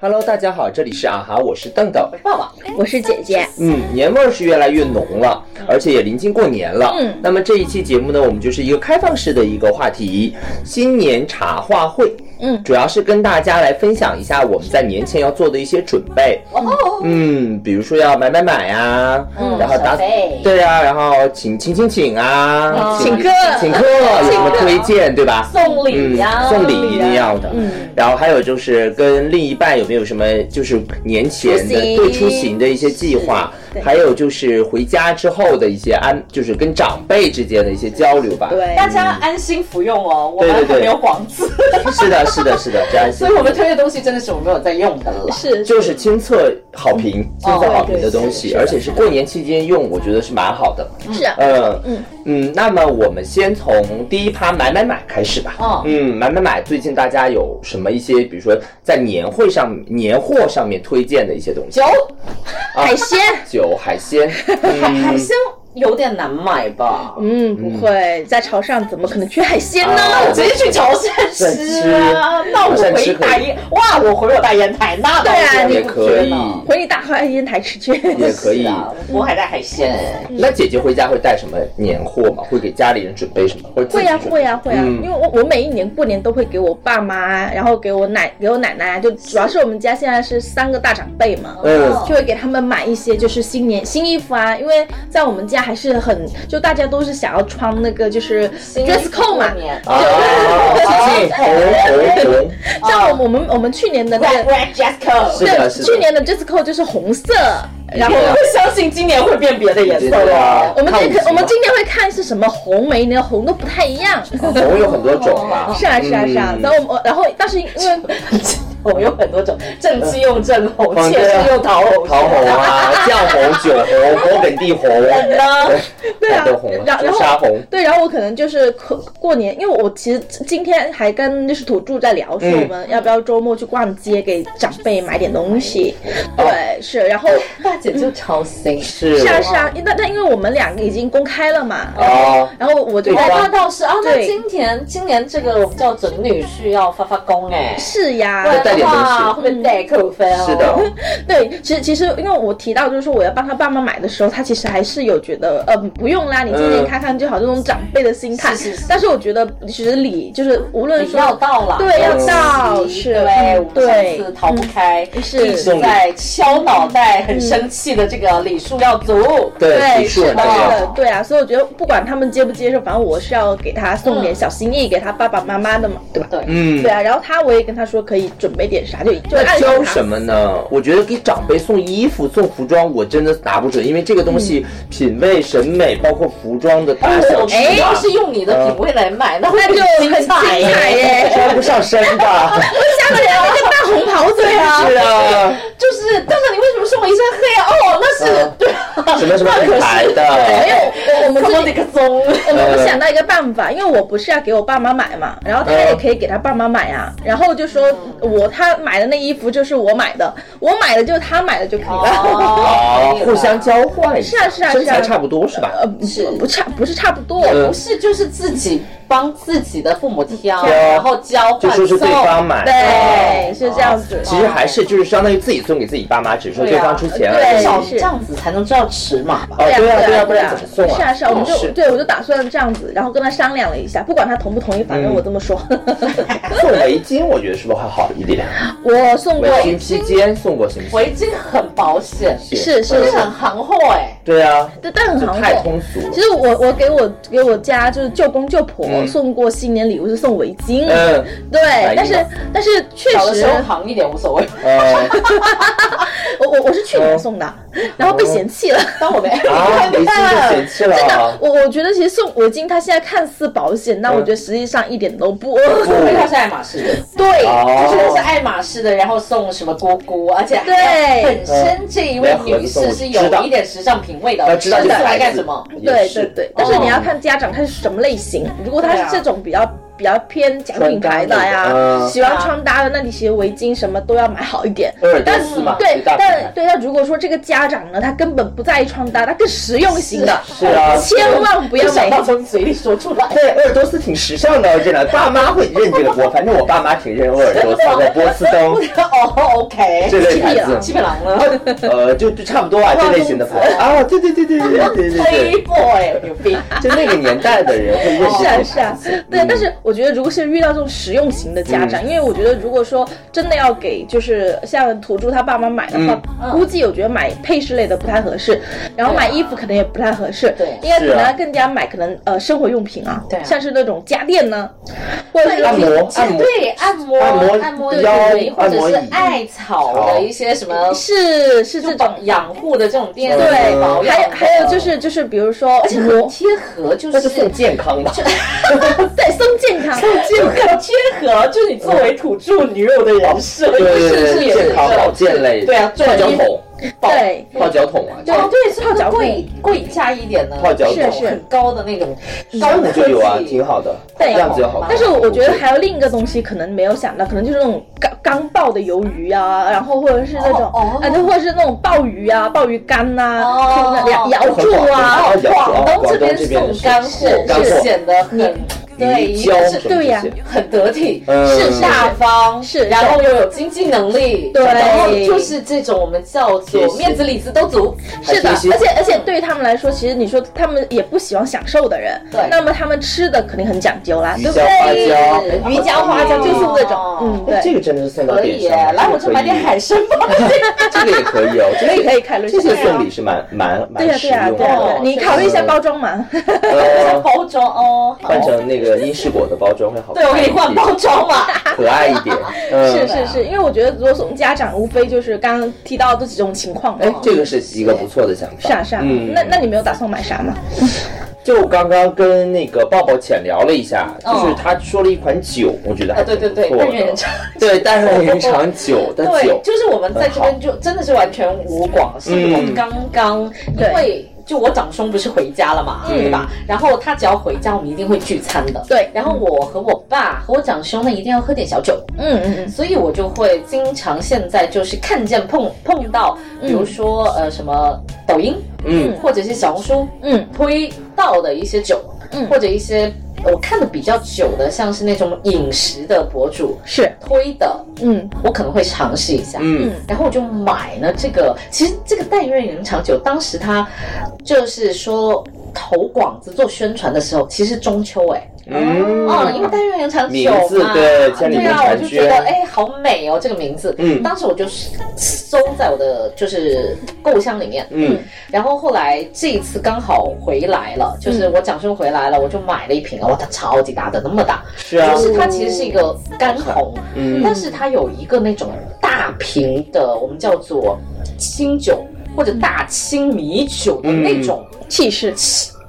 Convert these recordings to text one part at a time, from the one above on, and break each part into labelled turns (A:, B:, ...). A: Hello，大家好，这里是啊哈，我是邓邓。
B: 爸爸，
C: 哎我是姐姐，
A: 嗯，年味儿是越来越浓了，而且也临近过年了。嗯，那么这一期节目呢，我们就是一个开放式的一个话题——新年茶话会。
C: 嗯
A: 主要是跟大家来分享一下我们在年前要做的一些准备。
B: 哦，
A: 嗯，比如说要买买买呀，然后打
B: 小费
A: 对呀、然后请请请请啊，
C: 请客
A: 请客有什么推荐对吧？
B: 送礼呀、
A: 嗯
C: 嗯
A: 送礼一定要的。然后还有就是跟另一半有没有什么就是年前的
C: 出行
A: 对出行的一些计划，还有就是回家之后的一些安，就是跟长辈之间的一些交流吧。
C: 对
B: 大家安心服用哦，我
A: 对对
B: 们
A: 对
B: 还没有黄字，
A: 是的，是的，是的，这样
B: 所以我们推的东西真的是我没有在用的了。
C: 是
A: 就是亲测好评、亲测好评的东
C: 哦对对
A: 西，
C: 是的
A: 而且是过年期间用，我觉得是蛮好的。
C: 是啊，
A: 嗯嗯嗯，那么我们先从第一趴买买买开始吧。
C: 哦
B: 嗯
A: 嗯，买买买，最近大家有什么一些，比如说在年会上、年货上面推荐的一些东西？
B: 酒
A: 啊
C: 海鲜，
A: 酒、海 鲜，
B: 海
A: 嗯
B: 海鲜有点难买吧？
C: 嗯，不会，在潮汕怎么可能缺海鲜呢？
A: 啊
B: 那我直接去潮汕吃啊！那我
A: 潮汕嗯吃
B: 回
A: 可以
B: 大烟，哇，我回我大烟台，那倒
C: 对啊
B: 是
C: 你
A: 也
B: 不
A: 可以
B: 缺呢
C: 回你大块烟台吃去。
A: 也可以
B: 是。啊我海带海鲜，
A: 那姐姐回家会带什么年货吗？会给家里人准备什么？或者自
C: 会
A: 己
C: 呀、
A: 准备
C: 会呀、会呀、
A: 嗯
C: 因为我我每一年过年都会给我爸妈，然后给我奶给我奶奶啊，就主要是我们家现在是三个大长辈嘛，
A: 嗯
C: 就会给他们买一些就是新年新衣服啊，因为在我们家还是很就大家都是想要穿那个就是
B: 新年
C: dress code 嘛
B: 过，年
A: 啊，亲亲红红红，
C: 像我们我们我们去年的那个
B: Red Red Jessica，
A: 是的
C: 对，
A: 是的
C: 去年的 dress code 就是红色，然后
B: 我会相信今年会变别的颜色
A: 对啊
B: 哦。
C: 我们
A: 看
C: 这
A: 五集
C: 个我
A: 嘛
C: 们今天会看是什么红，每一年红都不太一样。
A: 红有很多种 啊。
C: 是啊是啊是啊，
A: 哦嗯
C: 然后我们然后但是因为
B: 红有很多种，正气用正红，
A: 嗯
B: 妾室用桃红，
A: 桃红啊， 酱红、酒红、勃艮第红，
C: 对啊
A: 太多红了，
C: 然后
A: 朱砂红，
C: 对，然后我可能就是可过年，因为我其实今天还跟就是土著在聊，说
A: 嗯
C: 我们要不要周末去逛街给长辈买点东西。
A: 哦
C: 对，是，然后
B: 大姐就超新，
A: 是
C: 是啊是啊，那那因为我们两个已经公开了嘛，
A: 哦，
C: 然后我 就
A: 对
B: 哎，
A: 吧
B: 那倒是啊，那
C: 对
B: 今年今年这个我们叫准女婿要发发功哎，
C: 是呀，
B: 不然
A: 带
B: 的
A: 点东西
B: 话会被带扣分哦。
A: 是的，
C: 对，其实其实因为我提到就是说我要帮他爸妈买的时候，他其实还是有觉得，呃，不用啦，你今年
A: 嗯
C: 看看就好，这种长辈的心态。
B: 是是是
C: 但是我觉得其实礼就是无论
B: 你
C: 说
B: 要到了，
C: 对要到
B: 嗯
C: 是
B: 对，我们
C: 对
B: 上次逃不开，
A: 嗯
C: 是
B: 一直在敲脑袋，很生气的这个礼数要足。
A: 对，
C: 对
A: 礼数
C: 是
A: 很
C: 的
A: 重
C: 是
A: 要
C: 的，对啊，所以我觉得不管他们接不接受，反正我是要给他送点小心意给他爸爸妈妈的嘛，对吧？
B: 对，
A: 嗯
C: 对，啊，然后他我也跟他说可以准备点啥，就就
A: 那
C: 按
A: 教
C: 照他
A: 什么呢？我觉得给长辈送衣服、送服装，我真的拿不准，因为这个东西
C: 嗯
A: 品味、审美，包括服装哎的大小啊
C: 哦
B: 我
A: 尺
B: 们
A: 码
C: 哎
B: 要，哎是用你的品味来买，那会
C: 那就
B: 精
C: 很精
B: 彩
C: 彩
B: 耶。
C: 耶！
A: 穿不上身 吧？
C: 下个人那个大红袍子呀，
A: 是啊，
B: 就是，但是你为什么送我一身黑啊？哦，那是
A: 嗯
B: 对啊，
A: 什么什么品牌 的？
C: 没有，我我们
B: 我
C: 自
B: 们
C: 己
B: 那个宗，
C: 我们我想到一个办法，因为我不是要给我爸妈买嘛，
A: 嗯
C: 然后他也可以给他爸妈买啊。然后就说我他买的那衣服就是我买的，我买的就是他买的就可以了。
A: 哦，
B: 可以了
A: 互相交换一下，
C: 是啊是啊
A: 身
C: 是
A: 材
C: 啊
A: 差不多是吧？
C: 呃，不
B: 是
C: 不差不是差不多，
A: 嗯
B: 不是就是自己帮自己的父母挑，
A: 挑
B: 然后交换
A: 啊就说是对方
B: 送。
A: 买，哦
C: 对，是这样子。
A: 其实还是就是相当于自己送给自己爸妈，只是说对方出钱而
B: 至
A: 已。
C: 啊
B: 少
C: 对是
B: 这样子才能知道尺码吧。
A: 哦，对啊，对啊，
C: 啊
A: 不然怎么送啊？
C: 是啊是啊，我们就是对我就打算这样子，然后跟他商量了一下，不管他同不 同意，反正我这么说。
A: 送围巾，我觉得是不是会好一点？
C: 我送
A: 围
C: 过，
A: 巾披肩送过行不行？
B: 围巾很保险，这
C: 是是
B: 是很行货哎。
A: 对啊，
C: 对，但很
A: 这
C: 好
A: 太
C: 过。
A: 通俗了
C: 其。实我我给我给我家就是舅公舅婆
A: 嗯
C: 送过新年礼物是送围巾，
A: 嗯
C: 对
A: 满意，
C: 但是
A: 吗
C: 但是确
B: 小的
C: 实
B: 时，候行一点无所谓，
A: 呃，
C: 我我我是去年送的，然后被嫌弃了。
B: 嗯当我没。
A: 啊，围巾就嫌弃了
C: 真
A: 啊
C: 的，。我我觉得其实送围巾，它现在看似保险，
A: 嗯
C: 但我觉得实际上一点都不。
B: 除非他是爱马仕的，
C: 对，
B: 就
A: 哦
B: 是是爱马仕的，然后送什么姑姑，而且还
C: 对
B: 本身这一位女士是有一点时尚品味的，
A: 要知道这
B: 送
A: 个
B: 来
A: 牌
B: 干
A: 子
B: 什么？
A: 也
C: 对
A: 是哦嗯
C: 对对，但是你要看家长他是什么类型。如果他
B: 对啊
C: 是这种比较比较偏讲品牌的呀
A: 穿搭类的，嗯
C: 喜欢穿搭的，那你其实围巾什么都要买好一点。
A: 鄂尔多
C: 但
A: 斯嘛，
C: 对
A: 最，大品
C: 但
A: 牌
C: 对，但如果说这个家长呢，他根本不在意穿搭，他更实用型的，
A: 是啊，
C: 千万不要
B: 想
C: 买
B: 到从嘴里说出来。
A: 对，鄂尔多斯挺时尚的，真的，爸妈会认这个。我反正我爸妈挺认鄂尔多斯和波司登
B: 哦，OK，
A: 这类牌子，
B: 欺骗狼了
A: 呃，就就差不多啊，这类型的牌子啊，对对对对对对对 对，
B: ，Playboy 有病。
A: 就那个年代的人会认
B: 哦
A: 这
C: 是啊
A: 个
C: 是啊，
B: 嗯
C: 对，但是我觉得如果是遇到这种实用型的家长，因为我觉得如果说真的要给就是像土著他爸妈买的
B: 嗯
C: 话，估计我觉得买配饰类的不太合适，然后买衣服可能也不太合适，
B: 啊对
C: 应该可
A: 是
C: 能
A: 啊
C: 要更加买可能呃生活用品啊，
B: 对啊啊
C: 像是那种家电呢，或者是
A: 按摩按摩，
B: 对，按摩
A: 按摩
B: 按摩
A: 腰
B: 椅，或
A: 按摩
B: 者
A: 椅
B: 是艾草的一些什么，
C: 是是这
B: 就
C: 种
B: 保养护的这种店，
A: 对
B: 保养
C: 还
B: 的
C: 有
B: 嗯
C: 还有就。是就是比如说
B: 而且
C: 膜
B: 很贴合，就
A: 那
B: 是
A: 是送健康吧？
C: 对送健康，
B: 就很贴合，就是你作为土著女友的人设，
A: 哦对对
B: 是
A: 对，
B: 是
A: 健康保健类，
B: 对啊，
A: 泡脚
B: 对
A: 桶，
B: 保
C: 对。
A: 泡脚桶啊，
B: 哦，对，是
C: 泡脚桶
B: 贵贵价一点的，
A: 泡脚
C: 桶是是
B: 很高的那种，
A: 三五
B: 科
A: 就有啊，
B: 技
A: 挺好的，
C: 对
A: 这样子就好看。
C: 但是我觉得还有另一个东西可能没有想到，可能就是那种刚刚爆的鱿鱼啊，然后或者是那种
B: 哦哦
C: 啊，对，或者是那种鲍鱼啊、鲍鱼干呐、
B: 哦
C: 什么的瑶瑶
A: 很
C: 柱啊
A: 好，看
B: 广东这边送干
A: 是是
B: 货，就显得很对，
A: 鱼
B: 一
A: 胶
B: 个
A: 什
B: 是
A: 么
C: 对呀
A: 这些
B: 很得体，
A: 嗯
B: 是啊大方，
C: 是
B: 然后又有经济能力，
C: 对
B: 然后就是这种我们叫做
A: 贴心
B: 面子里子都足，
C: 是的，
A: 还贴心
C: 而且而且对于他们来说，其实你说他们也不喜欢享受的人，
B: 对
C: 那么他们吃的肯定很讲究啦，
A: 鱼
C: 对不
A: 胶花
C: 对？
A: 椒，
B: 对
A: 哎
C: 鱼胶花椒就是那种，
B: 哦
C: 嗯，
A: 哎这
C: 对，
A: 个真的是送到
B: 可
A: 点
B: 以耶，
A: 上了，
B: 来我去买点海参吧，
A: 这个也可以哦，这
C: 可
A: 个
C: 以可以考虑一
A: 这
C: 下
A: 些。送礼是蛮蛮
C: 对呀
A: 蛮
C: 啊
A: 实
C: 对呀
A: 用
C: 对呀，对
A: 的哦
C: 呀，你考虑一下包装嘛。
A: 嗯 呃，
B: 包装哦，好
A: 换成那个英式果的包装会好看
B: 对
A: 一
B: 我
A: 点，
B: 给你 换包装嘛，
A: 可爱一点，
C: 是
A: 嗯，
C: 是是，
B: 啊
C: 因为我觉得如果送家长，无非就是刚刚提到的这几种情况嘛。
A: 哎，这个是一个不错的想法，
C: 是啊是啊，
A: 嗯，
C: 那那你没有打算买啥吗？
A: 就刚刚跟那个抱抱浅聊了一下，就是他说了一款酒，我觉得还
B: 啊对对对
A: 挺不错
B: 但愿人
A: 的
B: 长，
A: 对，但愿人长久的
B: 对
A: 酒，，嗯
B: 就是我们在这边就真的是完全无广，是我刚刚因为。就我长兄不是回家了嘛，对吧？然后他只要回家，我们一定会聚餐的。
C: 对
B: 然后我和我爸和我长兄呢，一定要喝点小酒。
C: 嗯嗯嗯，
B: 所以我就会经常现在就是看见碰碰到，比如说、呃什么抖音，
A: 嗯，
B: 或者是小红书，
C: 嗯，
B: 推到的一些酒，
C: 嗯
B: 或者一些呃我看的比较久的，像是那种饮食的博主
C: 嗯是，
B: 推的，
C: 嗯，
B: 我可能会尝试一下，
A: 嗯
B: 然后我就买了这个。其实这个但愿人长久，当时他就是说投广子做宣传的时候，其实中秋哎、
A: 嗯
B: 哦，因为但愿人长久
A: 名字
B: 嘛，
A: 对千里
B: 对
A: 共
B: 啊，
A: 婵
B: 我就
A: 娟
B: 觉得哎，好美哦，这个名字。
A: 嗯
B: 当时我就是搜在我的就是购物箱里面，
A: 嗯，
B: 然后后来这一次刚好回来了，
A: 嗯
B: 就是我长兄回来了，我就买了一瓶，哦，它超级大的，那么大，
A: 是啊嗯
B: 就是它其实是一个干红，但是它有一个那种大瓶的，我们叫做清酒或者大清米酒
A: 嗯
B: 的那种
C: 气势，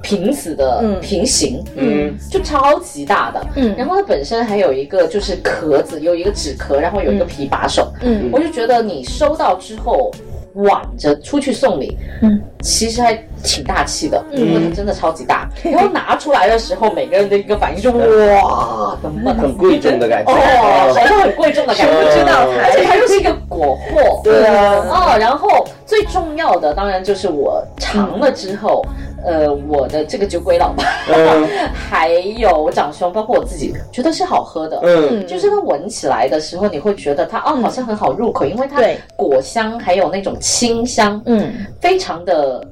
B: 瓶子的
C: 嗯
B: 瓶型，
A: 嗯，
B: 就超级大的，
C: 嗯
B: 然后它本身还有一个就是壳子，有一个纸壳，然后有一个皮把手，
C: 嗯
B: 我就觉得你收到之后挽着出去送礼，
C: 嗯，
B: 其实还挺大气的，因为它真的超级 大，然后拿出来的时候，每个人的一个反应就 哇，怎么
A: 很贵重的感觉，
B: 哦，好像很贵重的感觉，
A: 是
B: 知 道
A: 嗯
B: 它，而且它又是一个国货，
A: 对啊，
B: 哦，然后最重要的当然就是我尝了之后，呃，我的这个酒鬼老爸，
A: 嗯
B: 还有长兄，包括我自己，觉得是好喝的。
A: 嗯，
B: 就是它闻起来的时候，你会觉得它哦，好像很好入口，因为它
C: 对
B: 果香还有那种清香，
C: 嗯
B: 非常的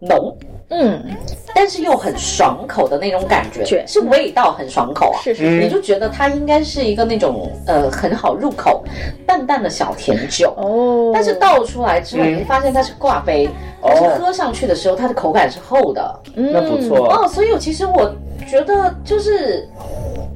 B: 浓，
C: 嗯，
B: 但是又很爽口的那种感
C: 是
B: 觉，是味道很爽口啊。
C: 是是
A: 嗯
B: 你就觉得它应该是一个那种呃很好入口、淡淡的小甜酒。
C: 哦，嗯
B: 但是倒出来之后，你会发现它是挂杯，但是喝上去的时候，它的口感是厚的
A: 那不错，
B: 哦。所以我其实我觉得就是，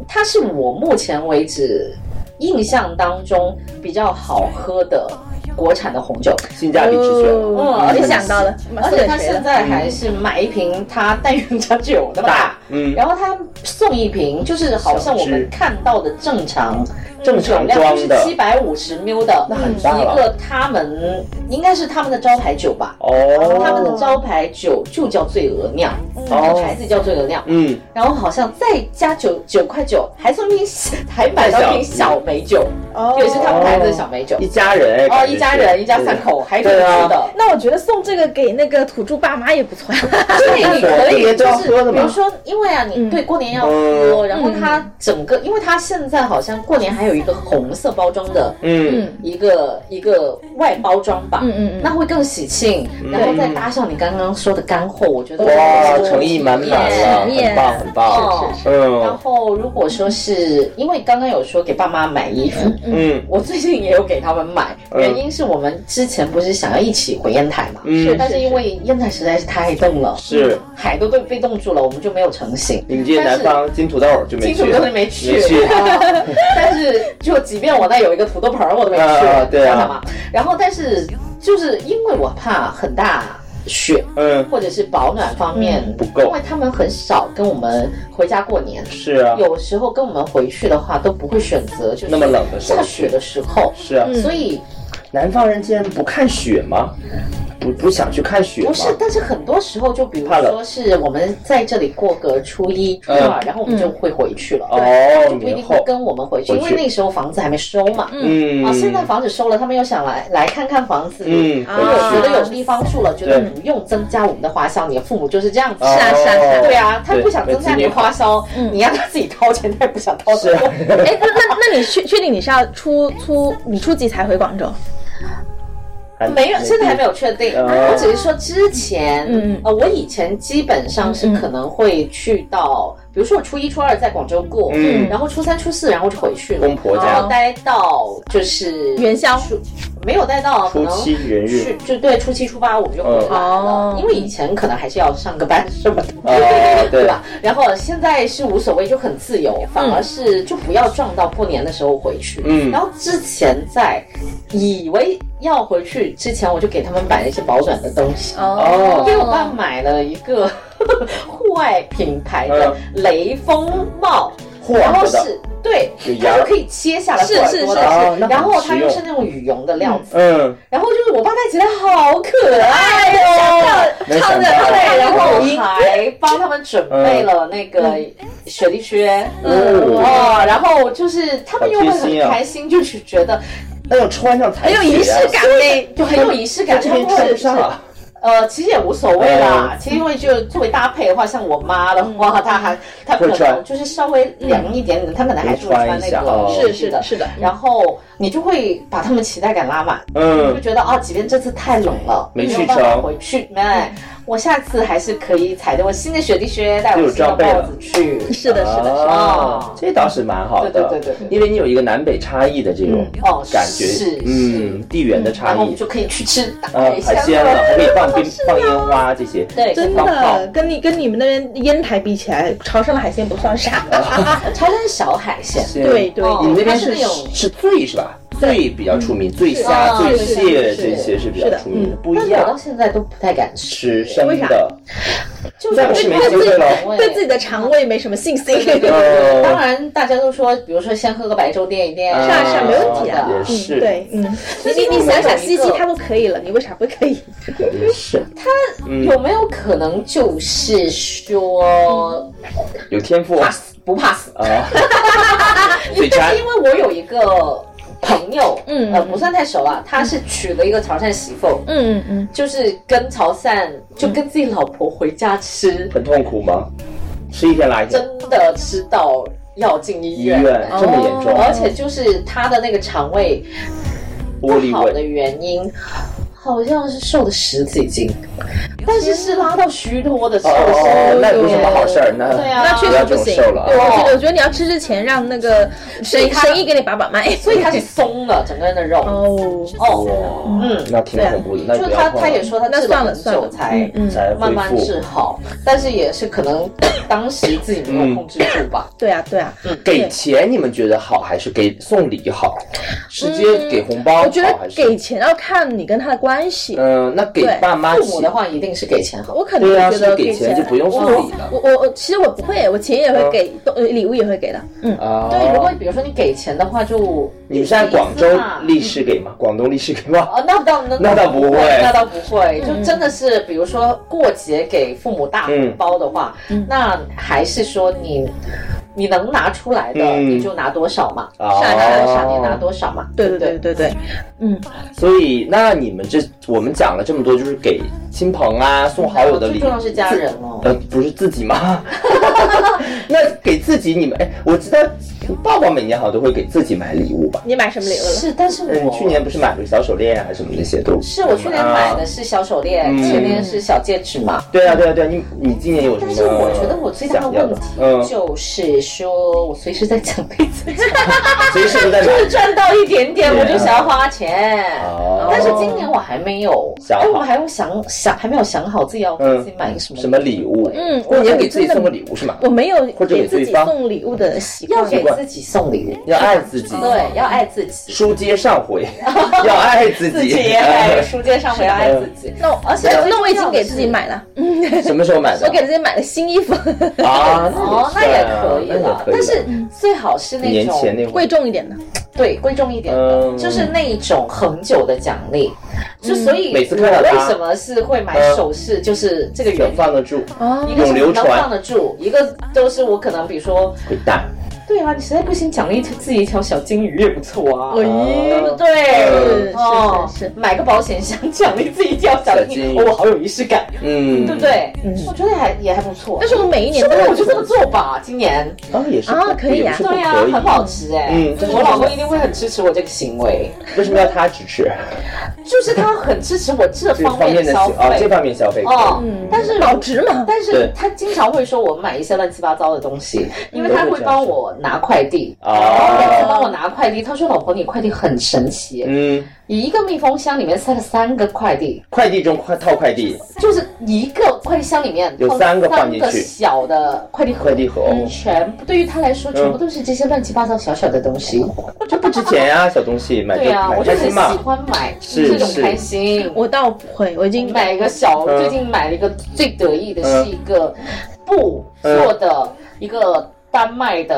B: 它是我目前为止印象当中比较好喝的国产的红酒。嗯
A: 性价比之选，
C: 哦
B: 而
C: 我
B: 且
C: 就想到了，
B: 而且它
C: 谁
B: 现
C: 了？
B: 在还是买一瓶它但愿它就有那么大
A: 大，嗯
B: 然后它送一瓶，就是好像我们看到的正常
A: 正常装的
B: 七百五十 ml 的，
A: 那很大了
B: 一个他们应该是他们的招牌酒吧，
A: 哦，
B: 他们的招牌酒就叫醉鹅酿，
A: 哦
B: 牌子叫醉鹅酿。
A: 嗯，
B: 然后好像再加九九块九，还送瓶小还买到瓶小美酒，
C: 哦
B: 也是他们牌子的小美酒。
A: 一家人
B: 哦，一家人一家三，口，还挺
A: 啊
B: 多的。
C: 那我觉得送这个给那个土著爸妈也 不错呀。
B: 所以你可
A: 特别
B: 以就
A: 多
B: 是，
A: 喝的
B: 比
A: 嘛
B: 如说，因为啊，你
C: 嗯
B: 对过年要
A: 嗯
B: 喝，然后它整个，因为它现在好像过年还有一个红色包装的
A: 对嗯，
B: 一个一个外包装吧，
C: 嗯嗯嗯
B: 那会更喜庆，然后再搭上你刚刚说的干货，我觉得
A: 哇，
B: 这个
A: 诚意满满了，
C: 体面
A: 很棒很棒，
B: 哦
C: 是
B: 然
A: 嗯
B: 后如果说是因为刚刚有说给爸妈买衣服，
A: 嗯
B: 我最近也有给他们买，原因是我们之前不是想要一起回烟台嘛，
A: 嗯，
B: 但是因为烟台实在是太冻了，嗯
A: 是
B: 海都被被冻住了，我们就没有成型。
A: 你们这些南方金土豆儿就没
B: 金
A: 去，
B: 土豆是没去，
A: 没去
B: 啊 但是就即便我那有一个土豆盆儿，我都没去，
A: 啊对啊
B: 你知道吗？然后但是就是因为我怕很大雪，
A: 嗯，
B: 或者是保暖方面、
A: 不够
B: 因为他们很少跟我们回家过年，
A: 是啊，
B: 有时候跟我们回去的话都不会选择就是
A: 那么冷的时候
B: 下雪的时候，
A: 是啊，
B: 所以
A: 南方人竟然不看雪吗？不不想去看雪吗？
B: 不是，但是很多时候就比如
A: 怕冷嗯
B: 说是我们在这里过个初一、初二，然后我们就会回去了。
A: 哦，
B: 就不一
A: 年
B: 定会
A: 后，
B: 跟我们回去，
A: 回
B: 因
A: 去
B: 为那时候房子还没收嘛。
A: 嗯
B: 啊，现在房子收了，他们又想来来看看房子。
A: 嗯
B: 如果
C: 啊
B: 觉得有地方住了，觉得
A: 对
B: 不用增加我们的花销，你的父母就是这样子。
A: 哦
C: 是啊是啊是啊
B: 对啊，他不想
A: 对
B: 增加你的花销，你让他自己掏钱，他也不想掏
A: 是啊
B: 钱。
C: 哎，那那那你确确定你是要出出你出几才回广州？
A: 还
B: 没有，现在还没有确定。
A: 哦
B: 我只是说之前，
C: 嗯
B: 呃，我以前基本上是可能会去到，比如说我初一、初二在广州过，
A: 嗯
B: 然后初三、初四，然后就回去了。
A: 公婆
B: 然
A: 家
B: 后待到就是
C: 元宵
B: 初，没有待到可
A: 初
B: 能
A: 七元日
B: 去就对初七初八我们就回来了，
C: 哦
B: 因为以前可能还是要上个班什么的，
A: 哦对
B: 对吧？然后现在是无所谓，就很自由，反而是就不要撞到过年的时候回去。
A: 嗯
B: 然后之前在以为要回去之前，我就给他们买了一些保暖的东西。
A: 哦
B: 给我爸买了一个 户外品牌的雷锋帽，
A: 嚯
B: 然后
A: 知道
B: 是对
A: 有，沿
B: 它
A: 儿
B: 就可以切下来
C: 是
B: 挂耳
C: 是
B: 朵
C: 是
B: 的
A: 哦那很
B: 然后它
A: 实
B: 又
A: 用
B: 是那种羽绒的料子，
A: 嗯，哎
B: 然后就是我爸戴起来好可爱啊哟。
A: 没
C: 唱
A: 想
C: 着
A: 到嗯
C: 唱着
B: 对，然后还帮他们准备了那个雪地靴，
A: 嗯
B: 哦，然后就是他们又会
A: 好贴
B: 很
A: 心啊
B: 开心，就去觉得呃
A: 那要穿上才
C: 很有仪式感嘞。
B: 就很有仪式
A: 在
B: 感，
A: 这
B: 他
A: 边
B: 们
A: 穿
B: 会
A: 不上啊，
B: 呃，其实也无所谓啦。
A: 嗯
B: 其实因为就作为搭配的话，像我妈的话，她还她可
A: 会穿
B: 能就是稍微凉一点点，她可能还是会
A: 穿
B: 穿
A: 一
B: 那
A: 下
B: 个
A: 哦。
C: 是是的是的
B: 然后你就会把他们期待感拉满，你
A: 嗯
B: 会，觉得啊，即便这次太冷了，
A: 没去
B: 有办法
A: 成
B: 回去，没，我下次还是可以踩着我新的雪地靴，带
A: 就
B: 我
A: 有
B: 新的
A: 装备了
B: 帽子去。
C: 是的，是的，
A: 哦这倒是蛮好的，
B: 对对对对
A: 因为你有一个南北差异的这种
B: 哦，
A: 感觉
B: 是，
A: 嗯，地缘的差
B: 然后我
A: 异
B: 们，就可哎以去吃大
A: 啊，海鲜啊了，还可以
B: 啊
A: 放冰放烟花这些，
B: 对，
C: 真
B: 放炮
C: 的跟你跟你们那边烟台比起来，潮汕的海鲜不算啥。
B: 潮汕小海鲜，
C: 对对
B: 哦
A: 你们那边
B: 它是
A: 是
B: 那种
A: 是醉是吧？醉比较出名，醉
B: 哦
A: 虾、醉
B: 是
A: 蟹
B: 是嗯
A: 这些是比较
C: 是的
A: 出名的，不
B: 但
A: 一
B: 是我到
A: 样。
B: 现在都不太敢吃。
A: 吃生
C: 为啥
A: 的，
B: 就是
A: 再不是没机会了。
C: 对自己的肠胃没什么 信心。
B: 当
A: 呃，
B: 然，大家都说，比如说先喝个白粥垫一垫，
A: 是
C: 啊是啊没问题啊
A: 也
C: 嗯，
A: 是，
C: 对，嗯，你你你想想，西西他都可以了，你为啥不可以？
A: 也是。
B: 有没有可能就是说
A: 有天赋
B: 怕
A: 啊，
B: 死不怕死？
A: 嘴
B: 但
A: 馋
B: 是因为我有一个朋友，
C: 嗯
B: 呃，不算太熟了，他是娶了一个潮汕媳妇，
C: 嗯嗯
B: 就是跟潮汕就跟自己老婆回家吃，
A: 很痛苦吗？吃一天拉一天，
B: 真的吃到要进医
A: 医院
B: 院。
A: 这么严重，
B: 而且就是他的那个肠胃
A: 玻璃
B: 好的
A: 胃，
B: 原因，好像是瘦了十几斤，但是是拉到虚脱的瘦的时候
A: 哦，那不是什么好事儿，那
B: 对啊
C: 那确实不
A: 不要这
C: 行。
A: 么瘦了啊
C: 对，我觉得我觉得你要吃之前让那个神神医给你把把脉。
B: 所以他是松了整个人的肉。
C: 哦，
B: 哦，
A: 嗯，那挺恐怖的，那
B: 啊就
A: 不
B: 是
A: 要
B: 他
A: 碰
B: 他也
A: 了，
B: 说他
C: 那
B: 治
C: 算
B: 了
C: 了
B: 很
C: 算
B: 久
C: 了，
B: 才
C: 嗯，嗯
A: 才
B: 慢慢
A: 恢
B: 治
A: 复。
B: 好，但是也是可能 当时自己没有控制住吧。
C: 对啊对啊。
A: 给钱你们觉得好还是给送礼好？直接给红包
B: 嗯
C: 我觉
A: 好
C: 得
A: 还是
C: 给钱要看你跟他的关关系。
A: 嗯，那给
C: 对
A: 爸妈
B: 父母的
A: 洗
B: 话一定是给钱好。
C: 我肯定
A: 对啊
C: 觉得
A: 是给钱
C: 钱
A: 就不嗯用
C: 我
A: 送礼了
C: 我我我其实我不会，我钱也会给，都呃礼物也会给的。嗯，
A: 啊，
B: 对，如果比如说你给钱的话就，
A: 你们是按广州
B: 意思嘛
A: 历史给吗？广东历史给吗？
B: 哦，那倒那
A: 那倒不会嗯
B: 那倒不会，就真的是，比如说过节给父母大红包的话，
A: 嗯
B: 那还是说你你能拿出来的，
A: 嗯
B: 你就拿多少嘛，
A: 啊
B: 傻傻傻你拿多少嘛，
C: 对
B: 不
C: 对对对对，嗯，
A: 哦所以那你们这我们讲了这么多，就是给亲朋啊送好友的礼，
B: 最重要是家人哦
A: 自呃，不是自己吗？ 那给自己你们哎，我知道爸爸每年好像都会给自己买礼物吧？
C: 你买什么礼物了？
B: 是，但是
A: 嗯，
B: 我
A: 去年不是买了个小手链啊什么那些都
B: 是我去年买的
A: 啊
B: 是小手链，前面是小戒指嘛。
A: 对啊对啊对啊，你你今年有什么
B: 但
A: 想
B: 是
A: 要的？
B: 我觉得我最大的问题就是说，我随时在奖励自己，
A: 嗯， 随时都在买
B: 就是赚到一点点
A: 对啊
B: 我就想要花钱。
A: 哦
B: 但是今年我还没有，
A: 想好嗯
B: 哎，我还有想想，还没有想好自己要给自己买个什么
A: 什么礼物？
C: 嗯
A: 过年给自己送个礼物是吗？
C: 我没有
A: 或者
C: 给
A: 给
C: 自己
A: 对方
C: 送礼物的习惯
B: 要。给自己送礼物，
A: 要爱自己，
B: 对，要爱自己，
A: 书接上 回，要爱自己。嗯
B: 自己也爱，书接上回要爱自己。
C: 那我而且
A: 啊
C: 那我已经给自己买了，嗯，
A: 哎什么时候买的？
C: 我给自己买了新衣服，
A: 啊，
B: 哦，那也可以
A: 那也
B: 了，
A: 可以。
B: 但是最好是那
A: 年
B: 种
A: 前那会儿
C: 贵重一点的。
B: 对，贵重一点的，
A: 嗯
B: 就是那一种恒久的奖励。就所以，
A: 每次看到
B: 我
A: 它
B: 为什么是会买
A: 嗯
B: 首饰？就是这个原
A: 能
B: 因，
A: 放得住，
C: 哦
B: 一个是
A: 永流
B: 能放
A: 传
B: 得住，一个就是我可能比如说，
A: 会大。
B: 对啊，你实在不行奖励自己一条小金鱼也不错啊。对不
A: 哦
B: 对？
C: 嗯
B: 哦
C: 哎是是是
B: 买个保险箱奖励自己一条小
A: 小
B: 金
A: 金
B: 鱼，
A: 鱼
B: 哦我好有仪式感，
A: 嗯，
B: 对不？对？我觉得还也还不错。
C: 但是我每一年
B: 是不
C: 都
B: 是
C: 会
B: 我就这么做吧？今年
A: 啊，也是
C: 啊可以
A: 也
C: 啊
A: 不是不
B: 对啊，
A: 可以
B: 很好吃哎。
A: 嗯
B: 我老公一定会很支持我这个行为。
A: 为什么要他支持？
B: 就是他很支持我这
A: 这
B: 方
A: 方
B: 面
A: 面的
B: 的消
A: 行啊，这
B: 费。
A: 方面嗯消费可以。
B: 哦，但是
C: 保值嘛
A: 对
B: 但是他经常会说我买一些乱七八糟的东西，因为他会帮我拿快递。
A: 哦
B: 然后每次帮我拿快递，他说：“老婆，你快递很神奇，
A: 嗯，
B: 一个密封箱里面塞了三个快递，
A: 快递中快套快递，
B: 就是一个快递箱里面
A: 有
B: 放
A: 三个放
B: 三
A: 进
B: 个
A: 去
B: 小的快递盒
A: 快，递盒
B: 全部对于他来说，全部都是这些乱七八糟小小的东西。
A: 这不值钱 啊，小东西买就
B: 对啊，
A: 买
B: 我就
A: 开
B: 很
A: 心
B: 喜
A: 嘛。
B: 欢买
A: 是
B: 这种
A: 是
B: 开心。
C: 我倒不会，我已经
B: 买一个小，
A: 嗯
B: 最近买了一个最得意的是一个布做的一个丹麦的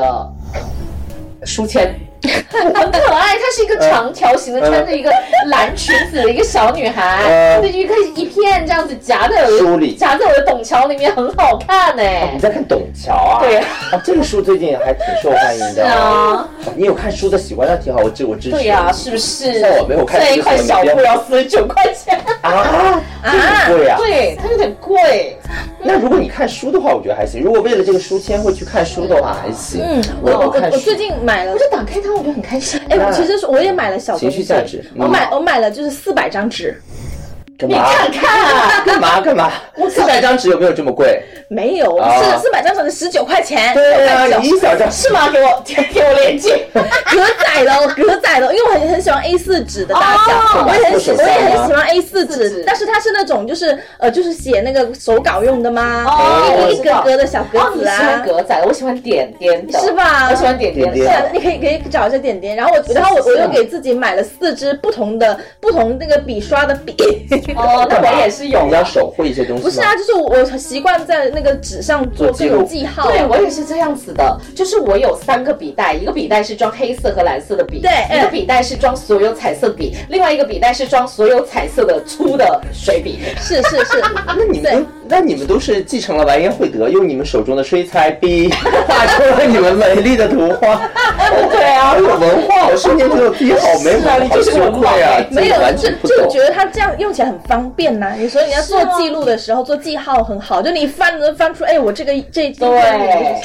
B: 书签。 很可爱，它是一个长条形的，
A: 嗯
B: 穿着一个蓝裙子的一个小女孩，
A: 嗯
B: 那一个一片这样子夹在我
A: 梳
B: 的
A: 理哦
B: 夹在我的董桥里面，很好看哎
A: 你。在看董桥啊？
B: 对
A: 啊，这个书最近还挺受欢迎
B: 是
A: 的。
B: 啊，
A: 你有看书的习惯，那挺好，我支我支持。
B: 对呀，是不是？
A: 像我哦没有看
B: 这
A: 这
B: 一
A: 个
B: 块小
A: 没
B: 布
A: 有
B: 要四十九块 钱，
A: 啊，这么贵啊？
B: 对，它有点贵。
A: 那如果你看书的话，我觉得还行；如果为了这个书签会去看书的话，还行。
C: 嗯，我
A: 我
C: 我
A: 有看
C: 我
A: 书
C: 最近买了
B: 我。就打开它，我就很开心。
C: 哎，我其实是我也买了小
A: 情
C: 东
A: 绪
C: 西，
A: 价值
C: 我买我买了就是四百张纸，
A: 干
B: 你
A: 嘛？
B: 看看。
A: 干嘛干嘛？四百张纸有没有这么贵？
C: 没有，
A: 啊
C: 是四百张纸十九块钱，
A: 对
C: 9
A: 啊，
C: 块九
A: 你一小张
B: 是吗？给我给我链接。
C: 格仔的，哦，格仔的哦，因为我很很喜欢 A 4纸的大小，
B: 哦
C: 我也很喜，
A: 手
C: 我
A: 账啊
C: 也很喜欢 A 4纸
B: 纸，
C: 但是它是那种就是呃，就是写那个手稿用的嘛，
B: 哦
C: 一格格的小格
B: 哦，你
C: 子
B: 喜欢
C: 啊，
B: 格仔，我喜欢点点的，
C: 是？吧？
B: 我喜欢点点
A: 点
C: 对啊
A: 点
B: 的。
C: 你可以可以找一下点点，然后我然后我我又给自己买了四支不同的不同那个笔刷的 笔，
B: 哦，那
A: 干嘛
B: 我也是有
A: 你
B: 的
A: 要。手绘一些东西吗
C: 不是啊，，就是我我习惯在那个纸上做
A: 做记
C: 各
A: 录
C: 种记号啊，
B: 对，我也是这样子的，就是我有三个笔袋，一个笔袋是装黑色和蓝色的笔，
C: 对
B: 一个
C: 嗯
B: 笔袋是装所有彩色笔，另外一个笔袋是装所有彩色的粗的水笔。
C: 是是 是，
A: 那你们
C: 对
A: 都那你们都是继承了完颜慧德，用你们手中的水彩 笔画出了你们美丽的图画。
B: 对啊
A: 好有文化，我瞬间觉得自己好没
B: 是啊
A: 文
B: 你
A: 化，
B: 就是
A: 羞
B: 文化
A: 愧啊！自
B: 没
C: 没
A: 己
C: 有，
A: 完
C: 就
A: 全不
C: 就
A: 懂
C: 觉。得它这样用起来很方便呐、你说你要做
B: 是啊
C: 记录的时候、做记号很好，就你翻都翻出，哎，我这个这这
B: 对，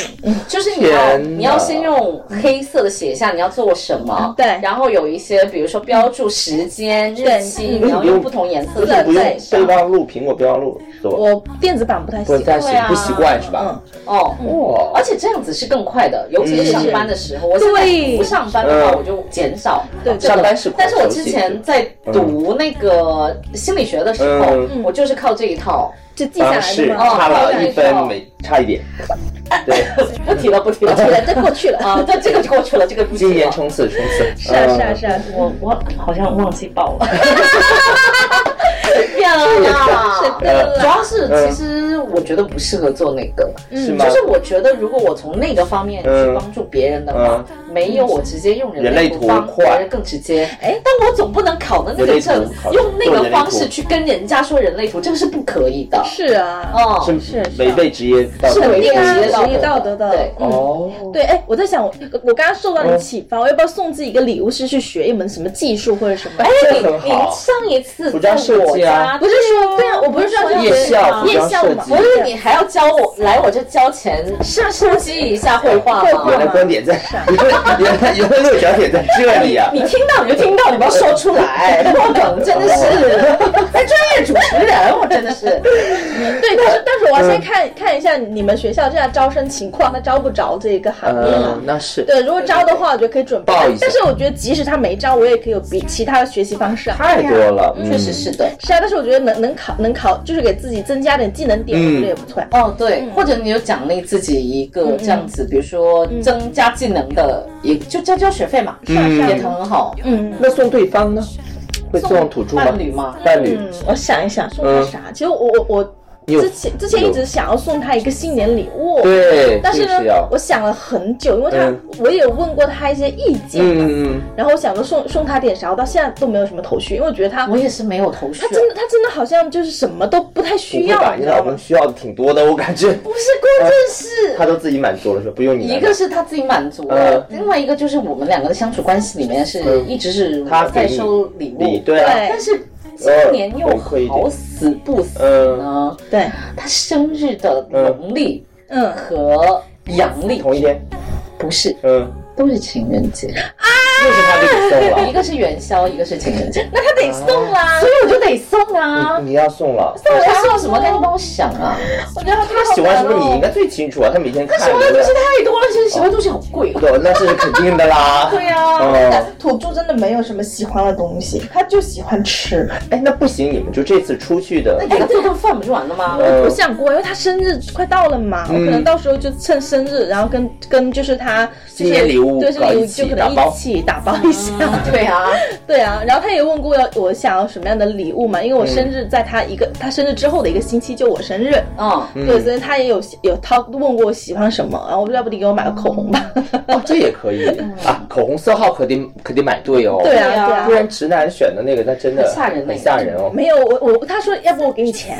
B: 就是你要
A: 天哪
B: 你要先用黑色的写下你要做什么，
C: 对
B: 然后有一些比如说标注时间、日
C: 对
B: 期，
A: 嗯
B: 你要用不同颜色
A: 不
B: 的
A: 是不用
C: 对啊
A: 备忘录、苹果备忘录，做
C: 我电子版不太
A: 不
C: 行。
A: 太习
B: 对啊
A: 不习惯是吧？
B: 哦。
C: 嗯
A: 哇
B: 而，且这样子是更快的，尤其是上班的时候。我现在
C: 对
B: 不上班的话，
A: 嗯
B: 我就减少
C: 对
B: 这个
A: 上班是苦
B: 但是我之前在读那个心理学的时候
A: 嗯，
B: 我就是靠这一套。
C: 就记下
A: 当
C: 来
A: 时
C: 的
B: 哦
C: 嘛。
A: 差了
B: 对
A: 一
B: 对
A: 分没差 一点，对，
B: 不提了，不提 了，
C: 对了，这过去了。
B: 啊，对，这个就过去了，这个不提
A: 今年
B: 了。
C: 啊
A: 冲刺冲刺，嗯
C: 是啊是啊是啊，
B: 我我好像忘记报了。亮啊！
C: 真
A: 呃
C: 的
B: 主
C: 啦，
B: 要是，其实我觉得不适合做那个，
A: 嗯
C: 嗯
A: 是吗
B: 就？是我觉得如果我从那个方面去帮助别人的话，没有我直接用人类图
A: 嗯人
B: 帮
A: 类图
B: 别
A: 快
B: 人更直接。哎，但我总不能考的那个证
A: 人类图考，
B: 用那
A: 做人
B: 个
A: 类
B: 方
A: 图
B: 式去跟人家说人类图，这个是不可以的。
C: 是啊，
B: 哦，
A: 是
C: 是是
A: 违背职业道
B: 是
A: 德
B: 违背
C: 对啊，
B: 职业
C: 职业道德的，
B: 对
C: 嗯
A: 哦，
C: 对，哎，我在想，我
A: 嗯
C: 我刚刚受到你启发，我要不要送自己一个礼物，是去学一门什么技术或者什么？
A: 这
B: 你
A: 很
B: 哎你
A: 好。
B: 上一次
A: 服装设计啊
B: 在我家
C: 不是说对啊，我不是说要
A: 夜
C: 学啊
A: 校服
C: 夜
A: 装
C: 校
A: 设
C: 嘛
A: 计
B: 不是你还要教我来我这交钱
C: 是是
B: 突击一下绘画
C: 绘
B: 吗
A: 哦
C: 画？
A: 原来观点在， 原来原来落脚点在这里啊！
B: 你听到你就听到，你不要说出来， 破梗真的 是，还哎专业主持人，我真的是。
C: 对，
A: 嗯
C: 但是但是我要先看看一下你们学校现在招生情况，他招不招这一个行业嘛
A: 嗯，？那是
C: 对，如果招的话，我觉得可以准备
A: 报一下。
C: 但是我觉得即使他没招，我也可以有比其他的学习方式啊。
A: 太多了，嗯
B: 确实是的。
C: 是啊，但是我觉得能能考能考，就是给自己增加点技能点，我觉
A: 嗯
C: 得也不错呀。
B: 哦，对，或者你有奖励自己一个这样子，比如说增加技能的，也就交交学费嘛，
A: 嗯
B: 也很好。
C: 嗯，
A: 那送对方呢？会送土著吗？
B: 伴侣吗
A: 伴侣
C: 嗯，我想一想，送他啥？其实我我我
A: 你有
C: 之前之前一直想要送他一个新年礼物，
A: 对，
C: 但是
A: 这个
C: 呢
A: 是要，
C: 我想了很久，因为他
A: 嗯
C: 我也问过他一些意见，
A: 嗯嗯
C: 然后我想着送送他点啥，我到现在都没有什么头绪，因为我觉得他
A: 嗯
B: 我也是没有头绪啊
C: 他。真的他真的好像就是什么都不太
A: 嗯，
C: 需
A: 不会吧？
C: 要，
A: 你
C: 知道
A: 老
C: 吗
A: 公？需要的挺多的，我感觉
B: 不是，关键是
A: 他都自己满足了，说不用你来
B: 一
A: 了。
B: 个是他自己满足
A: 呃
B: 了，另外一个就是我们两个的相处关系里面是
A: 嗯
B: 一直是
A: 他
B: 我在
A: 给你
B: 收礼
A: 你
B: 物，
A: 对啊，
C: 对
B: 但是今年又好死不死
A: 嗯
B: 呢，
C: 对，
B: 他生日的农历
C: 嗯，
B: 和阳历
A: 同一天，
B: 不是
A: 嗯，
B: 都是情 人节，
A: 又是他给你送了
B: 一个是元宵，一个是情 人节，
C: 那他得送啦
B: 所。以我就得送啊。
A: 你，你要送了。
B: 那我要送
A: 哦
B: 什么？赶紧帮我想啊！
C: 我觉得他哦
A: 他喜欢是不是
B: 哦
A: 你应该最清楚啊？他每天看。
B: 喜欢的东西太多了，现在喜欢的东西好贵啊。
A: 有，那这是肯定的 啦。
C: 对呀、
A: 哦
C: 土著真的没有什么喜欢的东西，他就喜欢吃。
A: 哎，那不行，你们就这次出去的
B: 那，给他做顿饭不就完了吗？
A: 呃
C: 我想过，因为他生日快到了嘛，我可
A: 嗯
C: 能到时候就趁生日，然后跟跟就是他就是
A: 新年礼物
C: 对，是礼
A: 搞
C: 物
A: 一起
C: 就可
A: 打
C: 能
A: 包嗯
C: 一起打包一下。
B: 对啊，
C: 对啊，然后他也问过要我想要什么样的礼物嘛，因为
A: 嗯
C: 我生日在他一个、他生日之后的一个星期就我生日，
B: 嗯，
C: 对，所以他也有有他问过我喜欢什么，然后我说要不你给我买个口红吧，
A: 哦，这也可 以啊。口红色号可得可得买对哦。
C: 对
B: 嗯对
C: 啊
B: 啊
C: 对啊
A: 不。然直男选的那个，那真的
B: 很吓人
A: 很吓人哦。
C: 没有，我我他说要不我给你钱，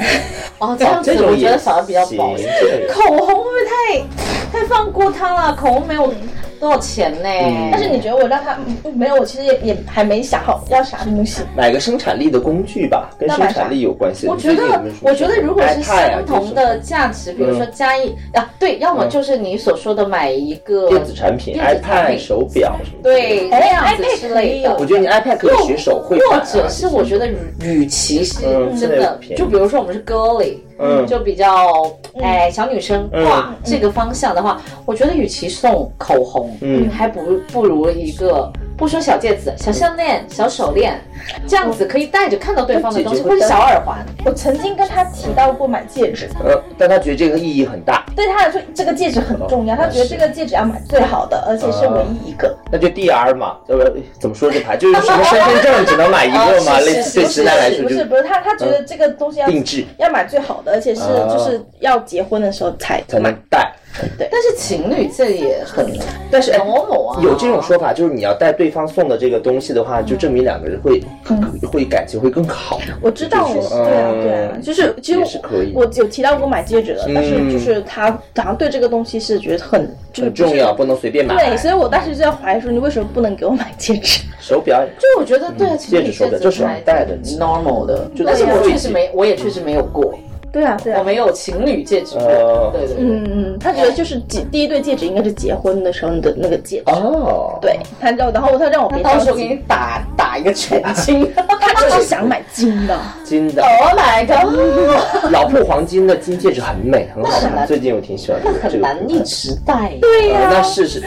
B: 哦，这样子
A: 这种
B: 我觉
A: 也
B: 得反而比较保
A: 行
B: 险。
A: 这种也
B: 口红会不会太太放过他了？口红没有多少钱呢、
A: 嗯
C: 但是你觉得我让他嗯没有，我其实也也还没想好要啥东西，
A: 买个生产力的工具 吧，跟
C: 那
A: 生
C: 买啥
A: 产力有关系的。
B: 我觉
A: 你最近有
B: 得
A: 没有什，么
B: 我觉得如果是
A: iPad 啊嗯
B: 相同的价值，比如说加一啊，对，要么就是你所说的买一个
A: 电子产品、
B: 电子产
A: iPad、
B: 品
A: 手表什么之类的。
B: 对，这样子之类的。
A: 我觉得你 iPad 可以学手绘板
B: 或
A: 啊，
B: 者是我觉得与，与其是
A: 嗯
B: 真
A: 这个
B: 的
A: 便，宜
B: 就比如说我们是 girly，
A: 嗯
B: 就比较哎小女生
A: 嗯
B: 挂这个方向的话，我觉得与其送口红，
A: 嗯
B: 还不如不如一个。不说小戒指、小项链、小手链，这样子可以戴着看到对方的东西，
A: 我
B: 或者小耳
A: 嗯
B: 环。
C: 我曾经跟他提到过买戒指，
A: 呃，但他觉得这个意义很大，
C: 对他来说这个戒指很重
A: 嗯
C: 要，他觉得这个戒指要买最好的，而且是唯一一个。
A: 那就 DR 嘛，呃，不怎么说这牌就是什么身份证只能买一个嘛，
B: 啊是
A: 类
B: 是
A: 似对
C: 不
A: 直
C: 是
A: 男来说
C: 不
A: 就是
C: 不是，他他觉得这个东西要
A: 定制
C: 要买最好的，而且是
A: 啊
C: 就是要结婚的时候才
A: 才能
C: 买。
A: 戴。
B: 但是情侣这也很
A: 但是哎
B: normal 啊，
A: 有这种说法，就是你要带对方送的这个东西的话，就证明两个人会
B: 嗯
A: 会感情会更好。
C: 我知道，
A: 就是
C: 对啊对啊
A: 嗯，
C: 就是其实
A: 也是可以嗯
C: 我我有提到过买戒指的，但是就是他好像对这个东西是觉得很就是
A: 很
C: 不是
A: 重要，。不能随便买。
C: 对，所以我当时就在怀疑说，你为什么不能给我买戒指？
A: 手表也
B: 就我觉得对啊，情
A: 嗯
B: 侣
A: 戒指手表
B: 戒
A: 这
B: 指
A: 是
B: 还
A: 很戴的
B: normal 的，
A: 就
B: 但是
A: 对啊
B: 我确实没，我也确实没有过，
C: 对啊，对
B: 我
C: 啊。
B: 没有情侣戒指过
A: 哦，
B: 对对对。
C: 嗯嗯，他觉得就是结第一对戒指应该是结婚的时候的那个戒指。
A: 哦，
C: 对，他就然后他让我
B: 那
C: 别
B: 到
C: 着
B: 时候给
C: 急，
B: 你打打一个 全金，
C: 他就是想买金的。
A: 金的，
B: Oh my god，
A: 老铺黄金的金戒指很美，很好看，最近我挺喜欢这个。
B: 很难一啊直戴。
A: 这个呃那是是，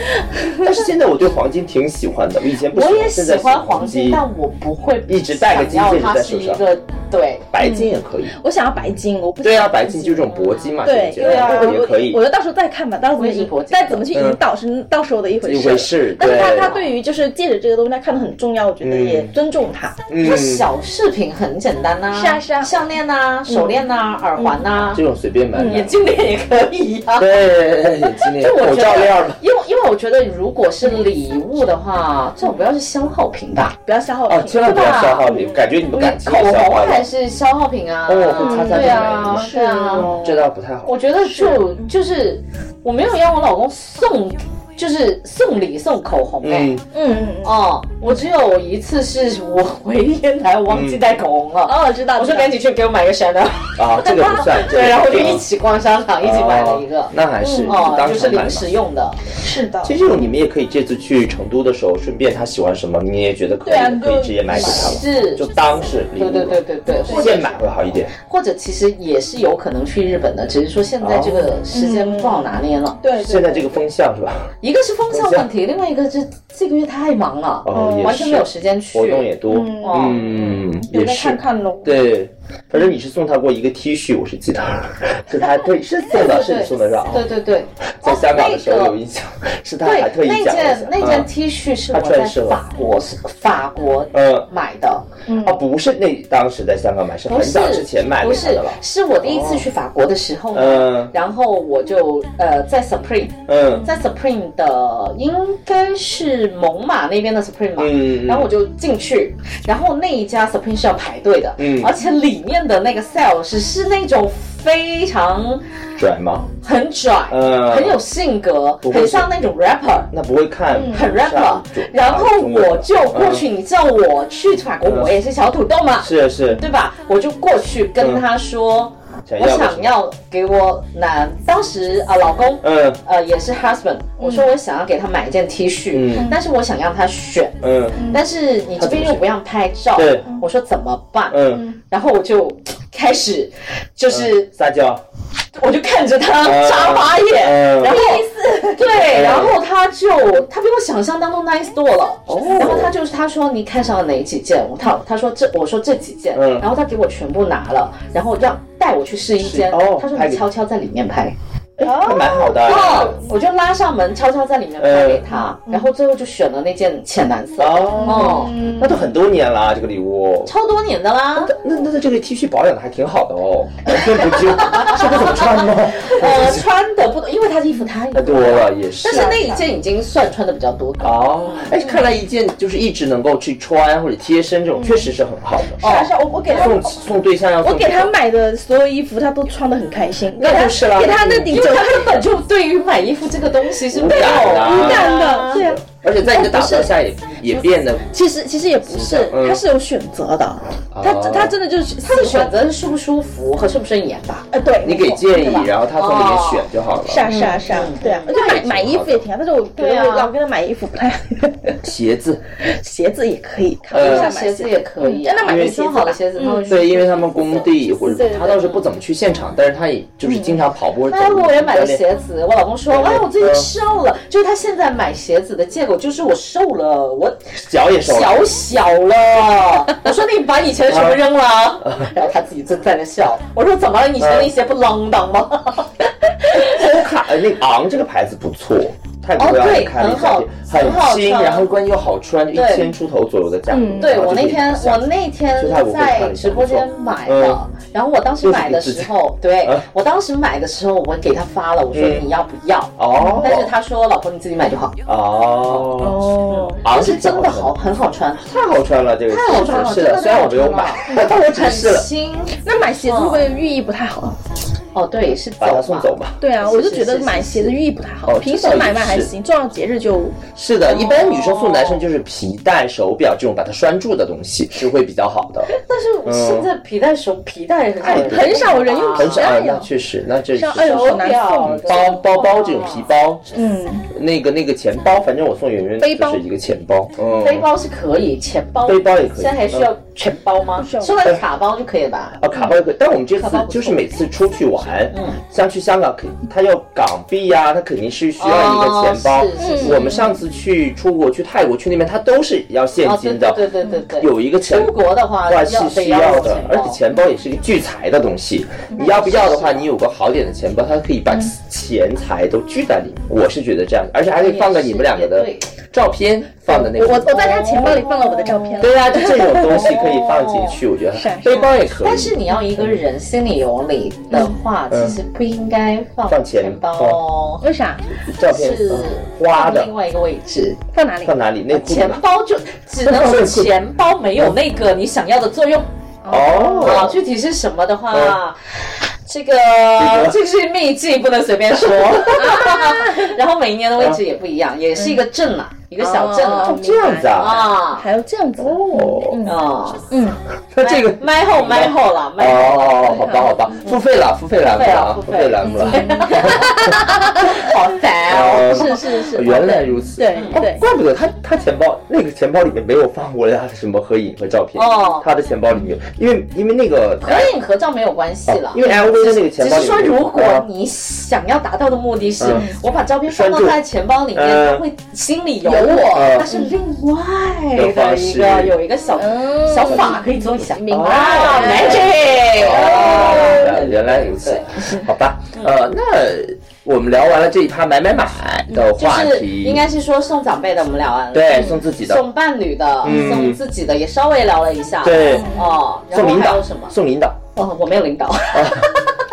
A: 但是现在我对黄金挺喜欢的，我以前不
B: 我
A: 喜
B: 也
A: 欢，现
B: 喜
A: 在
B: 欢黄
A: 金
B: 金，，但我不会
A: 一直戴个
B: 想要
A: 金戒指
B: 它
A: 在
B: 是
A: 手
B: 一
A: 上
B: 个对，
A: 白金也可以。
B: 嗯
C: 我想要白金，我不
A: 对啊，白金就这种铂金嘛，
C: 对，
A: 这种
B: 啊
A: 我觉
C: 我
A: 得可以
C: 我。就到时候再看吧，到时候
B: 我也是
C: 引
B: 铂金
C: 再怎么去引
A: 嗯
C: 导是到时候的一回
A: 一
C: 事。
A: 回事，
C: 但是他他
A: 对，
C: 对于就是戒指这个东西，他看得很重要，我觉得
A: 嗯
C: 也尊重他。
B: 它
A: 嗯，
B: 小饰品很简单呐、
C: 是啊是啊
B: 项链呐、手链呐、耳环呐、
A: 这种随便买买
B: 眼，镜嗯链也可以啊呀、
A: 对，眼镜链、
B: 我
A: 口
B: 觉得
A: 罩链儿嘛。
B: 因为因为我觉得，如果是礼物的话，这种不要是消耗品吧，
C: 不要消耗
A: 哦，
B: 啊
C: 品。
A: 千万不要消耗你，感觉你们感情
B: 口
A: 也消
B: 红
A: 耗
B: 还
A: 了，
B: 是消耗品啊。
A: 哦会擦擦
B: 对
A: 就
B: 啊
A: 没，
B: 对啊。
A: 这倒不太好。
B: 我觉得就就是我没有让我老公送，就是送礼送口红哎、
A: 嗯，
C: 嗯嗯嗯。
B: 哦，我只有一次是我回烟台忘记带口红了，
C: 哦，我知
A: 嗯
B: 我
C: 道。
B: 说
C: 知道
B: 赶紧去给我买 个 Chanel，
A: 啊，这个不算。这个不
B: 对，
A: 算
B: 然后就一起逛商场，一起买了一
A: 哦
B: 个，
A: 那还是
B: 哦，
A: 当
B: 就是
A: 场买
B: 临
A: 嘛。
B: 时用的，
C: 是的。
A: 其实这种你们也可以这次去成都的时候，顺便他喜欢什么，你也觉得可以，
C: 对啊
A: 可以
C: 就
A: 直接买给他了，
B: 是，
A: 就当是礼物。
B: 对对对对对，或者
A: 现买会好一点。
B: 或者其实也是有可能去日本的，只是说现在这个时间不好拿捏
A: 哦
B: 了。
C: 对对。
A: 现在这
C: 个
A: 个风向是吧？
B: 一个是风向问题，另外一个是这个月太忙了，
A: 哦，也是。
B: 嗯完全没有时间去。
A: 活动也多，
C: 嗯
B: 哦
A: 嗯，
C: 我
A: 也
C: 再看
A: 是。
C: 看喽。
A: 对，反正你是送他过一个 T 恤，我是记得， 是他对是送的，是你送的是吧？哦
B: 对对对，
A: 在香港的时候
B: 哦那个
A: 有印象，是他还特
B: 对，
A: 意
B: 那
A: 讲了一
B: 件
A: 下。
B: 那件
A: 嗯
B: T 恤是
A: 他
B: 我在
A: 穿是吧
B: 法国法国
A: 嗯
B: 买的，
A: 啊，不是那当时在香港买，是很
B: 不是
A: 早之前买
B: 不
A: 给他
B: 是
A: 的了。哦
B: 是我第一次去法国的时候
A: 嗯
B: 呢，然后我就呃在 Supreme
A: 嗯
B: 在 Supreme 的应该是蒙马那边的 Supreme 吧，
A: 嗯
B: 然后我就进去，然后那一家 Supreme 是要排队的，
A: 嗯
B: 而且里面的那个 sales 是那种非常
A: 拽吗？
B: 很拽，
A: 嗯
B: 很有性格，
A: 不会
B: 很像那种 rapper。
A: 那不会看
B: 嗯很
A: 上
B: rapper，
A: 中啊
B: 然后
A: 中文的
B: 我就过去，你知道我去法国，
A: 嗯
B: 我也是小土豆嘛
A: 嗯，是是，
B: 对吧？我就过去跟他说，
A: 想
B: 我
A: 要
B: 想要给我男，当时啊、老公，
A: 嗯
B: 呃也是 husband，我说我想要给他买一件 T 恤，
A: 嗯
B: 但是我想让他选，
A: 嗯
B: 但是你这边又不让拍照，
A: 对
B: 我说怎么办？
A: 嗯，
B: 然后我就开始，就是啊
A: 撒娇，
B: 我就看着他
A: 嗯
B: 眨巴眼，
A: 嗯
B: 然后对，然后他就他比我想象当中 nice 多了。
A: 哦
B: 然后他就是他说你看上了哪几件？我他他说这我说这几件，
A: 嗯
B: 然后他给我全部拿了，然后让带我去试衣间。
A: 是哦
B: 他说
A: 拍
B: 你
A: 给
B: 悄悄在里面拍。
A: 还蛮好的啊。
B: 哦，我就拉上门，悄悄在里面拍给他，然后最后就选了那件浅蓝色。
A: 嗯哦
B: 哦，
A: 那都很多年了啊，这个礼物。
B: 超多年的啦，
A: 那那那这个 T 恤保养的还挺好的哦，完全不旧，这个怎么穿吗？
B: 呃，穿的不多，因为他的衣服太
A: 太多了也是啊
B: 但。是那一件已经算穿的比较多的。
A: 哦，哎，看来一件就是一直能够去穿或者贴身
B: 嗯
A: 这种，确实是很好的。
B: 哦
C: 但是我我给他
A: 送送对象要送
C: 我给
A: 这
C: 他
A: 种
C: 买的所有衣服，他都穿的很开心。
A: 那
C: 给他
A: 就是啦
C: 给他那顶
B: 因
C: 酒
B: 为
C: 他
B: 他根本就对于买衣服这个东西是
A: 无
B: 没有
A: 感的啊
C: 无感的，对啊。
A: 而且在你的打造下也也变得
C: 其实其实也不是，
A: 嗯
C: 他是有选择的，他
A: 哦
C: 他真的就是他
B: 这个选，择是舒不舒服和顺不顺眼吧。
C: 呃，对，
A: 你给建议，啊然后他从里面选就
B: 哦
A: 好了。
C: 是啊是
B: 嗯
C: 啊是啊，对啊，而且买买衣服也挺好，但是我觉
B: 对
C: 得
B: 啊
C: 我老跟他买衣服不太，
A: 鞋子，
C: 鞋子也可以，看
A: 呃
C: 一下
B: 像
C: 买
B: 嗯鞋子也可以啊，
C: 嗯那买
A: 个
B: 女
A: 鞋子
B: 生好的鞋子，他会
A: 嗯对，因为他们工地或者
B: 对对
A: 他倒是不怎么去现场，但是他也就是经常跑步嗯或者
B: 哎，
A: 走路。
B: 我也买了鞋子，我老公说，哎，我最近
A: 嗯
B: 瘦了，就是他现在买鞋子的借口就是我瘦了，我
A: 脚也瘦了。
B: 脚小了。我说你把以前的全部扔 了啊，
A: 嗯
B: 然后他自己就在那笑。我说怎么了？以前那些不啷当
A: 嗯
B: 吗？
A: 欧卡呃那个昂这个牌子不错，泰国
B: 哦
A: 我
B: 对
A: 也看了一
B: 很好
A: 下，
B: 很好
A: 很轻，
B: 穿
A: 然后关键又好穿，一
B: 对嗯
A: 千出头左右的价格。然
B: 对
A: 后
B: 我
A: 啊就可以
B: 那天
A: 买下
B: 我那天
A: 就泰国会看
B: 在
A: 一下
B: 直播间买的
A: 嗯，
B: 然后我当时买的时候，对
A: 嗯
B: 我当时买的时候，我给他发了，我说
A: 嗯
B: 你要不要？
A: 哦，
B: 但是他说老婆你自己买就好，
A: 哦，
C: 哦，
A: 昂
B: 但是真的好，
A: 穿，
B: 很好穿，
A: 太好穿了，这个
B: 太好穿了
A: 是
B: 真
A: 的，
B: 的
A: 虽然我没有
B: 太好
A: 买
B: 穿，
A: 但我只
B: 很
A: 试了，
B: 新。
C: 那买鞋子会不会寓意不太好？
B: 哦，对，是走
A: 把它
B: 嘛
A: 送走。吧。
C: 对啊，
B: 是
C: 我就是觉得
B: 哦是
C: 买
B: 是
C: 鞋子
B: 是
C: 寓意不太好，
A: 哦
C: 平时
A: 这倒也
C: 买卖还
A: 是
C: 行，重要节日就是
A: 是的，一般女生送男生就是皮带、手表这种把它拴住的东西是会比较好的，
B: 但是现在皮带手皮带
A: 嗯
B: 很少人
C: 很少人用
B: 啊
A: 很少。
C: 哎
A: 啊
C: 呀
A: 那确实，那这是
C: 像二手
B: 手
C: 难
B: 表
C: 送，
A: 包啊包包这种皮包，
C: 嗯，
A: 那个那个钱包，反正我送圆圆
C: 背包
A: 就是一个钱包，嗯，
B: 背包是可以，钱包
A: 背包也可以嗯
B: 现在还需要全包吗？
C: 需要
B: 收到一个卡包就可以了吧？
A: 啊，卡包也可以，但我们这次
B: 卡包不错
A: 就是每次出去玩，
B: 嗯
A: 像去香港，肯它要港币呀、它肯定是需要一个钱包。
B: 哦是是是
A: 我们上次去出国、去泰国、去那边，它都是要现
B: 哦，对
A: 金的，
B: 对对对对对，
A: 有一个钱
B: 出国的话
A: 话
B: 要
A: 是
B: 得
A: 需
B: 要
A: 要
B: 有嗯
A: 的，而且钱包也是一个聚财的东西。你要不要的话，
B: 是嗯
A: 你有个好点的钱包，它可以把钱财都聚在里面。我是觉得这样，而且还可以放个你们两个的
B: 哦也是
A: 照片，放的那
C: 我我
A: 个。
C: 我在他钱包里放了我的照片了。
A: 对呀、就这种东西可以放进去，我觉得
C: 是啊是
A: 背
C: 啊
A: 包也可以。
B: 但哦是你要一个人心里有理的话，
A: 嗯
B: 其实不应该放
A: 放钱
B: 钱包哦，
C: 为啥？
A: 照片
B: 是
A: 嗯花
B: 放
A: 的哎
B: 另外一个位置。
C: 放哪里？
A: 放哪里？内裤
B: 钱
A: 吗？
B: 包就只能是钱包没有那个你想要的作用。啊，
A: 哦，
B: 具体是什么的
A: 嗯
B: 话，这个
A: 个
B: 这是秘籍，不能随 便说。 然后每一年的位置也不一样，也是一个镇啦，一个小镇啦
C: 哦
A: 这样子啊。
B: 啊。
C: 还有这样子？
A: 哦，
B: 啊，
C: 嗯，
A: 那这个
B: 麦后麦后啦，麦后
A: 哦，好吧，好吧，付费了，付费栏目了啊，付
B: 嗯付
A: 费
B: 费了
A: 栏目了。
B: 好烦哦。
A: 哦
C: 是是是。
A: 原来如此，
C: 对
A: 哦
C: 对
A: 怪不得他他钱包那个钱包里面没有放我俩的什么合影和照片，
B: 哦
A: 他的钱包里面，因为因为那个
B: 合影合照没有关系了
A: 哦因。为 LV 的那个钱
B: 只
A: 包
B: 是
A: 里面没
B: 说，
A: 有
B: 如果
A: 啊
B: 你想要达到的目的是
A: 嗯
B: 我把照片放到
A: 拴住
B: 他的钱包里面，
A: 嗯
B: 他会心里有
C: 有我
A: 哦
B: 我，那是另外
A: 的方
B: 的一
A: 式
B: 个有一个小
C: 嗯
B: 小法可以做一下。
C: 明白
B: 啊，magic！
A: 哦，原来如此，好吧，呃，那我们聊完了这一趴买买买的
B: 嗯就
A: 话
B: 是
A: 题，
B: 应该是说送长辈的，我们聊完了。
A: 对送自己的，
B: 送伴侣的，
A: 嗯
B: 送自己的也稍微聊了一下。
A: 对
B: 哦，然
A: 送
B: 后
A: 领
B: 还
A: 导
B: 有什么，？
A: 送领导，
B: 哦，我没有领导。
A: 啊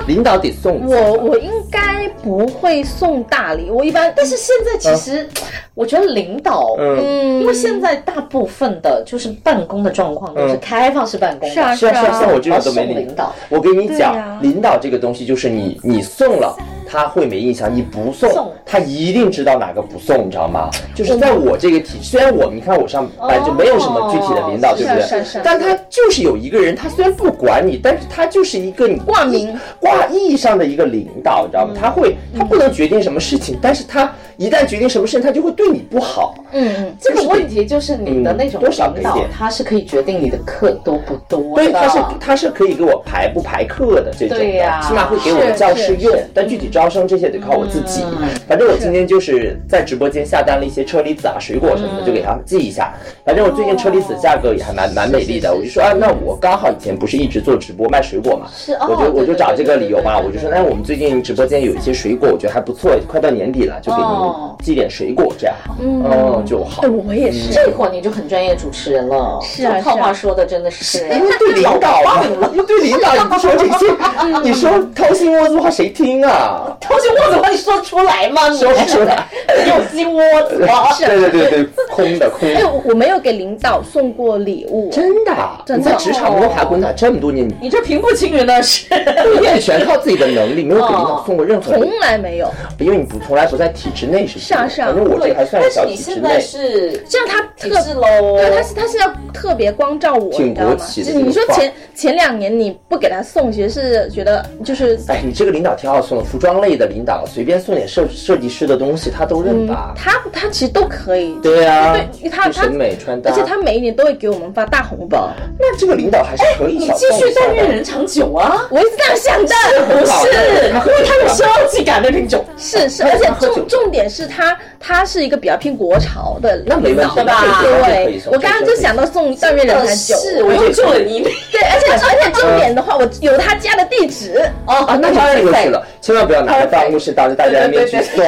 A: 领导得送
C: 我我应该不会送大礼，我一般
B: 但是现在其实，我觉得领导，
A: 嗯，
C: 嗯
B: 因为现在大部分的就是办公的状况都是
A: 嗯
B: 开放式办公的，
C: 是啊
A: 是啊是
C: 是
A: 啊，
C: 啊
A: 像我这种都没
B: 送
A: 领
B: 领导。
A: 我跟你讲，
C: 对呀
A: 领导这个东西就是你你送了，他会没印象；你不送，
B: 送
A: 他一定知道哪个不送，你知道吗？就是在我这个体，虽然我你看我上班就没有什么具体的领导，
B: 哦
A: 对不
C: 是啊是啊是
A: 对
C: 啊？
A: 但他就是有一个人，他虽然不管你，但是他就是一个你
C: 挂名嗯
A: 挂意义上的一个领导，你知道吗？他会他不能决定什么事情，但是他一旦决定什么事情，他就会对你不好。
C: 嗯嗯。
B: 这个问题就是你的那种
A: 嗯多少给
B: 领
A: 一
B: 导
A: 点，
B: 他是可以决定你的课多不多
A: 对，
B: 的。
A: 他是他是可以给我排不排课的这种的，
B: 对呀
A: 起码会给我的教室用
C: 是是，
A: 但具体招生这些得靠我自己。
B: 嗯
A: 反正我今天就是在直播间下单了一些车厘子啊、水果什么的，就给他寄一下。反正我最近车厘子价格也还蛮蛮美丽的，
B: 哦
A: 我
B: 是是
A: 就说啊，那我刚好以前不是一直做直播卖水果嘛，
B: 是哦
A: 我就我
B: 对
A: 就
B: 对
A: 找这个理由嘛，
B: 对对对
A: 我就说，哎，我们最近直播间有一些水果，我觉得还不错，快到年底了，就给
B: 哦
A: 您寄点水果这样，嗯，就好
C: 哎，。我也是。
B: 这会儿你就很专业主持人了。
C: 是啊
B: 这套
C: 是啊
B: 话说的真的是。啊
A: 因为对领导嘛，因为对领导你不说这些，你说掏心窝子话谁听啊？
B: 掏心窝子话你说得出来吗？你
A: 说不 出来，啊
B: 有心窝子吗？
A: 对对对对，空的空
C: 哎，
A: 的，
C: 我我没有给领导送过礼物，
A: 嗯真的啊，
C: 真
A: 你
C: 的
A: 在职场摸爬滚打这么多年，你
B: 你这平步青云的是。
A: 你也全靠自己的能力，没有给领导送过任何礼
C: 从来没有。
A: 物，因为你不从来不在体制内是不
C: 哦是啊是啊
A: 反正我这
B: 对，
A: 个还算
B: 但是
A: 小
B: 你
A: 体制
B: 现在
A: 内，
B: 是
C: 这样他
B: 体
C: 特
B: 制喽。
C: 对，他是他是要特别光照我，
A: 挺
C: 你知道
A: 国
C: 吗？
A: 企的
C: 就
A: 这个
C: 你说
A: 话
C: 前前两年你不给他送，其实是觉得嗯就是
A: 哎，你这个领导挺好送的，服装类的领导随便送点设设计师的东西他都认吧？
C: 嗯他他其实都可以，
A: 对呀
C: 对，他他
A: 审美穿搭，
C: 而且他每一年都会给我们发大红包，
A: 那这个领导还是可以
B: 哎你
A: 小
B: 继
A: 送
B: 续
A: 一下
B: 但
A: 的
B: 愿人长久啊。
C: 我一直这样想的，
B: 不
A: 好
B: 是，
A: 的
B: 因为他有消极感的那种。
C: 是是，
A: 他
C: 而且
A: 他喝酒
C: 重重点是他他是一个比较偏国潮的领导，
A: 那没问题
C: 对吧
B: 那
A: 这个可以
C: 对
A: 送，
C: 我刚刚就想到送但愿人长久，
B: 是，我又救了你一命。
C: 对，而且而
A: 呃
C: 且重点的话，我有他家的地址，
A: 啊，
B: 哦
A: 那就这个去了，千万不要拿着办公室当着大家的面去送，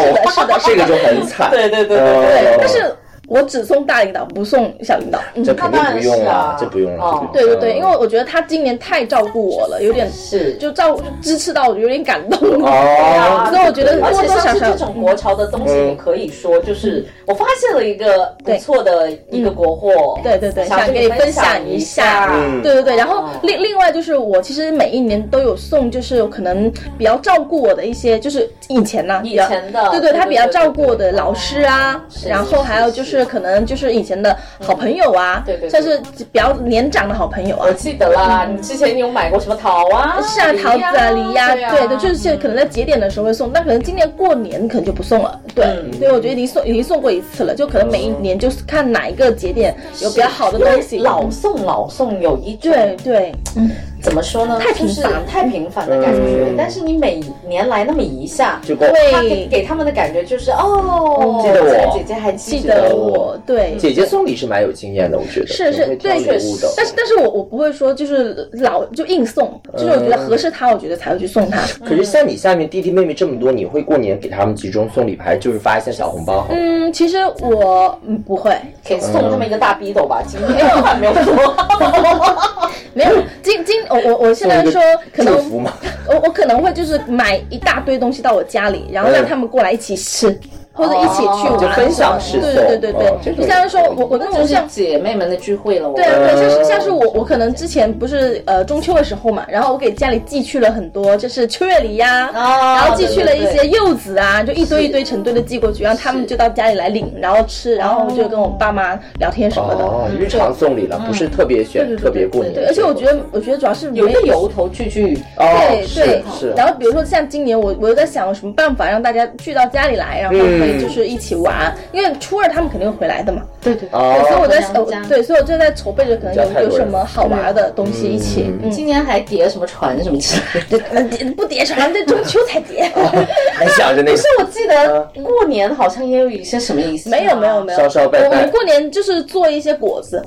A: 这个就很惨。
B: 对对对对
A: 哦
C: 对，但是我只送大领导，不送小领导，嗯。
A: 这肯定不用了，
B: 那当然是啊
A: 这不用了
B: 哦。
A: 这
C: 对
A: 不用
C: 对
A: 了
C: 对，因为我觉得他今年太照顾我了，有点
B: 是
C: 就照顾就支持到我有点感动。
A: 哦，
C: 所以我觉得
B: 而且
C: 多多
B: 像
C: 少
B: 是
C: 少嗯
B: 这种国潮的东西，
A: 嗯
B: 你可以说就是我发现了一个不
C: 对嗯
B: 错的一个国货，
C: 对对对，
B: 想
C: 想
B: 跟
C: 跟
B: 你
C: 你
B: 分
C: 分
B: 享
C: 享
B: 一
C: 一
B: 下
C: 下。
A: 嗯
C: 对对对，然后
B: 哦
C: 另另外就是我其实每一年都有送，就是可能比较照顾我的一些，就是以前呢、
B: 以
C: 比较
B: 前的
C: 对对，他比较照顾我
B: 对对
C: 的
B: 对
C: 老师啊，
B: 是嗯
C: 然后还有就是是可能就是以前的好朋友啊，
B: 对对对
C: 算是比较年长的好朋友啊
B: 我。记得啦，你之前你有买过什么桃啊？
C: 是啊，桃子啊，梨呀、
B: 对啊
C: 对对，就是可能在节点的时候会送，但可能今年过年可能就不送了。对，
B: 嗯
C: 对，我觉得已经送已经送过一次了，就可能每一年就是看哪一个节点有比较好的东西。
B: 因为老送老送有一种
C: 对对，
B: 怎么说呢？
C: 太频
B: 就
C: 繁
B: 是太频繁的感觉
A: 嗯。
B: 但是你每年来那么一下，
A: 就够。
C: 对
B: 他给给他们的感觉就是哦，
A: 记得我
B: 这个姐姐还
C: 记
B: 记
C: 得
B: 我。
C: 我对。
A: 姐姐送礼是蛮有经验的，我觉得
C: 是
A: 挺
C: 是
A: 会，挑
C: 对，
A: 礼物的。
C: 但是但是我我不会说就是老就硬送，就是我觉
A: 嗯
C: 得合适他，我觉得才会去送他。
A: 可是像你下面弟弟妹妹这么多，你会过年给他们集中送礼牌，就是发一些小红包好吗？
C: 嗯，其实我嗯不会，
B: 可以送他们一个大逼斗吧，今天我
C: 嗯
B: 还没有 说。
C: 没有今今我我我现在
A: 送一个
C: 说可
A: 祝
C: 能
A: 福吗？
C: 我我可能会就是买一大堆东西到我家里，然后让他们过来一起吃，或者一起去玩，
A: 哎哦就分享式送
C: 对对对
A: 哦这
C: 对
A: 种
C: 对，就像是说我我那
B: 那
C: 种
B: 就是
C: 像。
B: 姐妹们的聚会了，我
C: 对啊
A: 呃
C: 对啊，像是像是我我可能之前不是呃中秋的时候嘛，然后我给家里寄去了很多，就是秋月梨呀、
B: 哦
C: 然后寄去了一
B: 对
C: 些柚子啊，就一堆一堆成堆的寄过去，然后他们就到家里来领，然后吃，然后就跟我爸妈聊天什么的。
A: 哦，日常送礼了，不是特别
C: 对
A: 选，
C: 对
A: 特
C: 对
A: 别
C: 对
A: 过
C: 对
A: 年
C: 对，
A: 的
C: 而且
A: 时候
C: 我觉得我觉得主要是
B: 有
C: 没
B: 一个由头聚聚，
A: 哦，
C: 对对
A: 是是，
C: 然后比如说像今年我我又在想有什么办法让大家聚到家里来，然后可
A: 嗯
C: 以就是一起玩，因为初二他们肯定会回来的嘛。
B: 对对对。
C: 对，所以
A: 哦，
C: 我在
B: 回娘家
C: 呃对，所以我就在筹备着可能
A: 比较泰
C: 有有
A: 国
C: 什
A: 人
C: 么好玩的东西一起。嗯，
B: 今年还叠什么船什么之类的。
C: 对呃叠不叠船，这中秋才叠。
A: 哦还想着那
B: 可是我记得过年好像嗯也有一些什么意思，
C: 没有没有没有，
A: 烧烧拜拜
C: 我们过年就是做一些果子，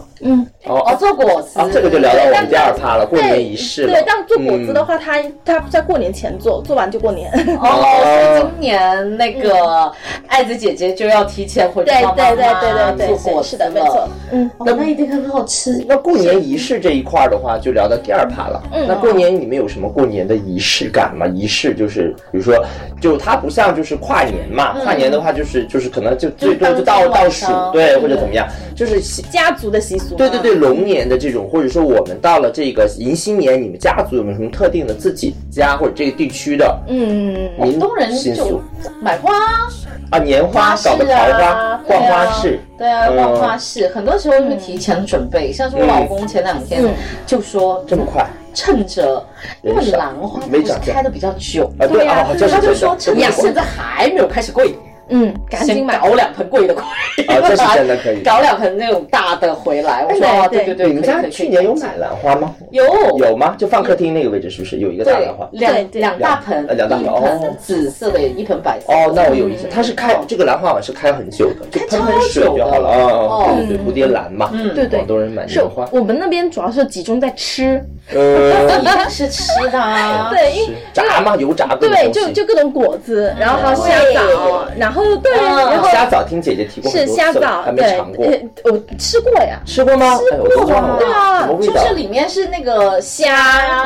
B: 哦，
A: 哦
B: 做果子
A: 啊，这个就聊到我
C: 对
A: 们
C: 但
A: 第二趴了，过年仪式了嗯
C: 对，但做果子的话，它它在过年前做，做完就过年。
B: 哦，所以今年那个爱子姐姐就要提前回去
C: 对
B: 帮
C: 对对
B: 妈妈
C: 对对
B: 做
C: 对，
B: 果
C: 是
B: 子
C: 是的，
B: 了
C: 没错。。嗯，
B: 哦，那一定很好吃。
A: 那过年仪式这一块儿的话，就聊到第二趴了。那过年你们有什么过年的仪式感吗？仪式就是，比如说，就它不像就是跨年嘛，跨年的话就是就是可能就最多就倒
B: 当天
A: 倒
B: 晚
A: 数，
B: 上
A: 对，或者怎么样，就是喜
C: 家族的习俗。
A: 对对对，龙年的这种，或者说我们到了这个迎新年，你们家族有没有什么特定的自己家或者这个地区的
C: 嗯，
A: 民
B: 东人
A: 习
B: 就
A: 俗
B: 买花啊，
A: 啊？年花
B: 市
A: 搞个桃花
B: 啊，，
A: 逛
B: 对啊
A: 花市，
B: 对啊，
A: 嗯
B: 逛花市，很多时候会提前准备。像是我老公前两天
C: 嗯
B: 就说，
A: 这么快
B: 趁着因为
A: 人少
B: 兰花它
A: 没
B: 不是
A: 涨价
B: 开的比较久，
A: 啊？对啊，
B: 啊
A: 哦，这是
B: 他就
A: 真的
B: 说趁着
A: 养
B: 现在还没有开始贵，
C: 嗯，赶紧
B: 先
C: 买。
B: 搞两盆贵的回来，
A: 啊这是真的可以
B: 搞两盆那种大的回来。我说
C: 哎
B: 哦，
C: 对
B: 对对对，
A: 你们家
B: 可以可以
A: 去年有买兰花吗？
B: 有
A: 有吗？就放客厅那个位置是不是有一个大
B: 对
A: 兰花？
C: 对
B: 两
C: 对
B: 两大盆，
A: 呃两大盆
B: 一
A: 哦
B: 盆紫色的，一盆白色的。
A: 哦，那我有印象，它是开
B: 嗯
A: 这个兰花好像是开很久的，就喷喷水就好了啊。哦
B: 嗯
A: 对对对，蝴蝶兰嘛，
C: 对对
A: 广东人买
C: 是
A: 兰花，
C: 我们那边主要是集中在吃，
A: 呃，
B: 一定是吃的啊。
C: 对，因为
A: 是炸嘛，油炸各种
C: 对，
A: 东
C: 就
A: 西。
C: 就各种果子，然后还有虾枣，然后对，
B: 嗯
C: 然后
A: 啊虾枣听姐姐提过很
C: 是
A: 多
C: 虾
A: 次了，
C: 枣
A: 还，没
C: 对，
A: 尝过，
C: 呃我吃过呀，
A: 吃过吗？哎吃
B: 过啊
A: 对
B: 对
C: 啊
A: 什么味
B: 就
A: 道？
B: 是里面是那个虾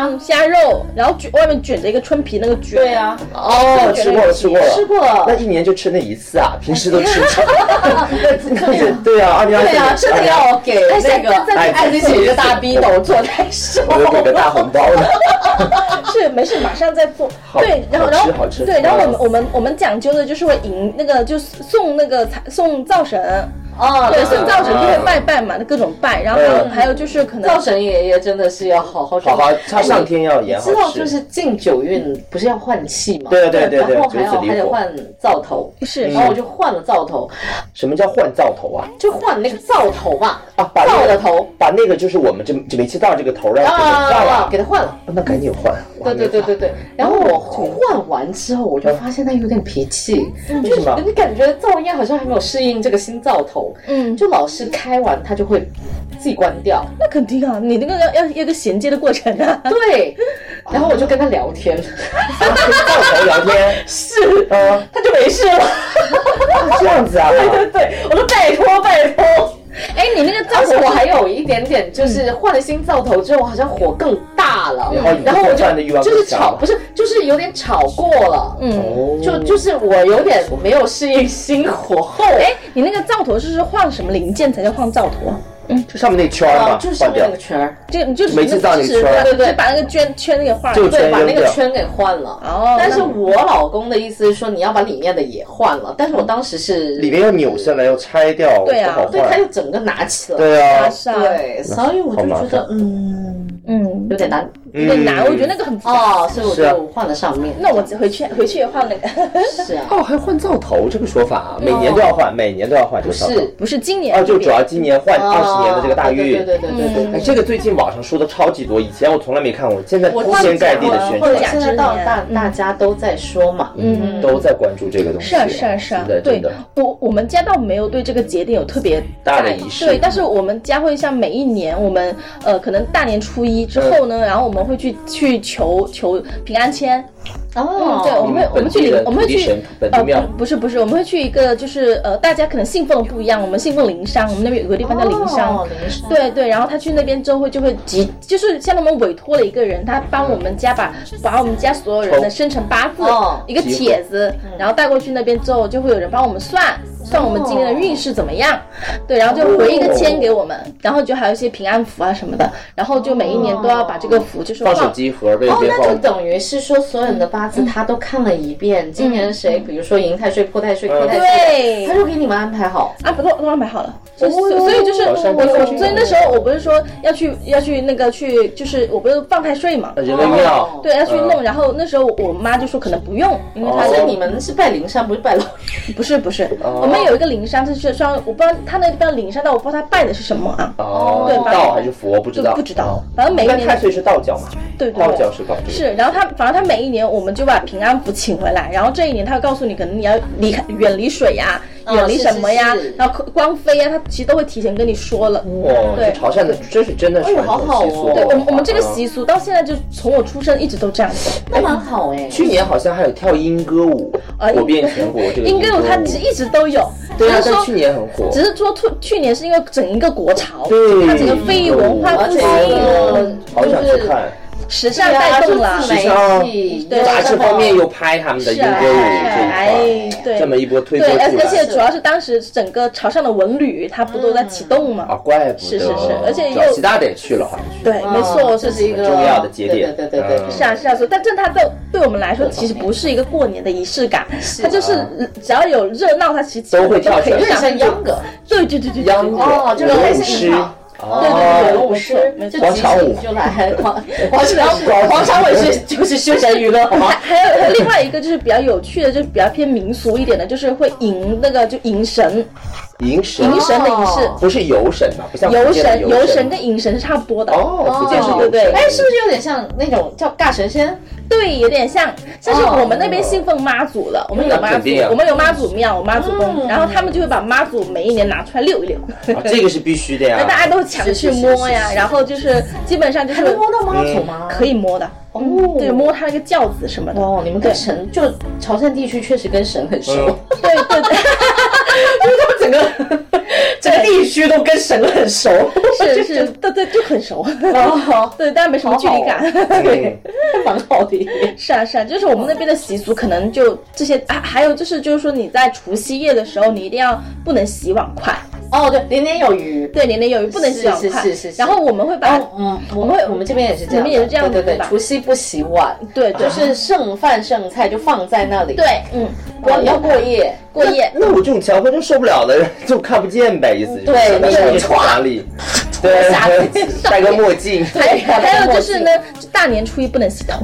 C: 嗯
B: 啊，
C: 虾肉，然后卷外面卷着一个春皮那个卷，
B: 对啊，
A: 哦，吃过了，吃过了，
B: 吃过
A: 那一年就吃那一次啊，平时都 吃不上。那那也 对啊，二零二四
B: 对啊，
A: 年
B: 真的要给那个
A: 哎
B: 爱子姐姐大逼斗做代售。
A: 我要给个大红包呢。
C: 是没事，马上再做。对，然后
A: 好吃
C: 然后
A: 好吃
C: 对，然后我
A: 嗯
C: 们我们我们讲究的就是会迎那个就是送那个财送灶神，
B: 哦，
C: 对，
B: 是
C: 送灶神就会拜拜嘛，那各种拜，然后还有
A: 啊嗯
C: 还有就是可能
B: 灶神爷爷真的是要好好
A: 好好，他上天要
B: 你
A: 演
B: 知道
A: 好
B: 就
A: 吃。
B: 是进九运不是要换气吗？
A: 对对对对
B: 然后还
A: 九
B: 要
A: 紫离火嗯
B: 还得换灶头，
C: 是
B: 然后我就换了灶头，
A: 什么叫换灶头啊？
B: 就换那个灶头嘛，
A: 啊，把
B: 灶
A: 那
B: 的
A: 个
B: 头
A: 把那个就是我们这这煤气灶这个头让给换
B: 啊，
A: 了，
B: 给它换了。
A: 那赶紧换。我还
B: 对
A: 没
B: 对对
A: 换
B: 对。对，然后我
A: 哦
B: 换完之后，我就发现它有点脾气，就
A: 嗯为什么
B: 是你感觉噪音好像还没有适应这个新灶头，
C: 嗯，就
B: 就老是开完它就会自己关掉。
C: 那肯定啊，你那个要要要个衔接的过程啊。
B: 对，然后我就跟他聊天，
A: 啊跟灶头聊天
B: 是，
A: 啊，
B: 他就没事了。
A: 这样子啊。
B: 对，我说拜托拜 托。嗯
C: 哎，你那个灶
A: 啊
B: 而且
C: 头
B: 我还有一点点，就是换了新灶头之后，好像火更大了，
A: 然后你
B: 然后我
A: 做饭的欲
B: 就
A: 望
B: 就是
A: 更强
B: 炒，
A: 了
B: 不是就是有点炒过了，嗯，
A: 哦
B: 就就是我有点没有适应新火候，哎
C: 哎，你那个灶头是是换什么零件才叫换灶头啊？
A: 嗯，就上面那圈儿嘛，
B: 哦，就是上
A: 换
B: 面
A: 掉
B: 那个，圈儿，
C: 就你就
A: 每次到你
C: 只是
A: 圈儿
C: 对对，就把那个圈圈给换
A: 就
C: 了。
A: 圈
B: 对，把
A: 扔
B: 那个
A: 掉。
B: 圈给换了。
C: 哦，
B: 但是我老公的意思是说，你要把里面的也换了，但是我当时是
A: 里面又扭下来，又拆掉，
C: 对啊
A: 不好
B: 对，他就
A: 换。
B: 整个拿起了。
A: 对啊
C: 那，是啊，
B: 对，所以我就觉
A: 好麻
B: 得，嗯，
C: 嗯，
B: 有点难
C: 有点难，我觉得那个很复杂。
B: 哦，所以我
A: 是啊
B: 就换了上面。
C: 那我回去回去也换了个，
B: 是啊，
A: 哦，还换灶头这个说法啊，每年都要换，每年都要换这个灶头。
B: 是
C: 不是今年
A: 哦，就主要今年换二十年的这个大运。
B: 对对对对对
A: 哎，
B: 对。
A: 这个最近网上说的超级多，以前我从来没看过，现在
B: 我
A: 铺天盖地的宣
B: 或者
A: 传，
B: 现在到大大家都在说嘛，嗯，
A: 都在关注这个东西。
C: 是啊是啊是啊
A: 真的，
C: 对
A: 真的。
C: 我我们家倒没有对这个节点有特别
A: 大的
C: 在意
A: 仪式
C: 对，但是我们家会像每一年，我们呃可能大年初一
A: 嗯
C: 之后呢，然后我们会去去求求平安签，嗯
B: 哦，
C: 对，我们会我们去
A: 本地
C: 领
A: 的
C: 我们会
A: 土地
C: 去
A: 神本地
C: 呃
A: 庙
C: 不不是不是，我们会去一个就是呃大家可能信奉的不一样，我们信奉灵山，我们那边有个地方叫灵山，
B: 哦灵山
C: 对对，然后他去那边之后会就会集，就是像我们委托了一个人，他帮我们家把把我们家所有人的生辰八字、
B: 哦
C: 一个帖子，然后带过去那边之后，就会有人帮我们算算我们今年的运势怎么样，对，然后就回一个签给我们，然后就还有一些平安符啊什么的，然后就每一年都要把这个符就是
A: 放手机盒被
B: 哦，
A: 别
B: 那就
A: 放。
B: 等于是说所有人的八字他都看了一遍，今年谁，比如说寅太岁、破太岁、克太岁，
C: 对
B: 他。就给你们安排好。
C: 啊，不都都安排好了，所以
B: 哦
C: 所以就是
A: 好
C: 我
A: 像
C: 我
A: 是
C: 所以那时候我不是说要去要去那个去就是我不是放太岁嘛，
A: 人类庙，
C: 对，要去
A: 哎嗯
C: 弄。然后那时候我妈就说可能不用，因为她
A: 哦
B: 所
C: 是
B: 以你们是拜灵山，不是拜老
C: 不是不是，我们有一个灵山，就是说我不知道她那地方灵山，但我不知道她拜的是什么啊，
A: 哦，
C: 对反正
A: 道还是佛不知
C: 就
A: 道，
C: 不知道。反正每一
A: 但太
C: 年
A: 岁是道教嘛，
C: 对对
A: 道教
C: 对。
A: 是搞这个。
C: 是，然后她反正她每一年我们就把平安符请回来，然后这一年她会告诉你，可能你要离开远离水呀、
B: 嗯
C: 远离
B: 是
C: 什
B: 是
C: 么呀，
B: 是
C: 然后光飞呀，她其实都会提前跟你说了。
A: 哇，
C: 对
A: 这潮汕的真是真的传
B: 好好
A: 统
B: 哦
A: 习俗文化。
C: 对我们我们这个
A: 嗯
C: 习俗到现在就从我出生一直都这样子。
B: 那蛮好哎。
A: 去年好像还有跳莺歌舞，
C: 呃
A: 火遍全国。这个
C: 英歌舞它
A: 舞
C: 其实一直都有，
A: 对啊，
C: 只是
A: 但
C: 说
A: 去年很火。
C: 只是说去去年是因为整一个国潮，
A: 对
C: 它整个非遗文化
B: 而
C: 复
B: 且
C: 兴，
B: 那个
A: 好想去
B: 就是
A: 看，
C: 时尚带动
B: 对
C: 了，
B: 啊就
A: 时
B: 是
A: 尚
B: 媒体对
A: 杂志方面又拍他们的
C: 是
A: 英歌
C: 啊，
A: 舞这一
C: 哎，
A: 块，
C: 对，
A: 这么一波推波
C: 对，
A: 助
C: 而而且
A: 澜
C: 主要是当时整个潮汕的文旅，它不都在启动
A: 啊，
C: 嘛？
A: 怪不得。
C: 是是是而且又
A: 早其他得去了，好像是。
C: 对，没错，
B: 哦这
C: 是
B: 是一个
A: 很重要的节点
B: 对对对对
A: 嗯
B: 对，
C: 是啊，是啊，所以但这它对对我们来说，其实不是一个过年的仪式感，它就是只要有热闹，它其实
A: 都会跳
C: 可
A: 起来
C: 以
B: 有点
C: 上
B: 像秧歌，
C: 对对对对，
A: 秧歌
B: 哦就
A: 舞
B: 是开心
A: 狮
B: 舞，
A: 哦
B: 对对对，
C: 没
B: 舞
C: 错
B: 狮
C: 没
B: 就
C: 错
A: 广场舞
B: 即兴就来广广场舞，广场舞是就是休闲娱乐嘛
C: 还。还有还有另外一个就是比较有趣的，就是比较偏民俗一点的，就是会迎那个就迎神，
A: 迎神，
C: 迎神的仪式，
B: 哦
A: 不是游神吧？不像福
C: 游
A: 建的
C: 神游神
A: 神
C: 跟迎神是差不多的。
A: 哦，福建是游
C: 对
A: 神，
C: 对对
B: 哎，是不是有点像那种叫尬神仙？
C: 对，有点像，但是
B: 哦
C: 我们那边信奉妈祖的，我们有妈
A: 肯
C: 祖
A: 定啊，
C: 我们有妈祖庙，有妈祖
B: 嗯
C: 宫，然后他们就会把妈祖每一年拿出来溜一溜，
A: 啊这个是必须的
C: 那
A: 呀。嗯
C: 大家都抢着去摸呀，然后就是基本上就
B: 还
C: 是
B: 能摸到妈祖吗？
C: 可以摸的，
B: 哦，
C: 对，摸他那个轿子什么的，
B: 哦，你们跟神就潮汕地区确实跟神很熟，
A: 嗯
C: 对对对，
B: 整个整个地区都跟神很熟。
C: 是是，对对就很熟，
B: 哦，
C: 对，但没什么距离感，
A: 嗯
B: 蛮好的。
C: 是啊是啊，就是我们那边的习俗可能就这些，啊，还有就是就是说你在除夕夜的时候，你一定要不能洗碗筷，
B: 哦，对，年年有余。
C: 对，年年有余不能洗碗
B: 是
C: 筷，
B: 是是是
C: 然后我们会把
B: 哦，嗯，
C: 我
B: 我
C: 们
B: 们
C: 会
B: 我们这边也是这样的，
C: 你们也是这样
B: 对
C: 对
B: 对对
C: 吧，
B: 除夕不洗碗，
C: 对对
B: 就是剩饭剩菜就放在那里，，
C: 对，嗯，
B: 要要过夜，
C: 过夜。
A: 那我这种强迫症受不了的人就看不见呗，意思就是
B: 对
A: 那
B: 对
A: 个哪 里？对，戴个墨镜。
C: 还
B: 嗯
C: 还有就是呢，就大年初一不能洗头。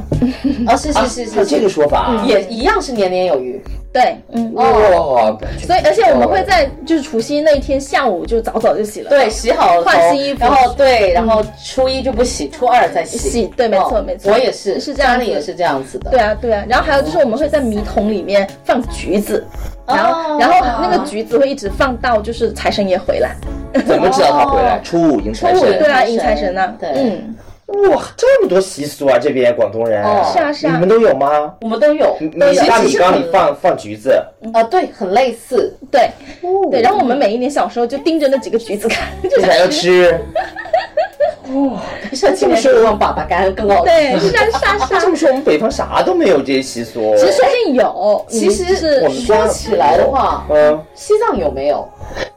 B: 哦，是
A: 啊
B: 是是
A: 还有
B: 是，
A: 这个说法
C: 嗯
A: 啊，
B: 也一样是年年有余，
C: 对，嗯，
A: 哇！
C: 所以而且我们会在就是除夕那一天下午就早早就洗了，
B: 对，，洗好了头
C: 换新衣服
B: 然后对，然后初一就不洗，初二再洗，
C: 洗对没错
B: 哦
C: 没错
B: 我也是，
C: 是这样子
B: 家里也是这样子的，
C: 对啊对啊。然后还有就是我们会在米桶里面放橘子，然后
B: 哦
C: 然后那个橘子会一直放到就是财神爷回来。
A: 哦怎么知道他回来？初五迎财
B: 初五
A: 神
B: 迎
C: 对。啊，
B: 财神
C: 迎财神呢？
B: 对
C: 嗯，
A: 哇，这么多习俗啊！这边广东人
B: 哦
C: 是啊是啊
A: 你们都有吗？
B: 我们都有，
A: 你
B: 都
A: 你
B: 有
A: 大
B: 其
A: 米
B: 实
A: 缸
B: 很
A: 里放放橘子，
B: 啊，对，很类似，
C: 对对。然后我们每一年小时候就盯着那几个橘子看，就
A: 这才要
C: 是
A: 吃。
B: 像今年希望粑粑干更好吃。
C: 对，山沙沙
A: 这。么说我们北方啥都没有这些习俗？
C: 其实说不定有，
B: 其实
C: 你就是
A: 我们
B: 说起来的话，
A: 嗯，
B: 西藏有没有？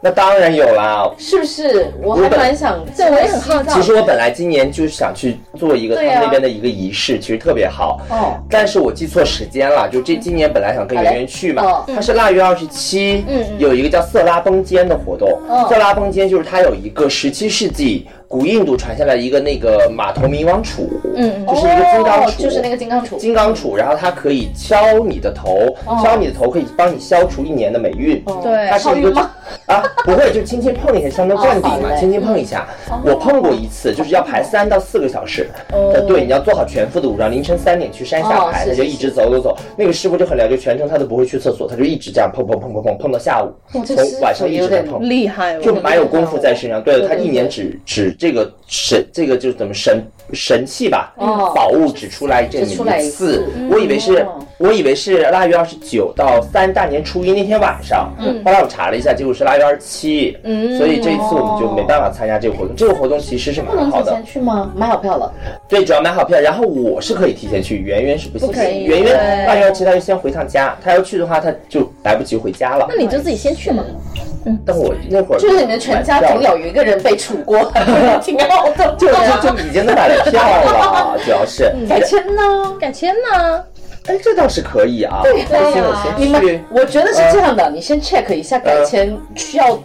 A: 那当然有啦。
B: 是不是？我还
A: 本
B: 蛮想，
C: 对我也很好奇
A: 其实我本来今年就是想去做一个他
B: 对啊
A: 们那边的一个仪式，其实特别好。
B: 哦，
A: 但是我记错时间了，就这今年本来想跟圆圆去嘛，
B: 哦
A: 它是腊月二十七
C: 嗯嗯，
A: 有一个叫色拉崩间的活动
B: 哦。
A: 色拉崩间就是它有一个十七世纪古印度传下来一个那个马头冥王杵，就是一个
C: 嗯
A: 金刚
B: 哦
A: 杵，
B: 就是那个金刚杵。
A: 金刚杵，然后它可以敲你的头，
B: 哦
A: 敲你的头可以帮你消除一年的霉运。
C: 对
A: 它是一个
B: 好晕吗
A: 啊，不会，就轻轻碰一下，相当灌顶
B: 哦好
A: 嘛，
B: 嘞哦
A: 轻轻碰一下。我碰过一次，就是要排三到四个小时。
C: 哦
A: 呃对，你要做好全副的武装，凌晨三点去山下
B: 哦
A: 排，
B: 是
A: 他就是一直走走走。那个师傅就很了解，全程他都不会去厕所，他就一直这样碰碰碰碰碰碰到下午，
B: 哇这
A: 从
B: 师傅
A: 晚上一直在
B: 有点
A: 碰
C: 嗯，。厉害哦，
A: 就蛮有功夫在身上。对
B: 对
A: 他一年只只这个神，这个就是怎么神神器吧，
B: 哦
A: 宝物只出来这么
B: 只出来一
A: 一
B: 次
A: 次。我以为是
B: 哦，
A: 我以为是腊月二十九到三大年初一那天晚上，后来我查了一下，结果是腊月二十七，
C: 嗯
A: 所以这一次我们就没办法参加这个活动。这个活动其实是
B: 不
A: 蛮
B: 能
A: 好
B: 提
A: 的
B: 前，去吗？买好票了。
A: 对，只要买好票，然后我是可以提前去，圆圆是不行
C: 不可以
A: 圆圆
C: 对
A: 腊月二十七他就先回趟家，他要去的话他就来不及回家了
C: 那。你就自己先去嘛。
A: 但我那会儿
B: 就是你们全家总有一个人被杵 过， 挺好的。
A: 就就就已经能买了票了，主要是。
B: 改签
A: 哦
B: 呢？
C: 改签呢？
A: 哎，这倒是可以啊。嗯
B: 对
A: 那先我
C: 啊
A: 先
B: 你
A: 去
B: 们，我觉得是这样的，你先 check 一下改签需要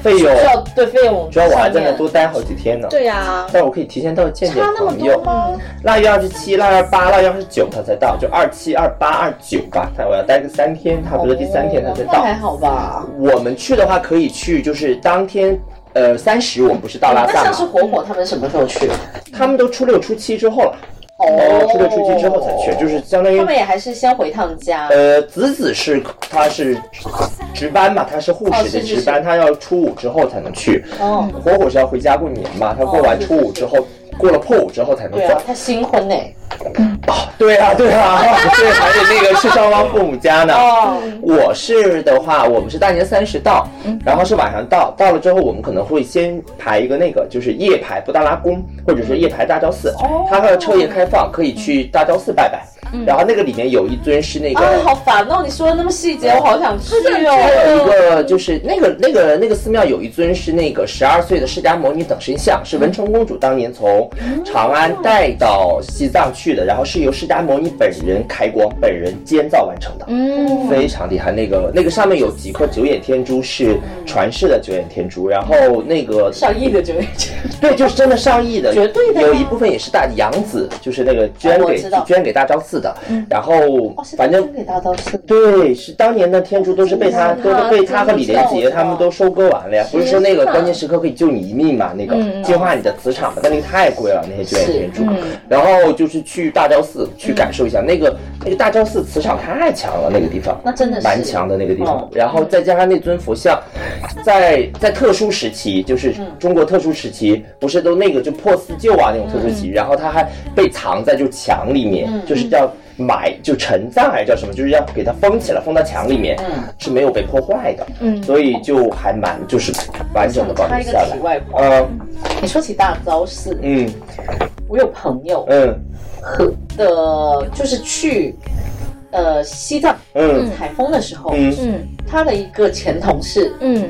A: 费用
B: 需，要对费用
A: 主
B: 上
A: 呃要
B: 面。
A: 我还在那多待好几天呢。
C: 对呀，
A: 但我可以提前到见见
B: 差那么
A: 朋
B: 多
A: 友。嗯
B: 吗？
A: 腊月二十七、腊月八、腊月二十九他才到，就二七、二八、二九吧。他我要待个三天，差不多第三天他才
B: 那
A: 到
B: 还。好吧？
A: 我们去的话可以去，就是当天，呃，三十我们不是到拉
B: 嗯那
A: 萨哦
B: 像是
A: 吗？
B: 火火他们什么时候去？
A: 他们都初六、初七之后了，
B: 哦
A: 初六、初七之后才去，就是相当于
B: 他们也还是先回趟家。
A: 呃，子子是他是值班嘛，他是护
B: 哦
A: 士
B: 是
A: 的
B: 是
A: 值班，他要初五之后才能去。
B: 哦，
A: 火火是要回家过年嘛，他过完初五之后，过了破五之后才能
B: 对啊
A: 走。，
B: 他新婚呢。
A: 对啊，对 啊，对，还得那个去上汪父母家呢。
B: 哦，
A: 我是的话，我们是大年三十到，
B: 嗯
A: 然后是晚上到，到了之后我们可能会先排一个那个，就是夜排布达拉宫，或者是夜排大昭寺，
B: 哦
A: 它会彻夜开放，可以去大昭寺拜拜。然后那个里面有一尊是那个
B: 啊，好烦嗯哦！你说的那么细节，我好想去
A: 还
B: 哦。
A: 有一个就是那个那个那个寺庙有一尊是那个十二岁的释迦牟尼等身像，是文成公主当年从长
B: 哦
A: 安带到西藏去的，然后是由释迦牟尼本人开光、本人监造完成的，
C: 嗯，
A: 非常厉害。那个那个上面有几颗九眼天珠，是传世的九眼天珠，然后那个
B: 上亿的就会去。
A: 对，就是真的上亿的，
B: 绝对的呀
A: 有一部分也是大杨子，就是那个捐
B: 哦我
A: 给
B: 知道
A: 捐给大昭寺的，然后
B: 哦，是
A: 反正
B: 给大道士。
A: 对，是当年的天竺都是被他
C: 真
A: 都
C: 的吗
A: 都被他和李连
B: 真的
A: 杰
B: 吗
A: 他们都收割完了呀。不是说那个
C: 天哪
A: 关键时刻可以救你一命嘛，那个
C: 嗯
A: 净化你的磁场嘛，但那个太贵了，那些九眼
B: 是
A: 天珠。
B: 嗯
A: 然后就是去大昭寺去感受一下那个那个大昭寺磁场太强了，那个地方
B: 那真的是
A: 蛮强的那个地方
B: 哦。
A: 然后再加上那尊佛像，在在特殊时期，就是
B: 嗯
A: 中国特殊时期，不是都那个就破四旧啊那种特殊时
B: 嗯
A: 期，然后它还被藏在就墙里面，就是叫埋就陈葬还是叫什么，就是要给它封起来，封到墙里面，
B: 嗯
A: 是没有被破坏的，
C: 嗯
A: 所以就还蛮就是完整的保
B: 插
A: 留
B: 一个
A: 下来
B: 题。外话，
A: 呃，
B: 你说起大招式，
A: 嗯
B: 我有朋友
A: 嗯
B: 和的，就是去呃西藏
A: 嗯
B: 采风的时候，
A: 嗯，
C: 嗯
B: 他的一个前同事
C: 嗯，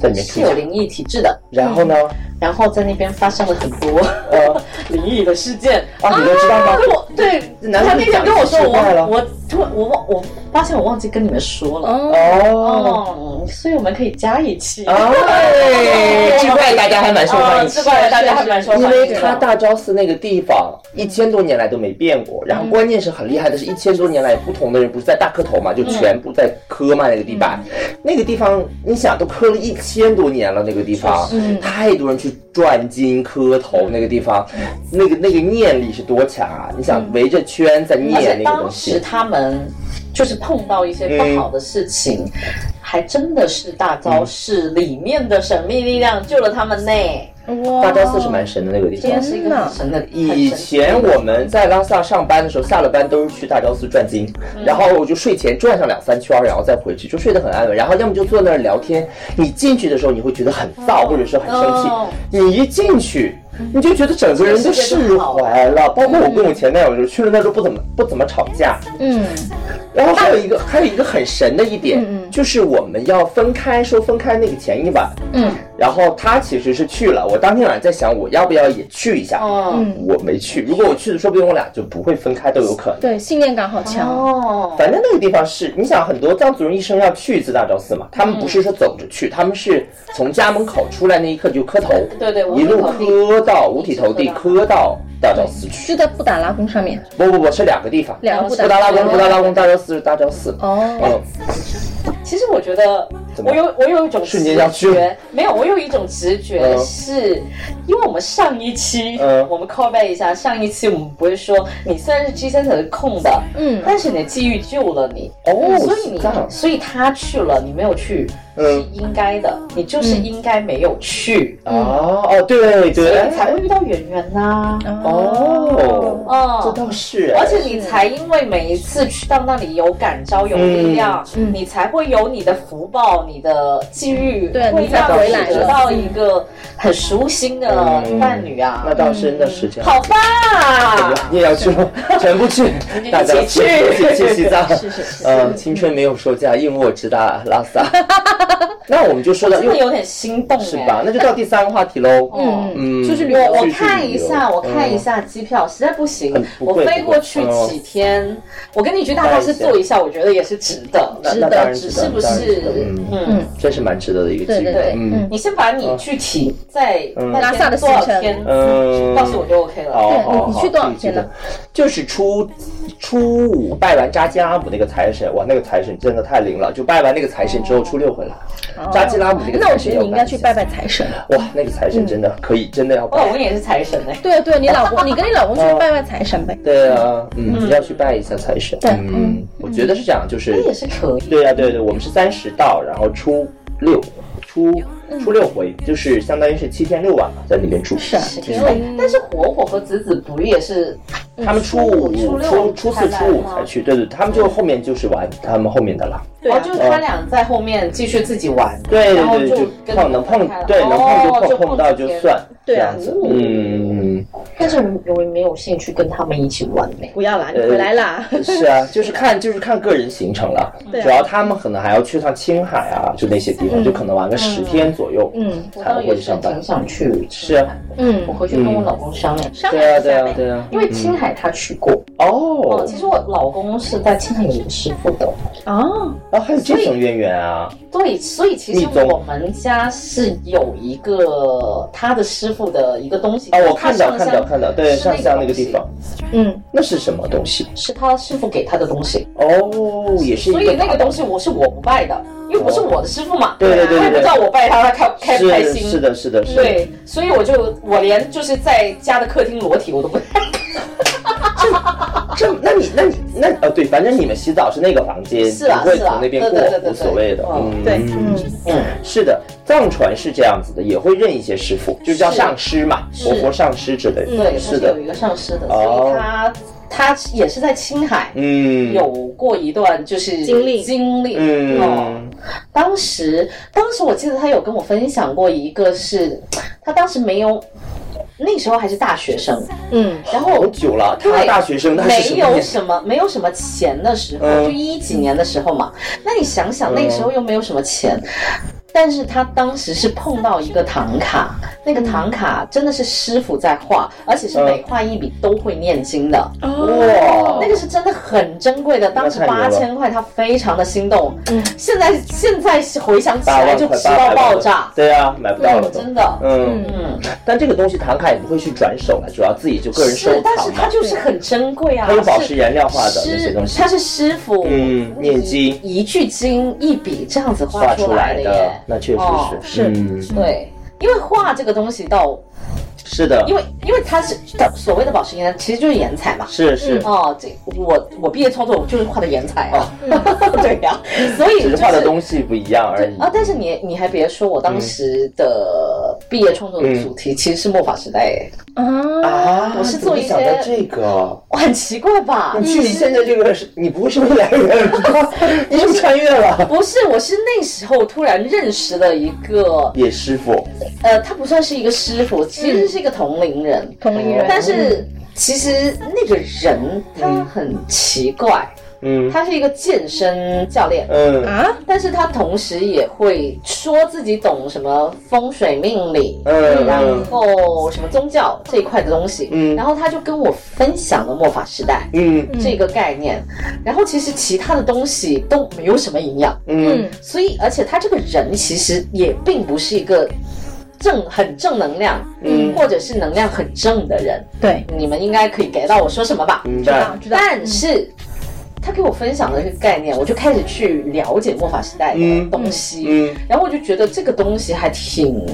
A: 在里面
B: 是
A: 出
B: 有
A: 现。
B: 灵异体质的，
A: 然后呢？
B: 然后在那边发生了很多
A: 呃，
B: 灵异的事件。
A: 啊，你都知道吗？
B: 对我对，
A: 难怪
B: 他那
A: 你
B: 天跟我说，
A: 讲坏
B: 我
A: 了
B: 我突然我忘我发现我忘记跟你们说了。
C: 哦，
A: 哦。
B: 哦，所以我们可以加一期。
A: 哎，这怪大家还蛮受欢
B: 哦
A: 迎，
B: 这怪大家还蛮受欢
A: 因
B: 迎
A: 为
B: 的，
A: 它大昭寺那个地方
B: 嗯
A: 一千多年来都没变过，然后关键是很厉害的是，一千多年来不同的人不是在大磕头嘛，就全部在磕嘛那个地板，
B: 嗯
A: 那个地方你想都磕了一千多年了，那个地方
B: 嗯
A: 太多人去转经磕头，那个地方
B: 嗯
A: 那个那个念力是多强啊！你想围着圈在
B: 而
A: 念
B: 且
A: 那个
B: 当
A: 东
B: 时
A: 西，
B: 他们就是碰到一些不好的事情，
A: 嗯
B: 还真的是大昭寺里面的神秘力量救了他们呢。
C: 哇
A: 大昭寺是蛮神的那个地方
B: 真。是一个很神的，
A: 以
B: 很神
A: 前我们在拉萨上班的时候，下了班都是去大昭寺转经，然后我就睡前转上两三圈，然后再回去，就睡得很安稳。然后要么就坐哦那儿聊天。你进去的时候，你会觉得很燥，或者是很生气
B: 哦。
A: 你一进去，你就觉得嗯整个人都释怀了。包括我跟我前男友就是去了那时候不怎么不怎么吵架，
B: 嗯，
A: 然后还有一个还有一个很神的一点，就是我们要分开，说分开那个前一晚，
B: 嗯，
A: 然后他其实是去了，我当天晚上在想我要不要也去一下，
B: 嗯
A: 我没去。如果我去了，说不定我俩就不会分开都有可能。
C: 对，信念感好强。
B: 哦，
A: 反正那个地方是，你想很多藏族人一生要去一次大昭寺
B: 嗯
A: 嘛，他们不是说走着去，他们是从家门口出来那一刻就磕头，
B: 对对五
A: 一
B: 体
A: 路
B: 投地
A: 磕到五体投地，
B: 一直
A: 磕到大昭寺
B: 嗯
A: 去。
C: 就在布达拉宫上面，
A: 不不不，是两个地方，
C: 两个布
A: 布
C: 达
A: 达
C: 拉
A: 拉
C: 宫
A: 宫，布达
B: 嗯
A: 拉宫，大昭寺是大昭寺。
C: 哦，
A: 嗯，
B: 其实我觉得
A: 怎么
B: 我有我有一种直
A: 瞬间要去
B: 觉，没有，我有一种直觉
A: 嗯
B: 是，因为我们上一期
A: 嗯
B: 我们 call back 一下，上一期我们不是说你虽然是 G center 是空的，
C: 嗯
B: 但是你的机遇救了你，
A: 哦
B: 所以你
A: 是这样
B: 所以他去了，你没有去是
A: 嗯
B: 应该的，你就是应该没有去，
A: 哦哦，对
B: 嗯所以
A: 对
B: 你，才会遇到圆圆呐，
C: 嗯
A: 哦，
B: 嗯，
A: 这倒是，
B: 而且你才因为每一次去到那里有感召、有力量，
C: 嗯嗯
B: 你才会有你的福报、你的际遇，
C: 对
B: 会
C: 你才
B: 让
C: 回来
B: 得
C: 了
B: 到一个很熟心的
A: 嗯
B: 伴侣啊，
A: 那倒是那是这样。
B: 好棒啊！
A: 你也要去 吗？全部去，大家
B: 一起去
A: 一起去西 藏。
C: 是是是，
A: 呃，青春没有售价，硬卧直达拉 萨。那我们就说到
B: 真
A: 又
B: 的有点心动、欸，
A: 是吧？那就到第三个话题喽。
B: 嗯
A: 嗯，
C: 出去旅游
B: 我我
A: 去去
B: 看
A: 旅
B: 一
A: 游
B: 下，我看一
A: 嗯
B: 下机票，实在不行
A: 很，不
B: 我
A: 贵
B: 飞
A: 不
B: 过
A: 贵
B: 去
A: 嗯
B: 几天，我跟你去大概是
A: 看一下
B: 坐一下，我觉得也是值得，
A: 那
B: 值
A: 那当
B: 得，
A: 然
B: 只
A: 值得
B: 是不
A: 当然值
B: 是
A: 得嗯？
B: 嗯，
A: 真是蛮值得的一个机
C: 对
A: 遇
C: 对。
B: 对
A: 嗯
B: 你先把你具体在
A: 嗯
B: 那边
C: 拉萨的
B: 多少
C: 行程
B: 天
A: 嗯，
B: 告诉我就 OK 了。
A: 好
C: 对
A: 好
C: 你
A: 好
C: 去多少
A: 自己
C: 天
A: 去
C: 呢
A: 的？哦就是初初五拜完扎基拉姆那个财神，哇，那个财神真的太灵了！就拜完那个财神之后，初六回来，扎基拉姆那个
C: 哦那我
A: 财
C: 觉
A: 神
C: 得
A: 要
C: 你应该去
A: 一下
C: 拜拜嗯哦财神。
A: 哇，那个财神真的可以，真的要
B: 哦我老
A: 拜。
B: 公也是财神哎，
C: 对对，你老公，你跟你老公去拜拜财神呗。
A: 对啊，嗯，要去拜一下财神。
C: 对
A: 嗯，我觉得是这样，就是
B: 也是可以。
A: 对呀、对对，我们是三十到，然后初六，初初六回，就是相当于是七天六晚嘛，在里面住。
C: 嗯是啊，挺有
B: 对，但是火火和子子不也是
A: 他们初五、
B: 初五初
A: 初
B: 六
A: 初四、
B: 才来
A: 初五
B: 吗
A: 才去，对对，他们就后面就是玩他们后面的了。
C: 对
B: 哦，
C: 啊
B: 就是他俩在后面继续自己玩，
A: 对
B: 然后
A: 对对，
B: 跟
A: 碰能碰
B: 分开，了
A: 对能碰就
B: 哦
A: 碰，
B: 就
A: 碰不到就
B: 几天。
A: 算，
C: 对
A: 这
C: 啊
A: 样子。
B: 哦
A: 嗯，
B: 但是我没有兴趣跟他们一起玩呢。
C: 不要啦，你回来啦。
B: 嗯
A: 是啊，就是看就是看个人行程了。
C: 对啊
A: 主要他们可能还要去趟青海啊，就那些地
B: 嗯
A: 方，就可能玩个十天左右，
C: 嗯
B: 我
A: 才
B: 倒
A: 会
B: 也是
A: 上班
B: 挺。想去，
A: 是啊，
B: 我
C: 嗯，
B: 回去跟我老公商量。
C: 商
A: 对
C: 量
A: 啊，
C: 一
A: 对
C: 下
A: 啊，
C: 呗。
A: 对啊。
B: 因为青海他去过，哦，
A: 哦
B: 其，实我老公是在青海有一个师傅的，
C: 哦，
A: 啊，还有这层渊源啊。
B: 对，所以其实我们家是有一个他的师傅的一个东西
A: 啊，我看到
B: 他上
A: 看
B: 香
A: 到看到，对，上香那个地方，
C: 嗯，
A: 那是什么东西？
B: 是他师傅给他的东西，
A: 哦，也是一
B: 所
A: 个
B: 以那个东
A: 西，
B: 西我是我不拜的，因为不是我的师傅嘛，
A: 对对对
B: 他也不
A: 对
B: 知道我拜他，他开开不
A: 是
B: 开心，
A: 是的，是的，是的，
B: 对，所以我就我连就是在家的客厅裸体我都不，啊
A: 这那你那你那呃对，反正你们洗澡是那个房间，
B: 是啊
A: 不会
B: 是啊
A: 从那边
B: 对
A: 过
B: 对对，对
A: 无所谓的
B: 对。
A: 嗯，
C: 对，
A: 嗯
C: 嗯，
A: 是的，藏传是这样子的，也会认一些师傅，就叫
B: 是
A: 上师嘛，活佛上师之类的。
B: 对，他
A: 嗯是
B: 是
A: 的
B: 有，一个上师的，所
A: 哦
B: 以他他也是在青海。
A: 嗯，
B: 有过一段就是
C: 经历
B: 经历，哦，
A: 嗯，
B: 当时，当时我记得他有跟我分享过一个是，他当时没有，那时候还是大学生，
C: 嗯，
B: 然
A: 好
B: 后
A: 久了，他
B: 对
A: 大学生，他是什
B: 没
A: 么
B: 有
A: 年
B: 什么没有什么钱的时候，
A: 嗯
B: 就一几年的时候嘛。那你想想，那个时候又没有什么钱。但是他当时是碰到一个唐卡，那个唐卡真的是师傅在画，而且
A: 嗯
B: 是每画一笔都会念经的。
A: 哦哇，
B: 那个是真的很珍贵的，当时
A: 那太牛
B: 八
A: 了
B: 千块，他非常的心动。现在现在回想起
A: 八
B: 来
A: 万
B: 就
A: 块
B: 吃
A: 八
B: 到
A: 百
B: 爆
A: 万
B: 炸，
A: 对啊，买不到了都，
B: 真的。
A: 嗯。
B: 嗯，
A: 但这个东西唐卡也不会去转手了，主要自己就个人收
B: 是，但是
A: 藏
B: 它
A: 嘛。
B: 就是很珍贵啊，
A: 它用宝
B: 是
A: 石原料化的那些
B: 师
A: 东，西
B: 它是师傅，
A: 嗯念经
B: 一句经一笔这样子画
A: 画
B: 出
A: 出
B: 来
A: 来
B: 的
A: 的
B: 耶，，
A: 那确实
B: 哦
A: 是，嗯，
B: 对。因为画这个东西到，
A: 是的
B: 因，为因为它是它所谓的宝石颜，其实就是颜彩嘛。
A: 是是，
B: 哦，这我我毕业创作我就是画的颜彩啊， 对呀、所以
A: 只
B: 就是
A: 画的东西不一样而已。
B: 啊，但是你你还别说，我当时的的毕业创作
A: 嗯
B: 的主题其实是末法时代诶，
C: 啊，
A: 啊，
B: 我是做一些嗯
A: 想到这个，
B: 哇，很奇怪吧？
A: 你距离现在这个是，你不会是未来人，嗯你是不是穿越了？
B: 不是，我是那时候突然认识了一个，
A: 野师傅，
B: 呃，他不算是一个师傅，其实是一个同龄人，
A: 嗯
C: 同龄人，
B: 但是其实那个人他很奇怪，
A: 嗯
B: 他是一个健身教练，
A: 嗯
C: 啊，
B: 但是他同时也会说自己懂什么风水命理，
A: 嗯
B: 然后什么宗教这一块的东西，
A: 嗯
B: 然后他就跟我分享了末法时代。
A: 嗯
B: 这个概念，然后其实其他的东西都没有什么营养，
A: 嗯
C: 嗯
B: 所以而且他这个人其实也并不是一个正很正能量，嗯，或者是能量很正的人，
C: 对，
B: 你们应该可以 get 到我说什么吧？
A: 明
C: 知道
A: 白。
C: 知道，
B: 但是。他给我分享了这个概念，我就开始去了解魔法时代的
A: 嗯
B: 东西，
A: 嗯
B: 然后我就觉得这个东西还挺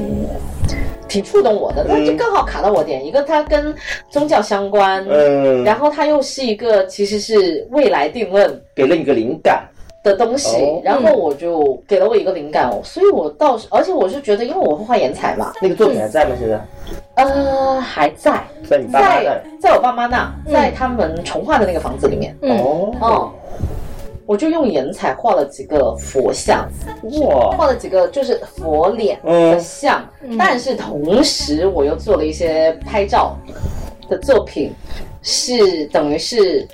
B: 挺触动
A: 嗯
B: 我的，那就刚好卡到我点。一个它跟宗教相关，
A: 嗯，
B: 然后它又是一个其实是未来定论
A: 给了你个灵感，
B: 的东西，
A: 哦
B: 然后我就给了我一个灵感，所以我倒是，而且我是觉得，因为我会画颜彩嘛，
A: 那个作品还在吗？现在
B: 呃，还在
A: 在你爸妈那
B: 在
A: 儿？
B: 在我爸妈那，在他们重画的那个房子里面，
C: 嗯
A: 哦
B: 哦，我就用颜彩画了几个佛像，
A: 哇，
B: 画了几个就是佛脸的像，但是同时我又做了一些拍照的作品，是等于是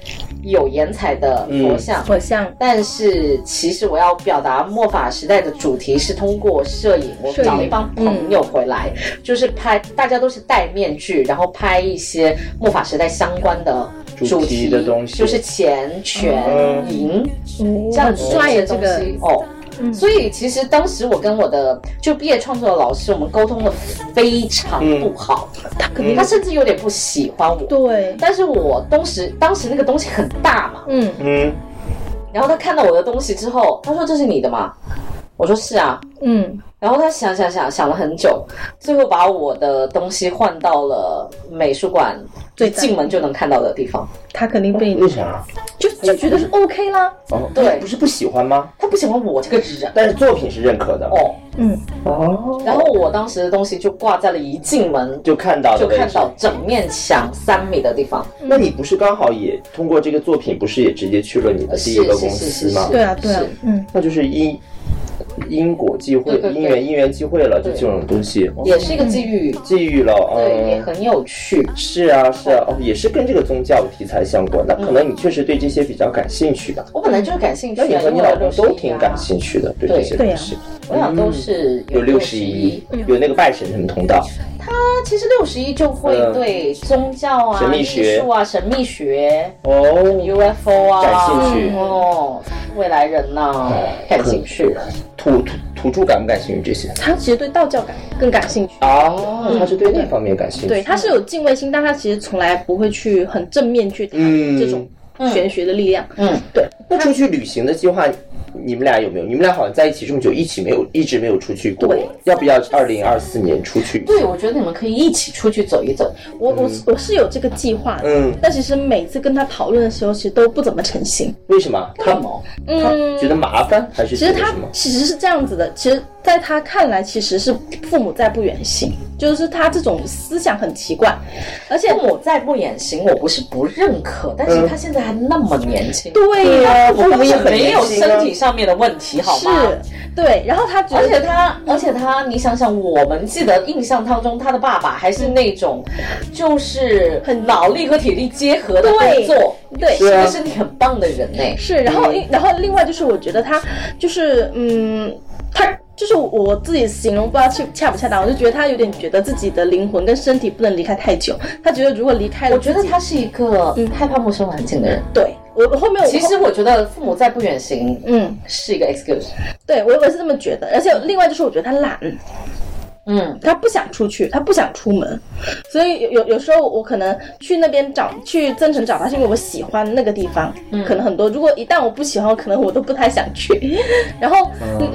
B: 有颜彩的
A: 嗯
B: 佛像。
C: 我像
B: 但是其实我要表达末法时代的主题是通过摄影，我
C: 摄影
B: 找了一帮朋友回来，就是拍，大家都是戴面具，然后拍一些末法时代相关的
A: 主
B: 主
A: 题的东西
B: 就是钱、权、
A: 嗯
B: 银
C: 这
B: 这样子
C: 帅
B: 的
C: 呀，
B: 东
C: 这
B: 西
C: 个
B: 哦。
C: 嗯
B: 所以其实当时我跟我的就毕业创作的老师，我们沟通的非常不好，
C: 嗯他肯定
B: 他甚至有点不喜欢我。
C: 对，
B: 但是我当时当时那个东西很大嘛，
C: 嗯，
A: 嗯
B: 然后他看到我的东西之后，他说这是你的吗？我说是啊，
C: 嗯，
B: 然后他想想想想了很久，最后把我的东西换到了美术馆
C: 最
B: 进门就能看到的地方。
C: 他肯定被
A: 为啥？
C: 就就觉得是 OK 啦，
A: 哦，
B: 对
A: 不是不喜欢吗？
B: 他不喜欢我这个人
A: 但是作品是认可的
B: 哦，
C: 嗯，
A: 哦，
B: 然后我当时的东西就挂在了一进门
A: 就看到了，
B: 就看到。嗯整面墙三米的地方。
A: 那你不是刚好也通过这个作品，不是也直接去了你的第一个公
B: 是是
A: 司
B: 是
A: 吗
B: 是？
C: 对啊对啊
B: 是，
C: 嗯，
A: 那就是因因果际会
B: 对对，对
A: 因缘因缘际会了，就
B: 对
A: 这种东西
B: 也是一个机遇，
A: 际遇了，
B: 对，也
A: 嗯。
B: 很有趣。
A: 是啊，是啊，哦，也是跟这个宗教题材相关的。可能你确实对这些比较感兴趣吧？
B: 我本来嗯就是感兴趣
A: 那
B: 啊，
A: 你和你
B: 因为
A: 老
B: 我
A: 公
B: 61
A: 都挺感
B: 啊，
A: 兴嗯趣的，对这
B: 对嗯
A: 些
C: 对
A: 东
C: 啊
A: 西。
B: 我俩都是
A: 有六十一
B: 一。，
A: 有那个拜神什么通道，
B: 那其实六十一就会对宗教啊、
A: 呃神秘
B: 艺
A: 学
B: 术啊、神秘学、
A: 哦，
B: UFO 啊，
A: 感兴趣哦
B: 哦，未来人呐、感兴趣。
A: 土土土著感不感兴趣这些？
C: 他其实对道教感更感兴趣。
A: 哦，他是对那方面感兴趣。
C: 对，他是有敬畏心，但他其实从来不会去很正面去谈
A: 嗯
C: 这种玄学的力量。
B: 嗯，
C: 对，
A: 那出去旅行的计划，你们俩有没有？你们俩好像在一起这么久，一起没有，一直没有出去过
C: 对。
A: 要不要二零二四年出去？
B: 对，我觉得你们可以一起出去走一走。
C: 我我我是有这个计划的，
A: 嗯
C: 但其实每次跟他讨论的时候，其实都不怎么成型。
A: 为什么？他
B: 干嘛？
A: 他觉得麻烦还是
C: 其
A: 觉
C: 实
A: 得
C: 他
A: 什么？
C: 其实是这样子的，其实在他看来，其实是父母在不远行，就是他这种思想很奇怪，而且
B: 父母再不远行，我不是不认可，但是他现在还那么年轻，
C: 对呀、
A: 嗯我们也很
B: 没有
A: 年轻啊
B: 身体上面的问题，好吗？
C: 是，对，然后他觉
B: 而且
C: 得
B: 他，而且他，你想想，我们记得印象当中，他的爸爸还是那种，就是很脑力和体力结合的工
C: 对
B: 作，
C: 对
B: 是
A: 啊
B: 个身体很棒的人呢。
C: 是，然后然后另外就是我觉得他就是嗯，他就是我自己形容不知道恰恰不恰当，我就觉得他有点觉得自己的灵魂跟身体不能离开太久，他觉得如果离开了
B: 我
C: 自己，
B: 觉得他是一个害怕陌生环境的人。
C: 对我我后面我
B: 其实我觉得父母再不远行，
C: 嗯，
B: 是一个 excuse。
C: 对我我是这么觉得，而且另外就是我觉得他懒，
B: 嗯，
C: 他不想出去，他不想出门，所以有有有时候我可能去那边找去增城找他，是因为我喜欢那个地方，
B: 嗯
C: 可能很多。如果一旦我不喜欢，可能我都不太想去。 然后，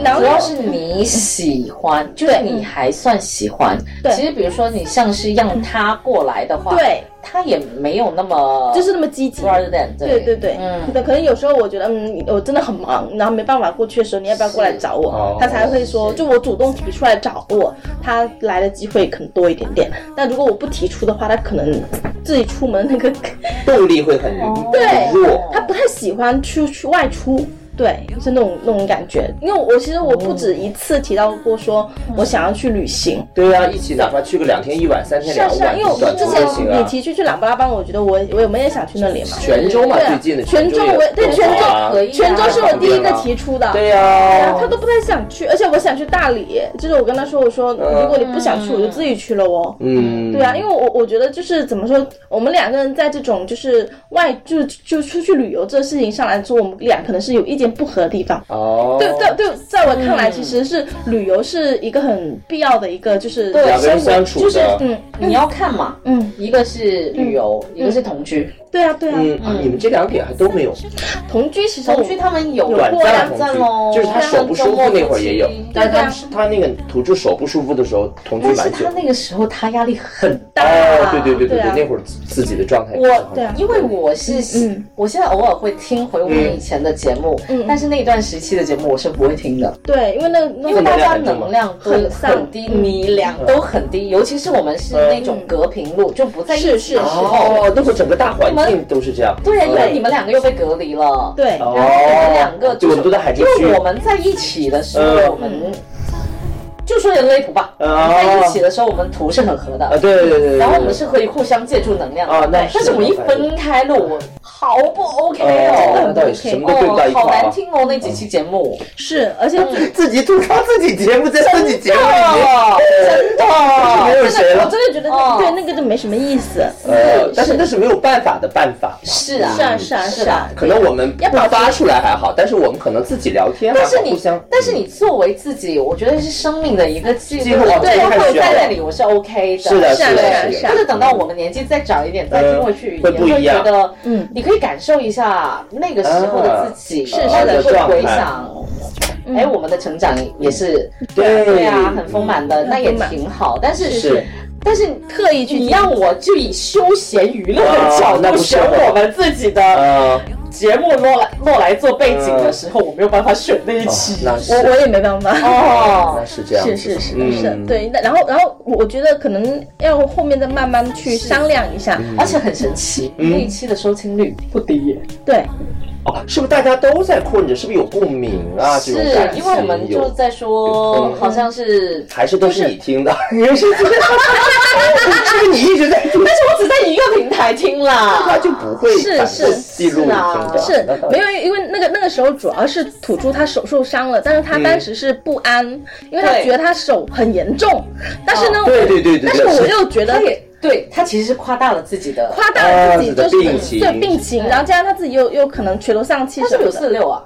C: 然后
B: 主要是你喜欢，就是你还算喜欢。
C: 对
B: 其实比如说你像是让他过来的话，
C: 对，
B: 他也没有那么
C: 就是那么积极。
B: rather than
C: 对对对，
B: 嗯
C: 那可能有时候我觉得，嗯，我真的很忙，然后没办法过去的时候，你要不要过来找
A: 是哦
C: 我？他才会说，
B: 是
C: 就我主动提出来找我，他来的机会可能多一点点。但如果我不提出的话，他可能自己出门那个，
A: 动力会很
C: 哦对
A: 很弱。
C: 他不太喜欢去去外出。对，是那种那种感觉，因为我其实我不止一次提到过说
A: 嗯
C: 我想要去旅行，
A: 对呀、一起哪怕去个两天一晚、三天
C: 是啊
A: 两
C: 是啊，
A: 晚，
C: 因为我
A: 短
C: 们之
A: 途都行
C: 前你
A: 啊。
C: 提去去琅巴拉邦，我觉得我我们也想去那里嘛，
A: 泉州嘛，
C: 对啊
A: 最近的
C: 泉州
A: 也
C: 我对
A: 很
C: 泉
A: 好啊
B: 州可以啊
C: 泉州是我第一个提出的，
A: 对呀、
C: 然后啊他都不太想去，而且我想去大理，就是我跟他说，我说如果你不想去，
B: 嗯
C: 我就自己去了哦。
A: 嗯，
C: 对啊，因为我我觉得就是怎么说，我们两个人在这种就是外就就出去旅游这事情上来说，我们俩可能是有意见不合的地方。
A: 哦，
C: 对对对，在我
B: 嗯
C: 看来，其实是旅游是一个很必要的一个就是
A: 两个人相处的
C: 就是嗯
B: 你要看嘛，
C: 嗯，
B: 一个是旅游，一个是同居。
C: 对啊对啊，
A: 嗯，啊你们这两点还都没有，
C: 同居其实
B: 同
C: 我
B: 居他们有
A: 短
B: 过
A: 暂
B: 两
A: 同
B: 站
A: 居
B: 喽，，
A: 就是他手不舒服那会儿也有，但是
C: 对
A: 他
C: 啊
A: 他那个土著手不舒服的时候，同居
B: 但是
A: 蛮久
B: 他。那个时候他压力很大。
C: 大
A: 哦
C: 啊，
A: 对对对对，
C: 对啊
A: 那会儿自自己的状态也不是很好，
C: 我对啊，
B: 因为我是，
C: 嗯
B: 我现在偶尔会听回我们以前的节目，
C: 嗯
B: 但是那一段时期的节目我是不会听的，
C: 对，因为那个那
B: 因为
C: 个
B: 大家能量都
C: 很散
B: 很低，你俩都很
A: 嗯
B: 低，尤其是我们是那种隔屏录，就不在一起的
C: 是
B: 时
C: 是
B: 候，
A: 哦，那会儿整个大环境都是这样，嗯
B: 对，因为
C: 对
B: 你们两个又被隔离了，，
C: 对
A: 哦，
B: 然后我们两个
A: 就我们都在海
B: 因
A: 淀区
B: 为，我们在一起的时
A: 嗯
B: 候，我们就说人类图吧，我
A: 哦
B: 们在一起的时候，我们图是很合的
A: 啊，，对对对对对，
B: 然后我们是可以互相借助能量的
A: 啊那
B: 对
A: 是
B: 但是我们一分开了，我好不 OK
A: 哦，那
B: 哦，
A: 到底是什么都对不到一块
B: 好
A: 儿
B: 难
A: 啊，
B: 听哦，那几期节目，
C: 是，而且
B: 嗯
A: 自己吐槽自己节目，在自己节目里面，
B: 哦，真
A: 没
B: 的
A: 有谁
C: 我
A: 了，
C: 真的觉得
B: 哦
C: 那对那个就没什么意思。
A: 呃，但是那是没有办法的办法，
B: 是啊，
C: 是啊是啊是啊，
A: 可能我们不发出来还好，但是我们可能自己聊天还
B: 哎
A: 好，
B: 但是
A: 互
B: 你
A: 相，，
B: 但是你作为自己，我觉得是生命的一个记
A: 记
B: 录
A: 录，
B: 对，
A: 这个哦太
B: 会
A: 需要
B: 在
A: 了
B: 那里我是 OK 的，
A: 是的，
C: 是啊
A: 是
C: 是啊
A: 的，
C: 是
B: 或者等到我们年纪再长一点再听回去，
A: 呃
B: 也
A: 会不一样
B: 觉得，
C: 嗯
B: 你可以感受一下那个时候的自己，
A: 啊是
B: 或者
A: 是
B: 会
A: 的
B: 回想。
C: 嗯
B: 哎，我们的成长也是，
A: 对
B: 对啊，很丰满的，
C: 嗯
B: 那也
C: 很丰满
B: 挺好。但是
A: 是，
B: 但是
C: 特意去
B: 你让我就以休闲娱乐的
A: 啊
B: 角
A: 那
B: 度
A: 不是
B: 选
A: 我
B: 我们自己的
A: 呃，
B: 节目落来落来做背景的时候，我没有办法选那一
A: 哦
B: 期。
A: 那是
C: 我我也没办法。
B: 哦
A: 那，是这样子
C: 是
A: 的，
C: 是是
A: 嗯
C: 是，对。那然后然后我我觉得可能要后面再慢慢去商量一下。
A: 嗯
B: 而且很神奇，那一期的收听率不低耶。
C: 对，
A: 哦，是不是大家都在困着？是不是有共鸣啊？这
B: 是
A: 种感觉
B: 因为我们就
A: 有
B: 在
A: 有
B: 说，
A: 嗯
B: 好像是
A: 还是都是你听的， 你是是不是你一直在听？
B: 但是我只在一个平台听
A: 那
B: 啦。
A: 就不会
C: 是
A: 反
C: 是
A: 复记录你
B: 是啊
A: 听的，
C: 是
A: 那当然
C: 没有，因为那个那个时候主要是土著他手受伤了，但是他当时是不安，因为他
B: 对
C: 觉得他手很严重。但是呢，
B: 哦
C: 我
A: 对对对对
C: 但是
A: 对
C: 我
A: 是
C: 又觉得
B: 他也对他其实是夸大了自己的，
C: 夸大
A: 啊
C: 了自己
A: 自己的
C: 就是
A: 病情
C: 对病情，然后加上他自己又又可能垂头丧气
B: 他是
C: 什
B: 不是有
C: 么的
B: 四，六啊？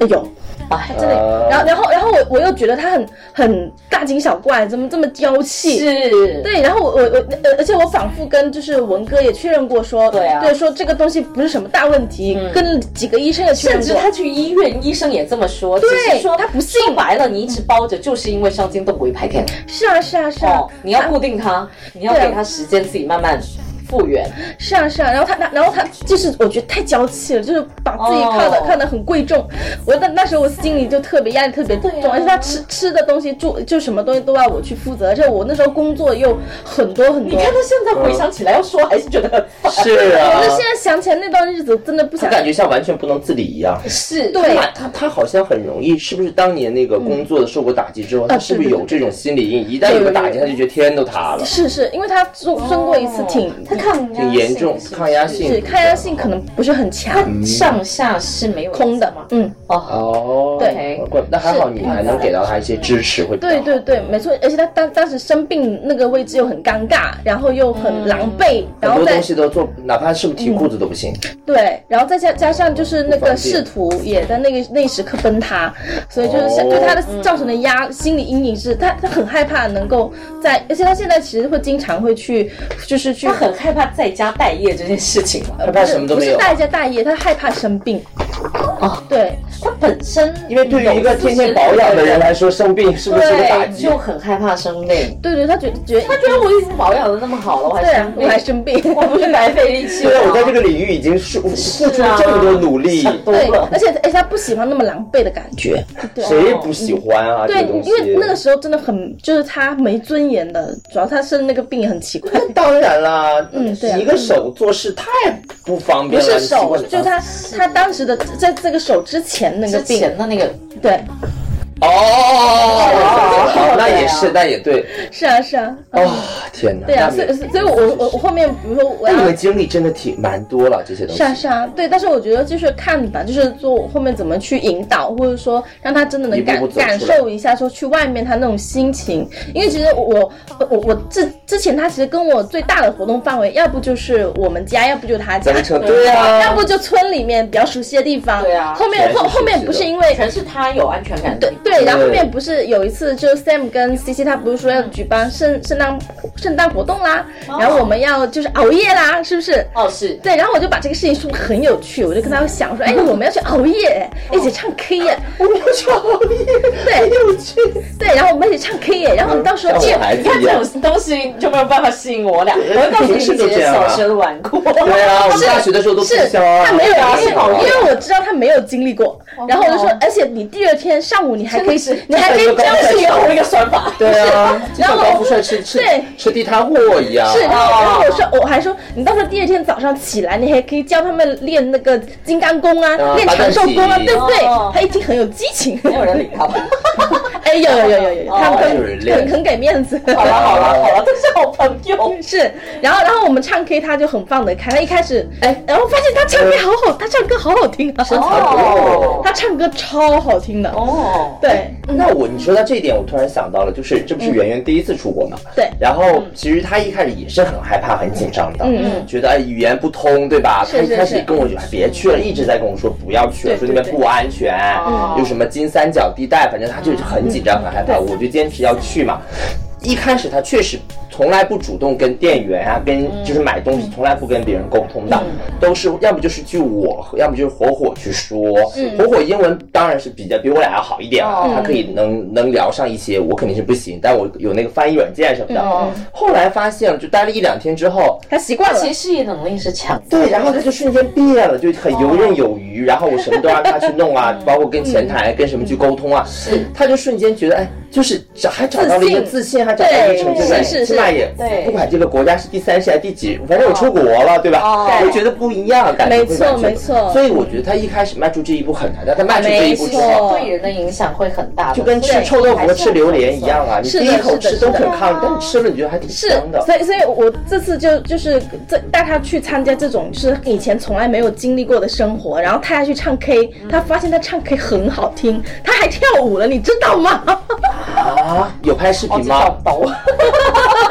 C: 哎有。
B: 哎，真的
A: 呃
C: 然后，然后，然后我我又觉得他很很大惊小怪，怎么这么娇气？
B: 是，
C: 对，然后我我我，呃而且我反复跟就是文哥也确认过说，
B: 对啊嗯
C: 说这个东西不是什么大问题，跟几个医生也确认
B: 甚至
C: 过，
B: 他去医院，医生也这么说，只
C: 对
B: 是说
C: 他不信
B: 说白了，你一直包着，就是因为伤筋动骨一百天。
C: 是啊是啊是啊
B: 哦，，你要固定他，你要
C: 对啊
B: 给他时间自己慢慢复原。
C: 是啊是啊，然后他他然后他就是我觉得太娇气了，就是把自己看的、
B: 哦
C: 看得很贵重，我那那时候我心里就特别压力特别重，
B: 对啊
C: 而且他吃吃的东西住就什么东西都要我去负责，而且我那时候工作又很多很多，
B: 你看他现在回想起来，要说还是觉得很烦。
A: 是啊
C: 我就，现在想起来那段日子真的不
A: 他
C: 想
A: 感觉像完全不能自理一样。
B: 是，
C: 对
A: 他他他好像很容易，是不是当年那个
C: 嗯
A: 工作的受过打击
C: 啊
A: 之后，他是不是有这种心理阴影？一旦有个打击，他就觉得天都塌了，
C: 是是，因为他生
B: 哦
C: 生过一次挺，
B: 他抗压
A: 挺严重，
B: 性
A: 抗压性
C: 是抗压性可能不是很强，
B: 是上下是没有
C: 空的嘛，嗯，
B: 哦，
A: 哦，
B: 对
A: 怪那还好你还能给到他一些支持，会比较
C: 对
A: 好
C: 对对，没错，而且他当当时生病那个位置又很尴尬，然后又
B: 嗯
C: 很狼狈，然
A: 很
C: 后
A: 多
C: 再嗯
A: 东西都做，哪怕是不是提裤子都不行。
C: 对，然后再加加上就是那
A: 不方便
C: 个仕途也在那个那一时刻崩塌，所以就是
A: 哦
C: 像对他的
B: 嗯
C: 造成的压心理阴影是，他他很害怕能够在，而且他现在其实会经常会去，就是去
B: 他很害怕在家待业这件事情嘛。
A: 害怕什么都
C: 不
A: 没
C: 是
A: 有。
C: 大家大业，他害怕生病。
B: 哦，
C: 对，
B: 它本身
A: 因为对于一个天天保养的人来说，生病是不是个打
B: 对，
A: 击？
B: 就很害怕生病。
C: 对对，他觉觉
B: 他觉得我已经保养的那么好了，我还
C: 对啊
B: 生，
C: 我
B: 病，
C: 还生病，
B: 我不是白费力气
A: 对，我在这
B: 吗？
A: 个领域已经是付付出了
B: 啊
A: 这么多努力，
C: 对，
B: 哦
C: 而且哎而且他不喜欢那么狼狈的感觉，对。啊
A: 谁不喜欢啊？
C: 对
A: 这东，西
C: 因为那个时候真的很，就是他没尊严的，主要他生那个病也很奇怪，
A: 当然啦，
C: 嗯对啊
A: 一个手做事太不方
C: 不
A: 便了，
C: 是
A: 你习
C: 手
A: 惯，了
C: 就他他当时的在这个手之前那个
B: 之
C: 病，
B: 前的那个
C: 对，
A: 哦，好那也
B: 对
A: 是，
B: 啊
A: 那也对，
C: 是啊是啊，
A: 哦，天哪，
C: 对啊，
A: 那嗯
C: 所
A: 你
C: 以所以所以我我我后面比如说我
A: 那你
C: 要
A: 们经历真的挺蛮多了，这些东西
C: 是啊是啊，对，但是我觉得就是看你吧，就是做后面怎么去引导，或者说让他真的
A: 一
C: 能
A: 步
C: 感
A: 步走
C: 感
A: 出来
C: 受一下，说去外面他那种心情。因为其实我我我我之之前他其实跟我最大的活动范围，要不就是我们家，要不就他家呃
A: 咱们，成对啊，
C: 嗯要不就村里面比较熟悉的地方。
B: 对啊
C: 后面后
A: 全是
C: 后面
A: 熟悉的
C: 不是因为。
B: 全是他有安全感的
C: 对
B: 地方。
C: 对，然后后
A: 对
C: 面不是有一次，就是 Sam 跟 CC 他不是说要举办圣圣诞圣诞活动啦，
A: 哦
C: 然后我们要就是熬夜啦，是不是？
B: 哦是，
C: 对，然后我就把这个事情说得很有趣，我就跟他想说，哎，我们要去熬夜，一起唱 K 耶，
A: 我们要去熬夜，
C: 对
A: 有趣，
C: 对，然后我们一起唱 K 耶，然后你到时候
A: 像
C: 见
A: 我，孩
B: 你
A: 子
B: 看
A: 一
B: 这
A: 样。
B: 种东西就没有办法吸引我俩，我告诉你，
A: 平时
B: 你
A: 都这
B: 姐
A: 样啊
B: 小学都玩过。
A: 对啊，我们大学的时候都
C: 是
A: 通宵啊，
C: 他没有
A: 大
C: 经
A: 学
C: 历
A: 啊
C: 过，因为我知道他没有经历过，然后我就说
B: 哦，
C: 而且你第二天上午你还可以
B: 真的是，
C: 你还可以
A: 真的
C: 这
A: 是
C: 样
A: 高兴
B: 是
C: 子
B: 同一个算法。
A: 对啊，就
C: 然
A: 像
C: 后
A: 高富帅吃吃
C: 对
A: 吃地摊货一样，
C: 是，然后然后我说，我还说，你到时候第二天早上起来，你还可以教他们练那个金刚功啊，
A: 啊
C: 练长寿功
A: 八段
C: 啊，
A: 锦
C: 对不对
B: 哦？
C: 他一听很有激情，
B: 没有人理他吧？
C: 哎，有有有有有有，他们
B: 哦
A: 有人
C: 很
A: 练
C: 很很给面子。
B: 好了好了好了，都是好朋友。
C: 是，然后然后我们唱 K，他就很放得开。他一开始，哎，然后发现他唱 K 好好，他唱歌好好听啊，
A: 哦
C: 他唱歌超好听的。
B: 哦，
C: 对，
A: 那我你说到这一点，我突然想到了，就是这不是圆圆第一次出国嘛？
C: 嗯对
A: 然后其实她一开始也是很害怕、很紧张的，
C: 嗯
A: 嗯，觉得哎语言不通，对吧？
C: 是
A: 她一
C: 是
A: 开始
C: 是
A: 也跟我说哎别去了，一直在跟我说不要去了，
C: 对
A: 说
C: 对
A: 那边
C: 对
A: 不安全
B: 哦，嗯
A: 有什么金三角地带，反正她就是很紧张、很害怕。我就坚持要去嘛。一开始她确实从来不主动跟店员啊，跟
B: 嗯
A: 就是买东西从来不跟别人沟通的，都是要么就是据我，要么就是火火去说。火火英文当然是比较比我俩要好一点了
B: 嗯哦，
A: 她可以能能聊上一些，我肯定是不行，但我有那个翻译软件什么的
B: 嗯。
A: 后来发现，就待了一两天之后，
C: 他习惯
B: 他
C: 了。
B: 其实适应能力是强的。
A: 对，然后他就瞬间变了，就很游刃有余，然后我什么都让他去弄
C: 嗯
A: 啊，包括跟前台、跟什么去沟通啊，他就瞬间觉得，哎，就是找还找到了一个自
C: 自
A: 信，还找到了一个成就感，
C: 是是是
A: 起码也
B: 对
A: 不管这个国家是第三世还是第几，反正我出国了，对吧
B: 哦？
A: 会觉得不一样，感觉
C: 没
A: 会
C: 错
A: 完全
C: 没
A: 不
C: 错
A: 所以我觉得他一开始迈出这一步很难，但他迈出这一步
C: 没
A: 之
C: 错
A: 后。
B: 对人的影响会很大的，
A: 就跟吃臭豆腐和吃榴莲一样啊，你
C: 是
A: 第
C: 的
A: 一口
C: 是的
A: 吃都
C: 是
A: 很
C: 的哦
A: 抗，但你吃了你觉得还挺
C: 是
A: 香，的。
C: 所以所以我这次就就是这带他去参加这种就是以前从来没有经历过的生活，然后他还去唱 K，他发现他唱 K 很好听，他还跳舞了，你知道吗？
A: 啊，有拍视
B: 哦
A: 频
B: 这叫
A: 吗？
B: 抖。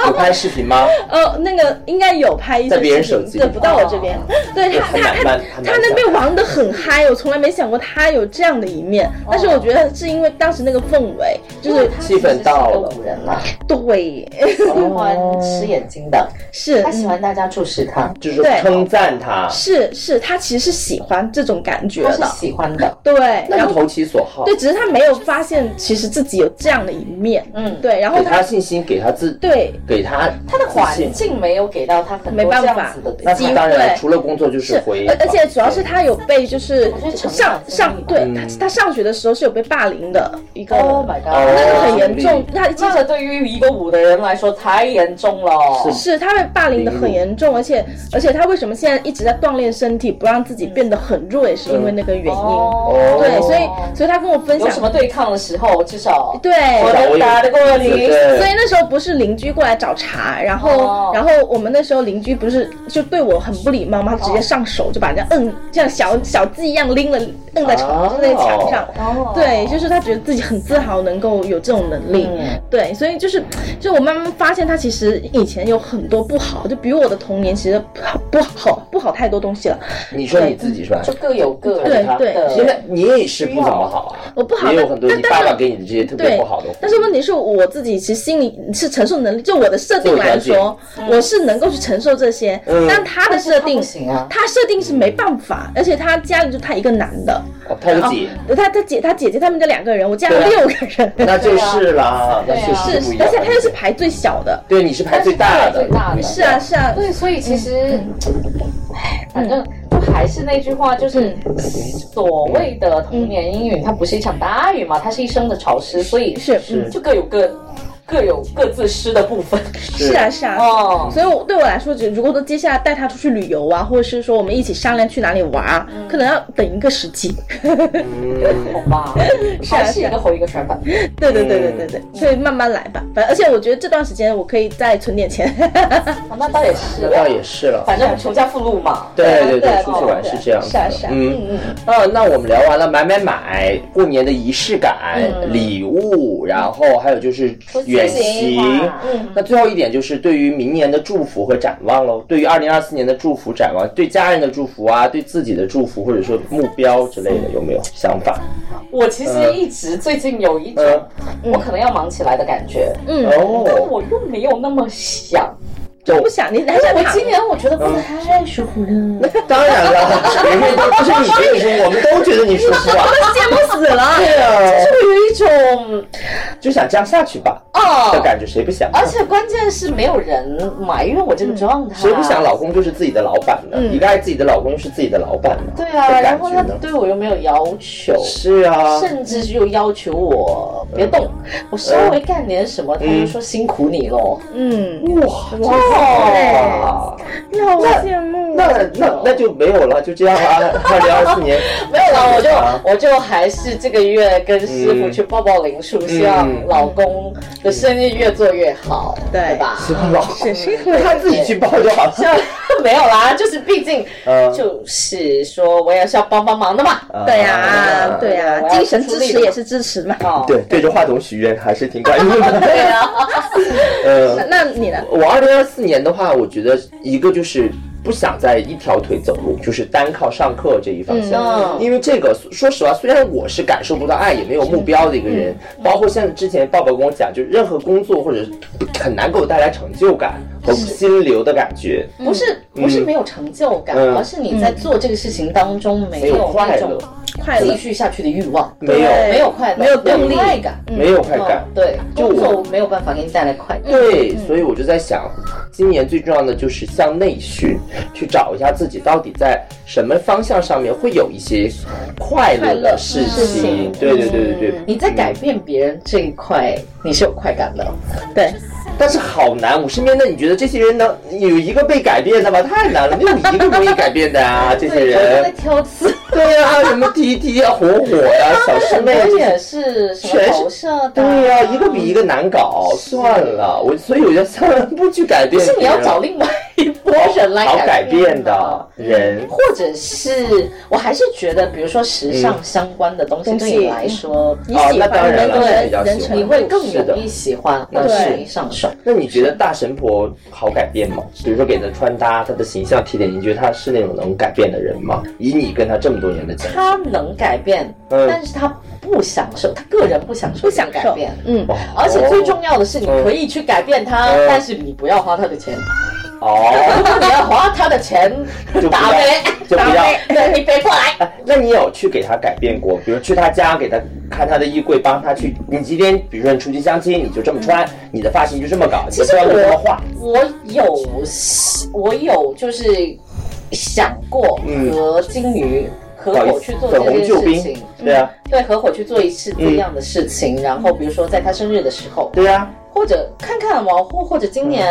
A: 有拍视频吗？
C: 呃，那个应该有拍一些
A: 在别人手机里哦
C: 对，不到我这边。对
A: 对
C: 他，
A: 还
C: 他
A: 蛮
C: 他
A: 蛮还蛮
C: 他那边玩的很嗨，我从来没想过他有这样的一面。
B: 哦
C: 但是我觉得是因为当时那个氛围，就是
A: 气氛到了
B: 古人了，
C: 对，
B: 喜欢吃眼睛的，
C: 是
B: 他喜欢大家注视他，
A: 就是
C: 对
A: 称赞他，
C: 是是，他其实是喜欢这种感觉
B: 他是
C: 的，
B: 喜欢的。
C: 对，
A: 那
C: 然
A: 就
C: 后。
A: 投其所好，
C: 对，只是他没有发现，其实自己有这样的一面。嗯，对，然后
A: 给
C: 他
A: 他信心，给他自，
C: 对
A: 给他
B: 他的
A: 自
B: 环
A: 信。
B: 境没有给到他很
C: 没
B: 多
C: 办
B: 这
C: 法
B: 样子
A: 那
B: 的机
A: 他
B: 会，
A: 当然
C: 对
A: 除了工作就是
C: 是，
A: 回啊
C: 而
A: 访，
C: 而且主要是他有被就是
B: 我觉得成
C: 上
B: 长
C: 上
B: 经历吧
C: 对
A: 嗯
C: 他他上学的时候是有被霸凌的一个
B: Oh my god
C: 那个很严重
A: 哦，
C: 他经
B: 这个对于一个舞的人来说太严重了。
C: 是他被霸凌的很严重，而且
B: 嗯
C: 而且他为什么现在一直在锻炼身体，不让自己变得很弱，也是因为那个原因。
A: 哦
C: 对，所以所以他跟我分
B: 有什么
C: 享，
B: 对抗的时候，至少
C: 对，
B: 我能打得过你。
C: 所以
A: 对，
C: 那时候不是邻居过来找茬，然后、
B: 哦
C: 然后我们那时候邻居不是就对我很不礼貌嘛，他直接上手就把人家摁，像小小鸡一样拎了摁在床、
A: 哦
C: 在墙上。
B: 哦
C: 对，就是他觉得自己很自豪，能够有这种能力。
B: 嗯
C: 对，所以就是，就我慢慢发现他其实以前有很多不好，就比我的童年其实不好不好太多东西了。
A: 你说你自己是吧
B: 就？各有各
A: 还是他
C: 对对
A: 现在你也是不怎么好啊，
C: 嗯我不好
A: 也有
C: 但
A: 很多
C: 但
A: 你
C: 但是
A: 爸爸给你的这些特别
C: 对
A: 不好的，，
C: 但是问题是我自己其实心里是承受能力，就我的设定来
A: 自我
C: 说，我是能够去承受这些，
A: 嗯
C: 但他的
B: 但是他
C: 设
B: 不
C: 定
B: 行啊
C: 他设定是没办法，而且他家里就他一个男的，
A: 哦他是姐，
C: 他他姐他姐姐他们这两个人，我加了六个人，
A: 那就是啦，那确实不一
C: 啊是，
A: 样。
C: 而且他又是排最小的，
A: 对，你是排最大的，
B: 但是排最大的
C: 是啊，是啊，
B: 对，所以其实，
C: 嗯
B: 唉，反正就还是那句话，就是
C: 嗯
B: 所谓的童年英语，它不是一场大雨嘛，它是一生的潮湿，所以
C: 是
A: 是
B: 就各有各各有各自湿的部分。
C: 是啊，是啊。
B: 哦，
C: 所以我，对我来说，只如果说接下来带他出去旅游啊，或者是说我们一起商量去哪里玩啊，可能要等一个时机。
A: 嗯
B: 好吧，
C: 啊
B: 还是一个头一个 船吧。
C: 对对对对对对，所以慢慢来吧。反正，而且我觉得这段时间我可以再存点钱。
B: 啊那倒也是
A: 那，倒也是了。
B: 反正穷家富路嘛。
A: 对对
C: 对
A: 对，
C: 对
A: 出去玩
B: 对哦
A: 是这样子
C: 是啊
A: 的
C: 是啊，
A: 嗯呃，那我们聊完了买买买，过年的仪式感、礼物，然后还有就是
B: 哦
A: 远行
B: 行啊。
A: 那最后一点就是对于明年的祝福和展望喽，对于二零二四年的祝福展望，对家人的祝福啊，对自己的祝福，或者说目标之类的，有没有想法？
B: 我其实一直最近有一种
A: 嗯
B: 我可能要忙起来的感觉，但
A: 哦，
B: 我又没有那么想。
A: 就
C: 不想你，还
A: 哎
B: 但
C: 是
B: 是我
C: 躺
B: 今年我觉得
A: 嗯
B: 过得太舒服了。
A: 当然了，人家都不是你觉得你舒服，我们都觉得你舒服啊。
C: 羡慕死了。
A: 对啊，
B: 就有一种
A: 就想这样下去吧
B: 哦
A: 的感觉，谁不想？
B: 而且关键是没有人埋怨我这个状态，啊
A: 谁不想老公就是自己的老板呢？一个爱自己的老公就是自己的老板呢？
B: 对
A: 的
B: 啊，然
A: 感
B: 后
A: 觉
B: 他
A: 呢？
B: 对我又没有要求，
A: 是啊，嗯
B: 甚至就要求我别动，我稍微干点什么，他就说辛苦你喽。
C: 嗯，
A: 哇
C: 哇那好羡慕。
A: 那那那就没有了，就这样了。二零二四年，
B: 没有了，我
A: 啊
B: 就我就还是这个月跟师
A: 嗯
B: 傅去报报灵数，希望老公的生意越做越好，
A: 嗯
C: 对
B: 对吧？
A: 老
C: 是是
A: 他自己去报就好了。
B: 没有啦，就是毕竟
A: 嗯
B: 就是说我也是要帮帮忙的嘛。
A: 呃
C: 对
A: 啊
C: 呀，啊对呀，
B: 我要
C: 精神支
B: 出力
C: 持
B: 的
C: 也是支持嘛。
B: 哦，
A: 对，对着话筒许愿还是挺管用的。
B: 对啊，
A: 嗯
C: 那，那你呢？
A: 我二零二四年的话，我觉得一个就是不想再一条腿走路，就是单靠上课这一方向，
B: 嗯
A: 因为这个说实话，虽然我是感受不到爱，也没有目标的一个人，
C: 嗯
A: 包括像之前抱抱跟我讲，就任何工作或者很难给我带来成就感和心流的感觉。
B: 不是不是没有成就感，
A: 嗯
B: 而是你在做这个事情当中没
A: 没有
B: 有
A: 快
B: 那
A: 乐
B: 种
C: 快
B: 继
C: 乐
B: 续下去的欲望，
A: 没有
B: 没有快乐，
C: 嗯没有动力
B: 快感，
A: 没有快感
B: 嗯，对，
A: 就
B: 工
A: 我
B: 作没有办法给你带来快乐。
A: 对，所以我就在想，今年最重要的就是向内寻，去找一下自己到底在什么方向上面会有一些快乐的事
B: 事
A: 情嗯
B: 情。
A: 对对对对对，
B: 你在改变别人这一块，你是有快感的。
C: 对，
A: 但是好难，我身边的你觉得这些人能有一个被改变的吗？太难了，没有一个容易改变的啊！ 这些
B: 对，我都在
A: 人，
B: 挑刺，
A: 对呀、什么 T T 啊、火火呀、小 师妹
B: 我
A: 这些，
B: 也是什
A: 全
B: 么
A: 是
B: 投射的，
A: 对呀、一个比一个难搞。算了，我所以我觉得三人不去改变，
B: 是你要找另外一波人来
A: 好改
B: 改
A: 变
B: 的
A: 的。人，
B: 或者是我还是觉得，比如说时尚相关的东西，
C: 嗯
B: 对嗯你来说，
C: 你
A: 哦
C: 喜
A: 那当
C: 欢
A: 然
C: 人
A: 了
C: 跟
A: 是
C: 人
A: 比较
C: 人
A: 喜欢
C: 成
B: 你会更
A: 是的
B: 容易喜欢，
A: 那
B: 或者
C: 是
B: 容易上手。
A: 那你觉得大神婆好改变吗？比如说给她穿搭、她的形象提点，你觉得她是那种能改变的人吗？以你跟她这么多年的经历，
B: 他能改变，
A: 嗯
B: 但是他不享受，他个人不享受，
C: 不享
B: 改
C: 受
B: 变。。哦
C: 嗯，
A: 哇
B: 而且最重要的是，你可以去改变他，
A: 嗯
B: 但是你不要花他的钱。
A: 哦，
B: 如果你要花他的钱
A: 就，不
B: 打
A: 要
B: 呗，
A: 就
B: 打
A: 不要
B: 呗，对你别过来。
A: 哎那你有去给他改变过？比如去他家给他看他的衣柜，帮他去。你今天比如说你出去相亲，你就这么穿，你的发型就这么搞，你的
B: 嗯实
A: 妆就这么
B: 我
A: 画。
B: 我有，我有就是想过
A: 嗯
B: 和金鱼合
A: 不好意
B: 伙
A: 思
B: 去，做
A: 粉
B: 这
A: 红
B: 件
A: 救
B: 事
A: 兵嗯
B: 情。，嗯
A: 对啊，
B: 对，合伙去做一次这样的事情，然后比如说在他生日的时候，
A: 对啊，
B: 或者看看往后，或者今年，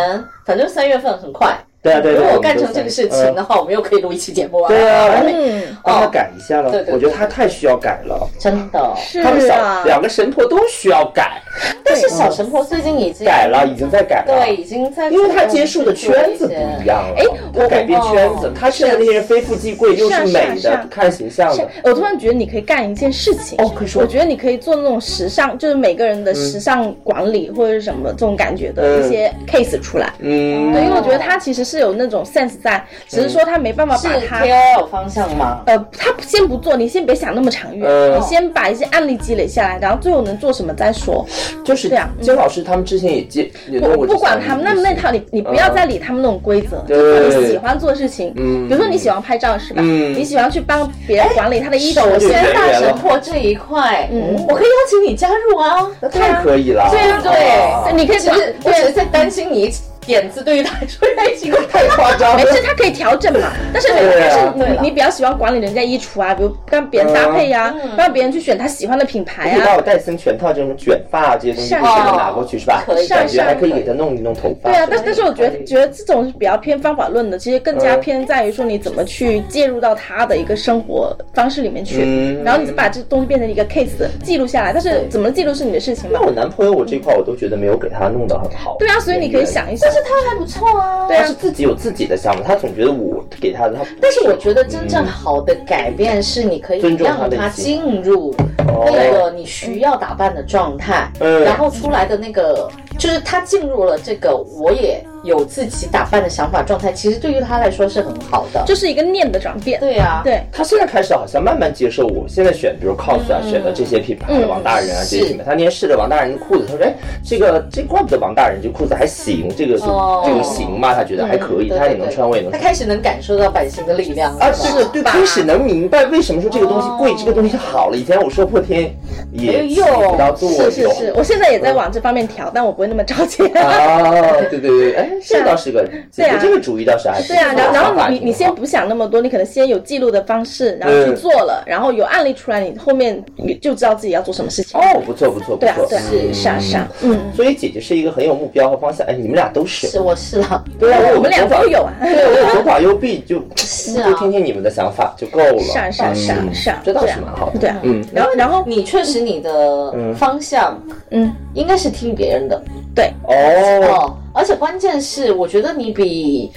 B: 反正三月份很快。
A: 嗯对啊，对啊。
B: 如果
A: 对啊
B: 我干成这个事情，的话，我们又可以录一期节目啊。
A: 对啊
B: 完美
C: 嗯，
A: 帮他
B: 哦
A: 改一下了
B: 对对。对
A: 我觉得他太需要改了，
B: 真的。
C: 是
A: 他们
C: 啊
A: 小，两个神婆都需要改，
B: 但是小神婆最近已经
A: 改了已经在改了。
B: 对，已经在
A: 因为他接触的圈子不一样了，哎，我改变圈子，他现在那些人非富即贵，又
C: 哦是啊
A: 是
C: 是啊
A: 美
C: 是
A: 的
C: 啊，
A: 看形象
C: 是
A: 的，
C: 我突然觉得你可以干一件事情
A: 哦可以说
C: 我觉得你可以做那种时尚，就是每个人的时尚管理或者是什么这种感觉
A: 嗯
C: 的一些 case 出来。
A: 嗯
C: 哦
B: 哦
A: 嗯
C: 对，因为我觉得他其实是有那种 sense 在，只是说他没办法把
B: 是
C: 它
B: KOL 方向吗？
C: 呃，他先不做，你先别想那么长远，
A: 嗯
C: 你先把一些案例积累下来，然后最后能做什么再说。
A: 就是
C: 这样
A: 姜老师他们之前也接，也弄
C: 不
A: 过
C: 不
A: 这
C: 管
A: 项
C: 他们
A: 东
C: 那么那
A: 西
C: 套，你你不要
A: 嗯
C: 再理他们那种规则，
A: 对
C: 就是你喜欢做事情。
A: 嗯
C: 比如说你喜欢拍照是吧？
A: 嗯
C: 你喜欢去帮别
B: 哎
C: 人管理他的衣
B: 首
C: 着，
A: 对
B: 先
A: 对
B: 大
A: 对
B: 神婆这一块，嗯，我可以邀请你加入啊。
A: 那太可以了，
B: 对啊，
A: 啊
B: 对，
C: 你可以
B: 只是我
C: 对
B: 只是在担心你点子对于他来说太奇怪。
A: 太夸张了
C: 没。事，他可以调整嘛。但是
A: 对啊
C: 但是
B: 对
C: 你
B: 了
C: 你比较喜欢管理人家衣橱啊，比如跟别人搭配呀、
B: 嗯
C: 让别人去选他喜欢的品牌
A: 可以把
C: 啊。
A: 我戴森全套这种卷发啊这些东西，
C: 是啊
A: 给他拿过去是吧？
B: 可以
A: 感
C: 是
A: 觉
C: 啊
A: 还可以给他弄一弄头发。
C: 对啊，
A: 吧
C: 但但是我觉得觉得这种是比较偏方法论的，其实更
A: 嗯
C: 加偏在于说你怎么去介入到他的一个生活方式里面去，
A: 嗯
C: 然后你把这东西变成一个 case 记录下来。但是怎么记录是你的事情嘛
A: 那。我男朋友我这块我都觉得没有给他弄得很好。
C: 对啊，所以你可以想一想
B: 但。是他还不错啊。
C: 对啊
A: 他是自己有自己的想法，他总觉得我给他的，他
B: 但是我觉得真正好的改变是，你可以
A: 尊重他
B: 让
A: 的
B: 他
A: 意见
B: 进入
A: 哦
B: 那个你需要打扮的状态，
A: 嗯
B: 然后出来的那个就是他进入了这个我也有自己打扮的想法状态，其实对于他来说是很好的。
C: 就是一个念的转变。
B: 对呀、啊，
C: 对，
A: 他现在开始好像慢慢接受我现在选，比如 cos
C: 嗯
A: 啊，选的这些品牌，王大人啊
B: 是
A: 这些品牌。他那天试了王大人的裤子，他说：“哎，这个这怪不得王大人这裤子还行，这个是
B: 哦
A: 这个行吧？”他觉得还可
C: 嗯
A: 以，
B: 对
A: 他也
B: 对
A: 能
B: 对
A: 穿，我也能
B: 他
A: 穿。
B: 开始能感受到版型的力量了
A: 啊，
B: 吧
A: 对对，开始能明白为什么说这个东西
C: 哦
A: 贵，这个东西好了。以前我说破天也起不到作
C: 哎是
A: 用。
C: 是是，我现在也在往这方面调，但我不会那么着急。
A: 啊，对对对，哎，这倒是个，
C: 对啊
A: 这个主意倒是还是
C: 对啊，然后然
A: 想法
C: 后你
A: 挺
C: 你先
A: 好
C: 不想那么多，你可能先有记录的方式，然后去做了，然后有案例出来，你后面你就知道自己要做什么事情。
A: 哦，不错不错不
C: 对啊
A: 错，
C: 对啊，
A: 嗯
C: 是啊是啊，嗯，
A: 所以姐姐是一个很有目标和方向，哎，你们俩都是，
B: 是我是了，
A: 对啊，
C: 我们俩都有啊。
A: 对，我有左膀右臂， 就是
B: 啊
A: 就听听你们的想法就够了，
C: 是啊是啊是啊
A: 嗯
C: 是啊，
A: 这倒
C: 对
A: 是
C: 啊
A: 蛮好的，
C: 对啊，
A: 嗯，
C: 然后然后
B: 你确实你的方向
C: 嗯，
B: 应该是听别人的，
C: 对，
A: 哦，
B: 哦，而且关键是，我觉得你比，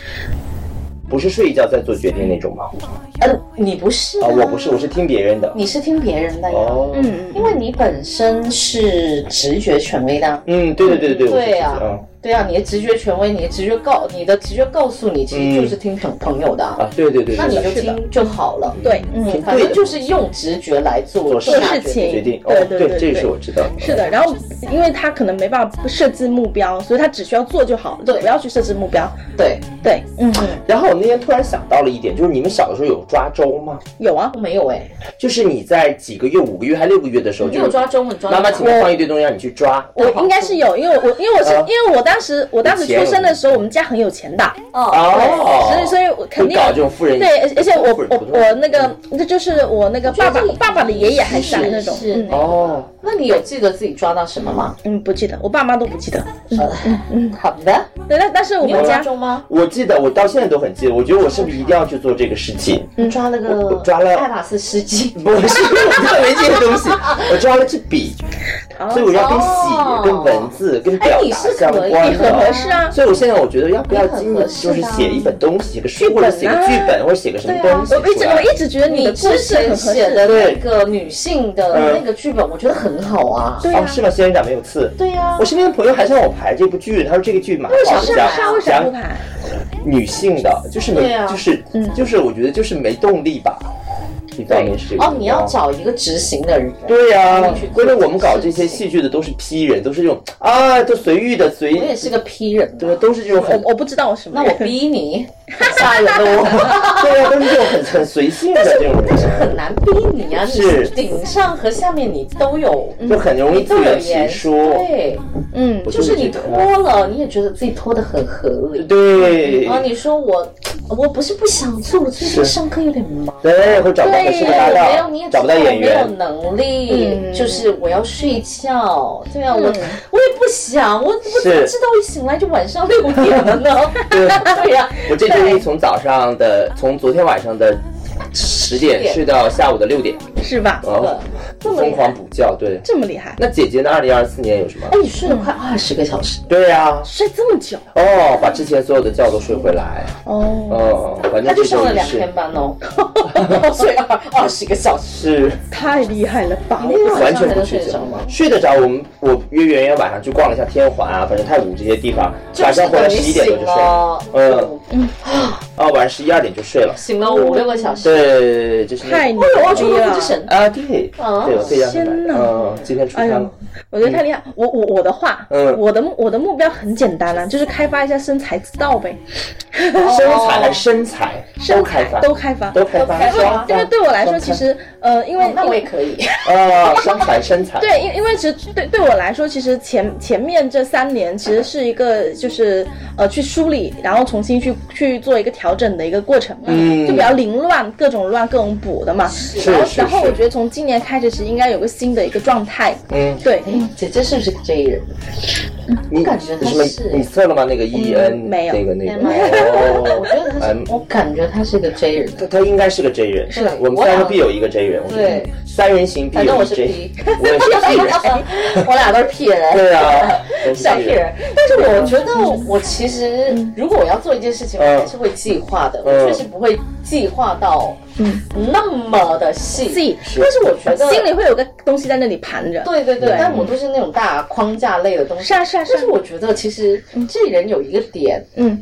A: 不是睡一觉再做决定那种吗？
C: 嗯
B: 呃，你不是
A: 啊，我不是，我是听别人的，
B: 你是听别人的呀，
A: 哦，嗯
C: 嗯，
B: 因为你本身是直觉权威的啊。
A: 嗯，对对对对，我是
B: 对
A: 这
B: 啊
A: 样嗯
B: 对啊，你的直觉权威，你的直觉告，你的直觉告诉你，其实就是听朋朋友的啊，
A: 啊，对对对，
B: 那你
A: 对
B: 就
A: 对是的
B: 听就好了。
C: 对，嗯。
A: 挺
B: 反
A: 对
B: 正
A: 的，
B: 就是用直觉来做
A: 做
B: 做
A: 事
B: 下决定
C: 情
A: 决定，
C: 对
A: 哦
C: 对对
A: 这个
C: 对
A: 是我知道的，
C: 是的，然后因为他可能没办法设置目标，所以他只需要做就好，就
B: 对
C: 不要去设置目标。
B: 对，
C: 对，嗯，嗯
A: 然后我那天突然想到了一点，就是你们小的时候有抓周吗？
C: 有啊，
B: 我没有哎，
A: 就是你在几个月、五个月还六个月的时候，
B: 你
A: 就
B: 有
A: 是
B: 抓中文抓
A: 妈妈
B: 中
A: 前面放一堆东西让你去抓。
C: 我应该是有，因为我因为我是、
A: 啊
C: 因为我当时我当时出生的时候，我们家很有钱的，
B: 哦，
A: 哦，
C: 所以所以我肯
A: 会
C: 定
A: 搞这种富人
C: 对，而而且我
A: 富人
C: 我
A: 不错嗯
C: 我那个那就是我那个爸爸
B: 我觉得这
C: 爸爸的爷爷还在
B: 是
C: 那种，
B: 是
C: 嗯
A: 哦，
B: 那你有记得自己抓到什么吗？
C: 嗯不记得，我爸妈都不记得。
B: 嗯，好的，
C: 对，但但是我
B: 你有
C: 们
B: 抓
C: 家
B: 中吗？
A: 我记得我到现在都很记得，我觉得我是不是一定要去做这个事情？
C: 嗯
B: 抓了
A: 我
B: 个
A: 我抓了
B: 爱马仕湿巾，
A: 不是，我特没这些东西，我抓了支笔，所以我要跟
B: 哦
A: 写、跟文字、跟表
B: 哎你
A: 达
B: 是
A: 相
B: 可以
A: 关
C: 很合
A: 的。
C: 适啊。
A: 所以我现在我觉得要不要
B: 很
A: 今
B: 合
A: 年
B: 适
A: 就是
B: 的啊
A: 写一本东西，写个书
C: 剧
A: 或者
C: 本
A: 写个
C: 啊
A: 剧本或者写个什么东西
B: 对
A: 出
B: 啊
A: 来？
C: 我一直我一直觉得你
B: 你
C: 的故
B: 之
C: 事
B: 前
C: 很合
B: 写
C: 适，
B: 的那个女性的那个剧本，我觉得很好啊。
C: 对
A: 哦，
C: 啊。
A: 是吗？仙人掌没有刺。
B: 对呀、
A: 我身边的朋友还让我排这部剧，他说这个剧蛮好
C: 是
A: 的，
C: 啊，是啊，为
A: 讲
C: 什么不
A: 讲
C: 排？
A: 女性的，就是
B: 对
A: 没，
B: 啊
A: 就是就是，我觉得就是没动力吧，一方面是这个啊
B: 哦，你要找一个执行的人。
A: 对呀
B: 你去，做
A: 关键我们搞
B: 这
A: 这
B: 件事
A: 些
B: 情
A: 戏剧的都是批人，都是这种啊，都随遇的随
B: 我，也是个 P 人啊，
A: 对，都是这种
C: 我
A: 很
C: 我不知道我什么
B: 那
C: 人。
B: 我逼 你，吓人的我。
A: 对呀，都是这种很很随性的这种
B: 很
A: 人，
B: 难逼你啊，你
A: 是
B: 顶上和下面你都有，
A: 就很容易
B: 你
A: 自
B: 都有
A: 圆其
B: 颜
A: 说。
B: 对，
C: 嗯
A: 我，
B: 就是你
A: 觉得
B: 拖了，你也觉得自己拖得很合理。
A: 对
B: 然哦后你说我，我不是不想做，我最近上课有点忙。
A: 对，会找不到合适的搭
B: 对，没有
A: 档，
B: 你也
A: 找不到
B: 知道我
A: 演员
B: 没有，能力，就是我要睡觉。对啊，我我也不想，我我怎么
A: 是
B: 知道我醒来就晚上六点 了呢？对啊呀，
A: 我这周一从早上的，从昨天晚上的十点睡到下午的六点，
C: 是吧？
A: 哦，
B: 这么厉
A: 疯
B: 害
A: 狂。补觉，对。
C: 这么厉害，
A: 那姐姐呢？二零二四年有什么
B: 哎？，你睡了
A: 嗯
B: 快二十个小时，
A: 对呀、
C: 睡这么久
A: 哦，把之前所有的觉都睡回来。
C: 哦。
A: 哦，反
B: 他
A: 正
B: 就
A: 这
B: 上
A: 周
B: 了
A: 也
B: 两
A: 是
B: 天。班哦。睡了二十个小时，
A: 是
C: 太厉害了吧！
B: 你那个
A: 完
B: 晚
A: 全
B: 上才
A: 不
B: 能
A: 睡
B: 睡得
A: 觉
B: 着吗，？
A: 睡得着。我们我约圆圆晚上去逛了一下天环啊，反正太古这些地方，晚上回来十一点多就睡了，
B: 就是等于醒
A: 嗯
B: 了，
A: 啊，晚上十一二点就睡了。
B: 醒了五六个小时。
A: 对，就是那
C: 太牛
B: 哎呦，我出
C: 逼
B: 了
C: 了
B: 之！神，
A: 啊，对，
B: 啊
A: 对，我可以让他来。
C: 天哪
A: 嗯，今天出
C: 哎
A: 山
C: 呦
A: 了，，
C: 我觉得太厉害！我我我的话，
A: 嗯
C: 我的目我的目标很简单啦、啊就是开发一下身材之道呗，
B: 哦
A: 身材还是身材
C: 身
A: 开
C: 材
A: 发，
C: 都开发。
A: 都开发
B: 都开，发
A: 双
C: 因为对我来说，其实呃，
A: 嗯
C: 因为
B: 哦那我也
C: 因为
B: 可以。
A: 啊，身材身材，
C: 对，因因为其实对对我来说，其实前前面这三年其实是一个就是呃去梳理，然后重新去去做一个调整的一个过程嘛，
A: 嗯
C: 就比较凌乱，各种乱，各种补的嘛。
A: 是
C: 然后
A: 是
C: 然后
A: 是
C: 我觉得从今年开始，其实应该有个新的一个状态。
A: 嗯，
C: 对，
B: 哎姐姐是不是 J 人？
A: 你
B: 我感觉
A: 你
B: 他
A: 什么
B: 是
A: 你测了吗？那个 E
C: 嗯
A: N
C: 没有
A: 那个那个，
B: 没有
A: 哦
B: 我觉得他是
A: 嗯，
B: 我感觉他是个 J 人。
A: 他他应该是个 J 人，
B: 是的
A: 我们
B: 我
A: 三个
B: 俩
A: 必有一个 J 人，我觉得
B: 对
A: 三人行必
B: 反正
A: 有
B: 我
A: 一
B: 是
A: J，
B: P，
A: 我也是 P 人，
C: 哎
B: 我俩都是 P 人。
A: 对啊，都是
B: 小
A: P
B: P 人，但是我觉得我其实
C: 嗯
B: 如果我要做一件事情，我还是会计划的，我
A: 嗯
B: 确实不会计划到那么的细。
C: 自己
A: 是
B: 但是我觉得
C: 嗯心里会有个东西在那里盘着。
B: 对对对，但我都是那种大框架类的东西。
C: 是啊是啊是啊
B: 但是我觉得其实这人有一个点，
C: 嗯，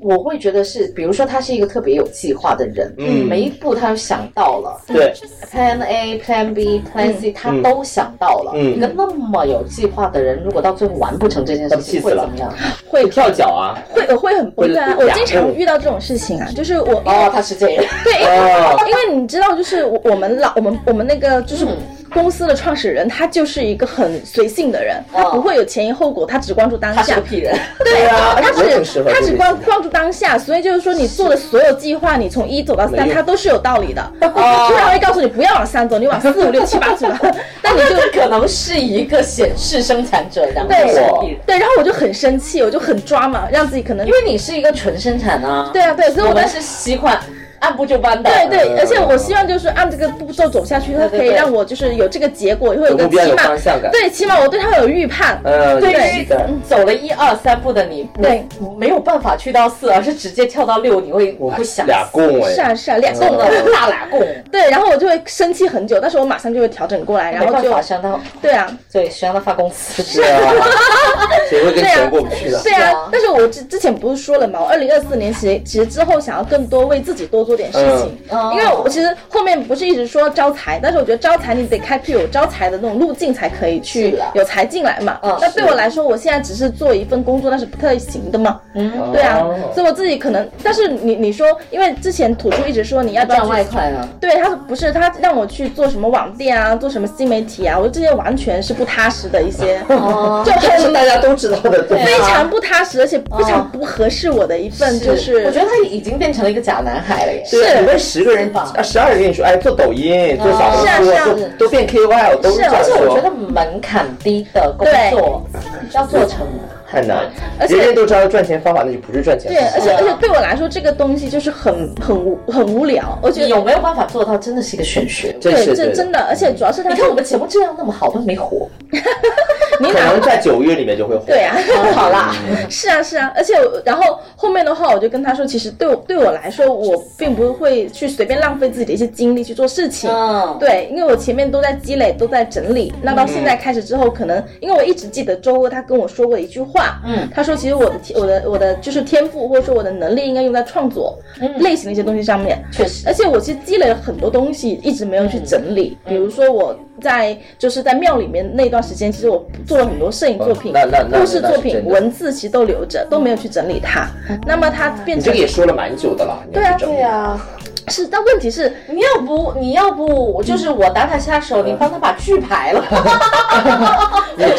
B: 我会觉得是，比如说他是一个特别有计划的人，
A: 嗯
B: 每一步他都想到了，
A: 对，
B: Plan A、Plan B、Plan C，、他都想到了。
A: 嗯
B: 一个那么有计划的人，如果到最后完不成这件事
A: 那气
B: 情，
A: 死
B: 会
A: 了
B: 怎么样？
C: 会
A: 跳脚啊，
C: 会我会很崩溃啊！
A: 会
C: 我
A: 打
C: 经常
A: 会
C: 遇到这种事情啊，就是我
B: 哦，他是这样。
C: 对，因
A: 哦
C: 为因为你知道，就是我我们老我们我们那个就是
B: 嗯
C: 公司的创始人，他就是一个很随性的人，他
B: 哦
C: 不会有前因后果，他只关注当
B: 他是
C: 下
B: 个。屁人，
A: 对啊，
C: 他
A: 我很适
C: 只
A: 合
C: 他
A: 这
C: 只
A: 个
C: 关关注当下，所以就是说，你做的所有计划，你从一走到
A: 没
C: 三，
A: 用
C: 它都是有道理的。
A: 哦
C: 就是他会告诉你不要往三走，你往四五六七八走。 但你就
B: 这可能是一个显示生产者，然后
C: 对
B: 是个屁人，
C: 对，然后我就很生气，我就很抓嘛，让自己可能
B: 因为你是一个纯生产啊。
C: 对，啊对，所以
B: 我
C: 我在
B: 们是习惯按部就班的。
C: 对对，而且我希望就是按这个步骤走下去，它
B: 嗯对
C: 可
B: 对
C: 以
B: 对
C: 让我就是有这个结果，会有一个
A: 目标
C: 起
A: 有
C: 码
A: 方向感
C: 对，起码我对它有预判。
A: 呃，
B: 对
A: 对
B: 于走了一二三步的你，
C: 对
B: 没没有办法去到四，而是直接跳到六，你会
A: 哇
B: 会想，
A: 俩供哎，
C: 是啊是啊，两
B: 中
C: 动了。
B: 了大喇贡，
C: 对，然后我就会生气很久，但是我马上就会调整过来，然
B: 没
C: 后
B: 办
C: 就
B: 法伤到，
C: 对啊，
B: 对，谁让他发公司？
A: 是 啊，谁会跟钱过不去的？
C: 对
B: 是
C: 啊
B: 啊。
C: 但是我之之前不是说了嘛，我二零二四年其实其实之后想要更多为自己多做点事情，
B: 嗯
C: 因为我其实后面不是一直说招财，但是我觉得招财你得开辟有招财的那种路径才可以去
B: 是啊
C: 有财进来嘛
B: 嗯。
C: 那对我来说，我现在只是做一份工作，那是不太行的嘛。
B: 嗯
A: 哦
C: 对啊，所以我自己可能，但是你你说，因为之前土著一直说你要不要
B: 赚
C: 去
B: 外快啊！
C: 对他不是他让我去做什么网店啊，做什么新媒体啊，我这些完全是不踏实的 一些，
B: 哦
C: 就
A: 这是
C: 很
A: 大家都知道的，对啊
C: 非常不踏实，而且非常不合适我的一份，就是
B: 我觉得他已经变成了一个假男孩了耶。
A: 对啊，
C: 是
A: 你问十个人，啊，十二个人跟你说，哎，做抖音、做小红
C: 是啊
A: 书，
C: 是
A: 都都变 KOL，都
C: 是啊
A: 这样
B: 而且我
A: 说
B: 觉得，门槛低的工作要做成，
A: 太难。
C: 而且
A: 人人都知道赚钱方法，那就不是赚钱
C: 对，而
A: 方
C: 且
A: 法。
C: 而且对我来说，这个东西就是很很无很无聊，我觉
B: 你
C: 得
B: 有没有办法做到，真的是一个玄学。
A: 真
C: 对
A: 是
C: 这
A: 对
C: 真的，而且主要是他
B: 你看我们节目质量那么好，都没火。
C: 你
A: 可
C: 哪
A: 能在九月里面就会火。
C: 对啊。
B: 好啦，
C: 是啊，是啊，而且我然后后面的话，我就跟他说，其实对我对我来说，我并不会去随便浪费自己的一些精力去做事情。
B: 嗯
C: 对，因为我前面都在积累，都在整理。
A: 嗯
C: 那到现在开始之后，可能因为我一直记得周哥他跟我说过一句话，
B: 嗯，
C: 他说其实我的天我的我的就是天赋或者说我的能力应该用在创作
A: 嗯
C: 类型的一些东西上面。
B: 确实
C: 而且我其实积累了很多东西，一直没有去整理。
A: 嗯
C: 比如说我在就是在庙里面那段时间，其实我做了很多摄影作品、
A: 哦那那那
C: 故事
A: 那
C: 作
A: 是
C: 品、
A: 真的
C: 文字，其实都留着，都没有去整理它。那么它变
A: 你这
C: 成
A: 个也说了蛮久的了，你要去整理
B: 对啊，
C: 是，但问题是，
B: 你要不你要不就是我打打下
A: 嗯
B: 手，你帮他把剧排了。
A: 你要整
C: 啊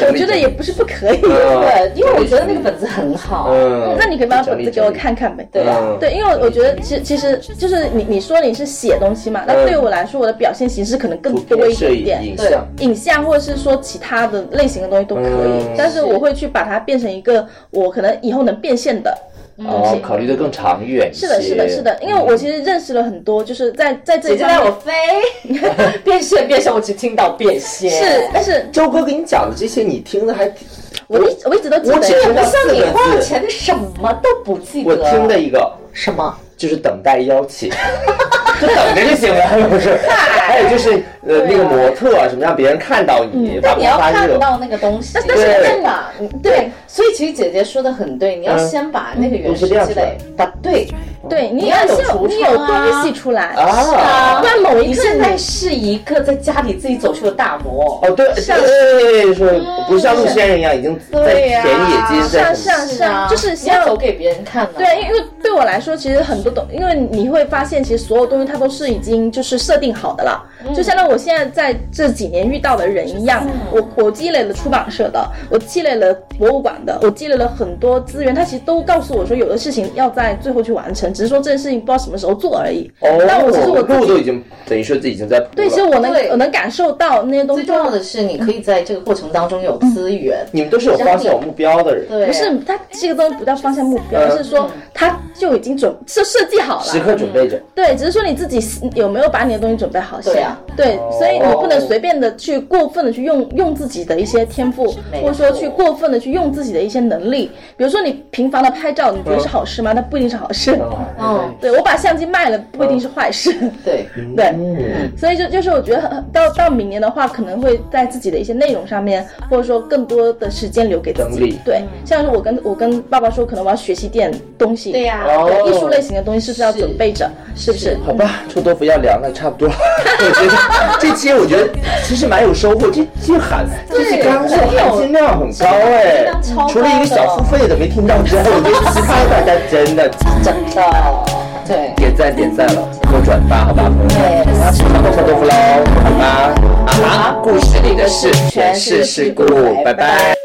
C: 我
A: 理
C: 觉得也不是不可以。
B: 对，因为我觉得那个本子很好。
A: 嗯，
C: 那你可以把本子给我
A: 整
C: 看
A: 理。
C: 看呗。
B: 对啊
A: 嗯
C: 对，因为我觉得其实其实就是你你说你是写东西嘛，那
A: 嗯
C: 对我来说我的表现形式可能更
A: 图
C: 多
A: 片
C: 一
A: 摄
C: 点
A: 影
C: 点
A: 影，像，
C: 影像或者是说其他的类型的东西都可以，
A: 嗯
C: 但是我会去把它变成一个我可能以后能变现的。
A: 哦，考虑的更长远一些。
C: 嗯是的，是的，是的，因为我其实认识了很多，就是在在这
B: 姐
C: 一
B: 姐带
C: 方
B: 我
C: 面
B: 飞，变现变现，我只听到变现。
C: 是，但是
A: 周哥给你讲的这些，你听的还挺，
C: 我一我一直都记
A: 我只
C: 得
A: 听到
B: 像
A: 四
B: 你
A: 个
B: 花了
A: 字，
B: 钱什么都不记得。
A: 我听的一个
B: 什么？
A: 就是等待邀请。 就等着就行了，不是？还有就是呃那个模特什么让别人看到
C: 嗯
A: 你发
B: 但你要
A: 光发热
B: 看，到那个东西，
C: 但
A: 是对
B: 真的，对，所以其实姐姐说的很对，你要
A: 嗯
B: 先把那个原始积
A: 嗯都是这样
B: 累，把对，
C: 对，哦你
B: 你要
C: 要
B: 有
C: 先
B: 橱
C: 你
B: 窗
C: 有
B: 啊
C: 东西出来
A: 啊是啊
C: 不然某一
B: 你
C: 刻
B: 现
C: 你
B: 在是一个在家里自己走秀的大魔，
A: 哦，对，对，
C: 嗯
A: 说不像陆仙人一样，已经在
B: 对
A: 田
B: 呀
A: 野间
C: 是啊
A: 在
C: 是啊是啊，就是
B: 你要
C: 像
B: 走给别人看呢。啊
C: 对，因为对我来说，其实很多东，因为你会发现，其实所有东西它都是已经就是设定好的了。就相当于我现在在这几年遇到嗯的人一样，我我积累了出版社的，我积累了博物馆的，我积累了很多资源，它其实都告诉我说，有的事情要在最后去完成，只是说这件事情不知道什么时候做而已。
A: 哦，
C: 但我其实我自
A: 路都
C: 己
A: 已经等于说自己已经在铺
C: 对，其实
A: 了。
C: 我能
B: 对
C: 我能感受到那些东
B: 最
C: 西
B: 重。要的是你可以在这个过程当中有资源，
A: 你们都是有方向、有目标的人，
B: 对，呃
C: 不是，它这个东西不叫方向目标，而是说它就已经准设设计好了，
A: 时刻准备着。
C: 对，只是说你自己是有没有把你的东西准备好先。
B: 对啊
C: 对
A: 哦
C: 所以你不能随便的去过分的去用用自己的一些天赋，
B: 没
C: 或者说
B: 错
C: 去过分的去用自己的一些能力。比如说你频繁的拍照，你觉得是好事吗？那不一定是好事。
B: 嗯，
C: 对我把相机卖了，不一定是坏事。
B: 对，
C: 对，
A: 嗯，
C: 所以就就是我觉得很到到明年的话，可能会在自己的一些内容上面，或者说更多的时间留给自
A: 整理嗯
C: 己。对，像是我跟我跟爸爸说，可能我要学习点东西。
B: 对呀
A: 哦
C: 对艺术类型的东西是不是要准备着？是不是？
A: 好吧，臭豆腐要凉了，差不多 了。我觉得这期我觉得其实蛮有收获，这这含这期刚性含金量很高哎
B: 量超高，的
A: 除了一个小付费的没听到之外，我觉得其他大家真的
B: 真的，对。
A: 点赞点赞了，多转发好吧，朋友们，我要去看臭豆腐啊喽，好吧？啊哈，故事里的事，诠释是故，拜拜。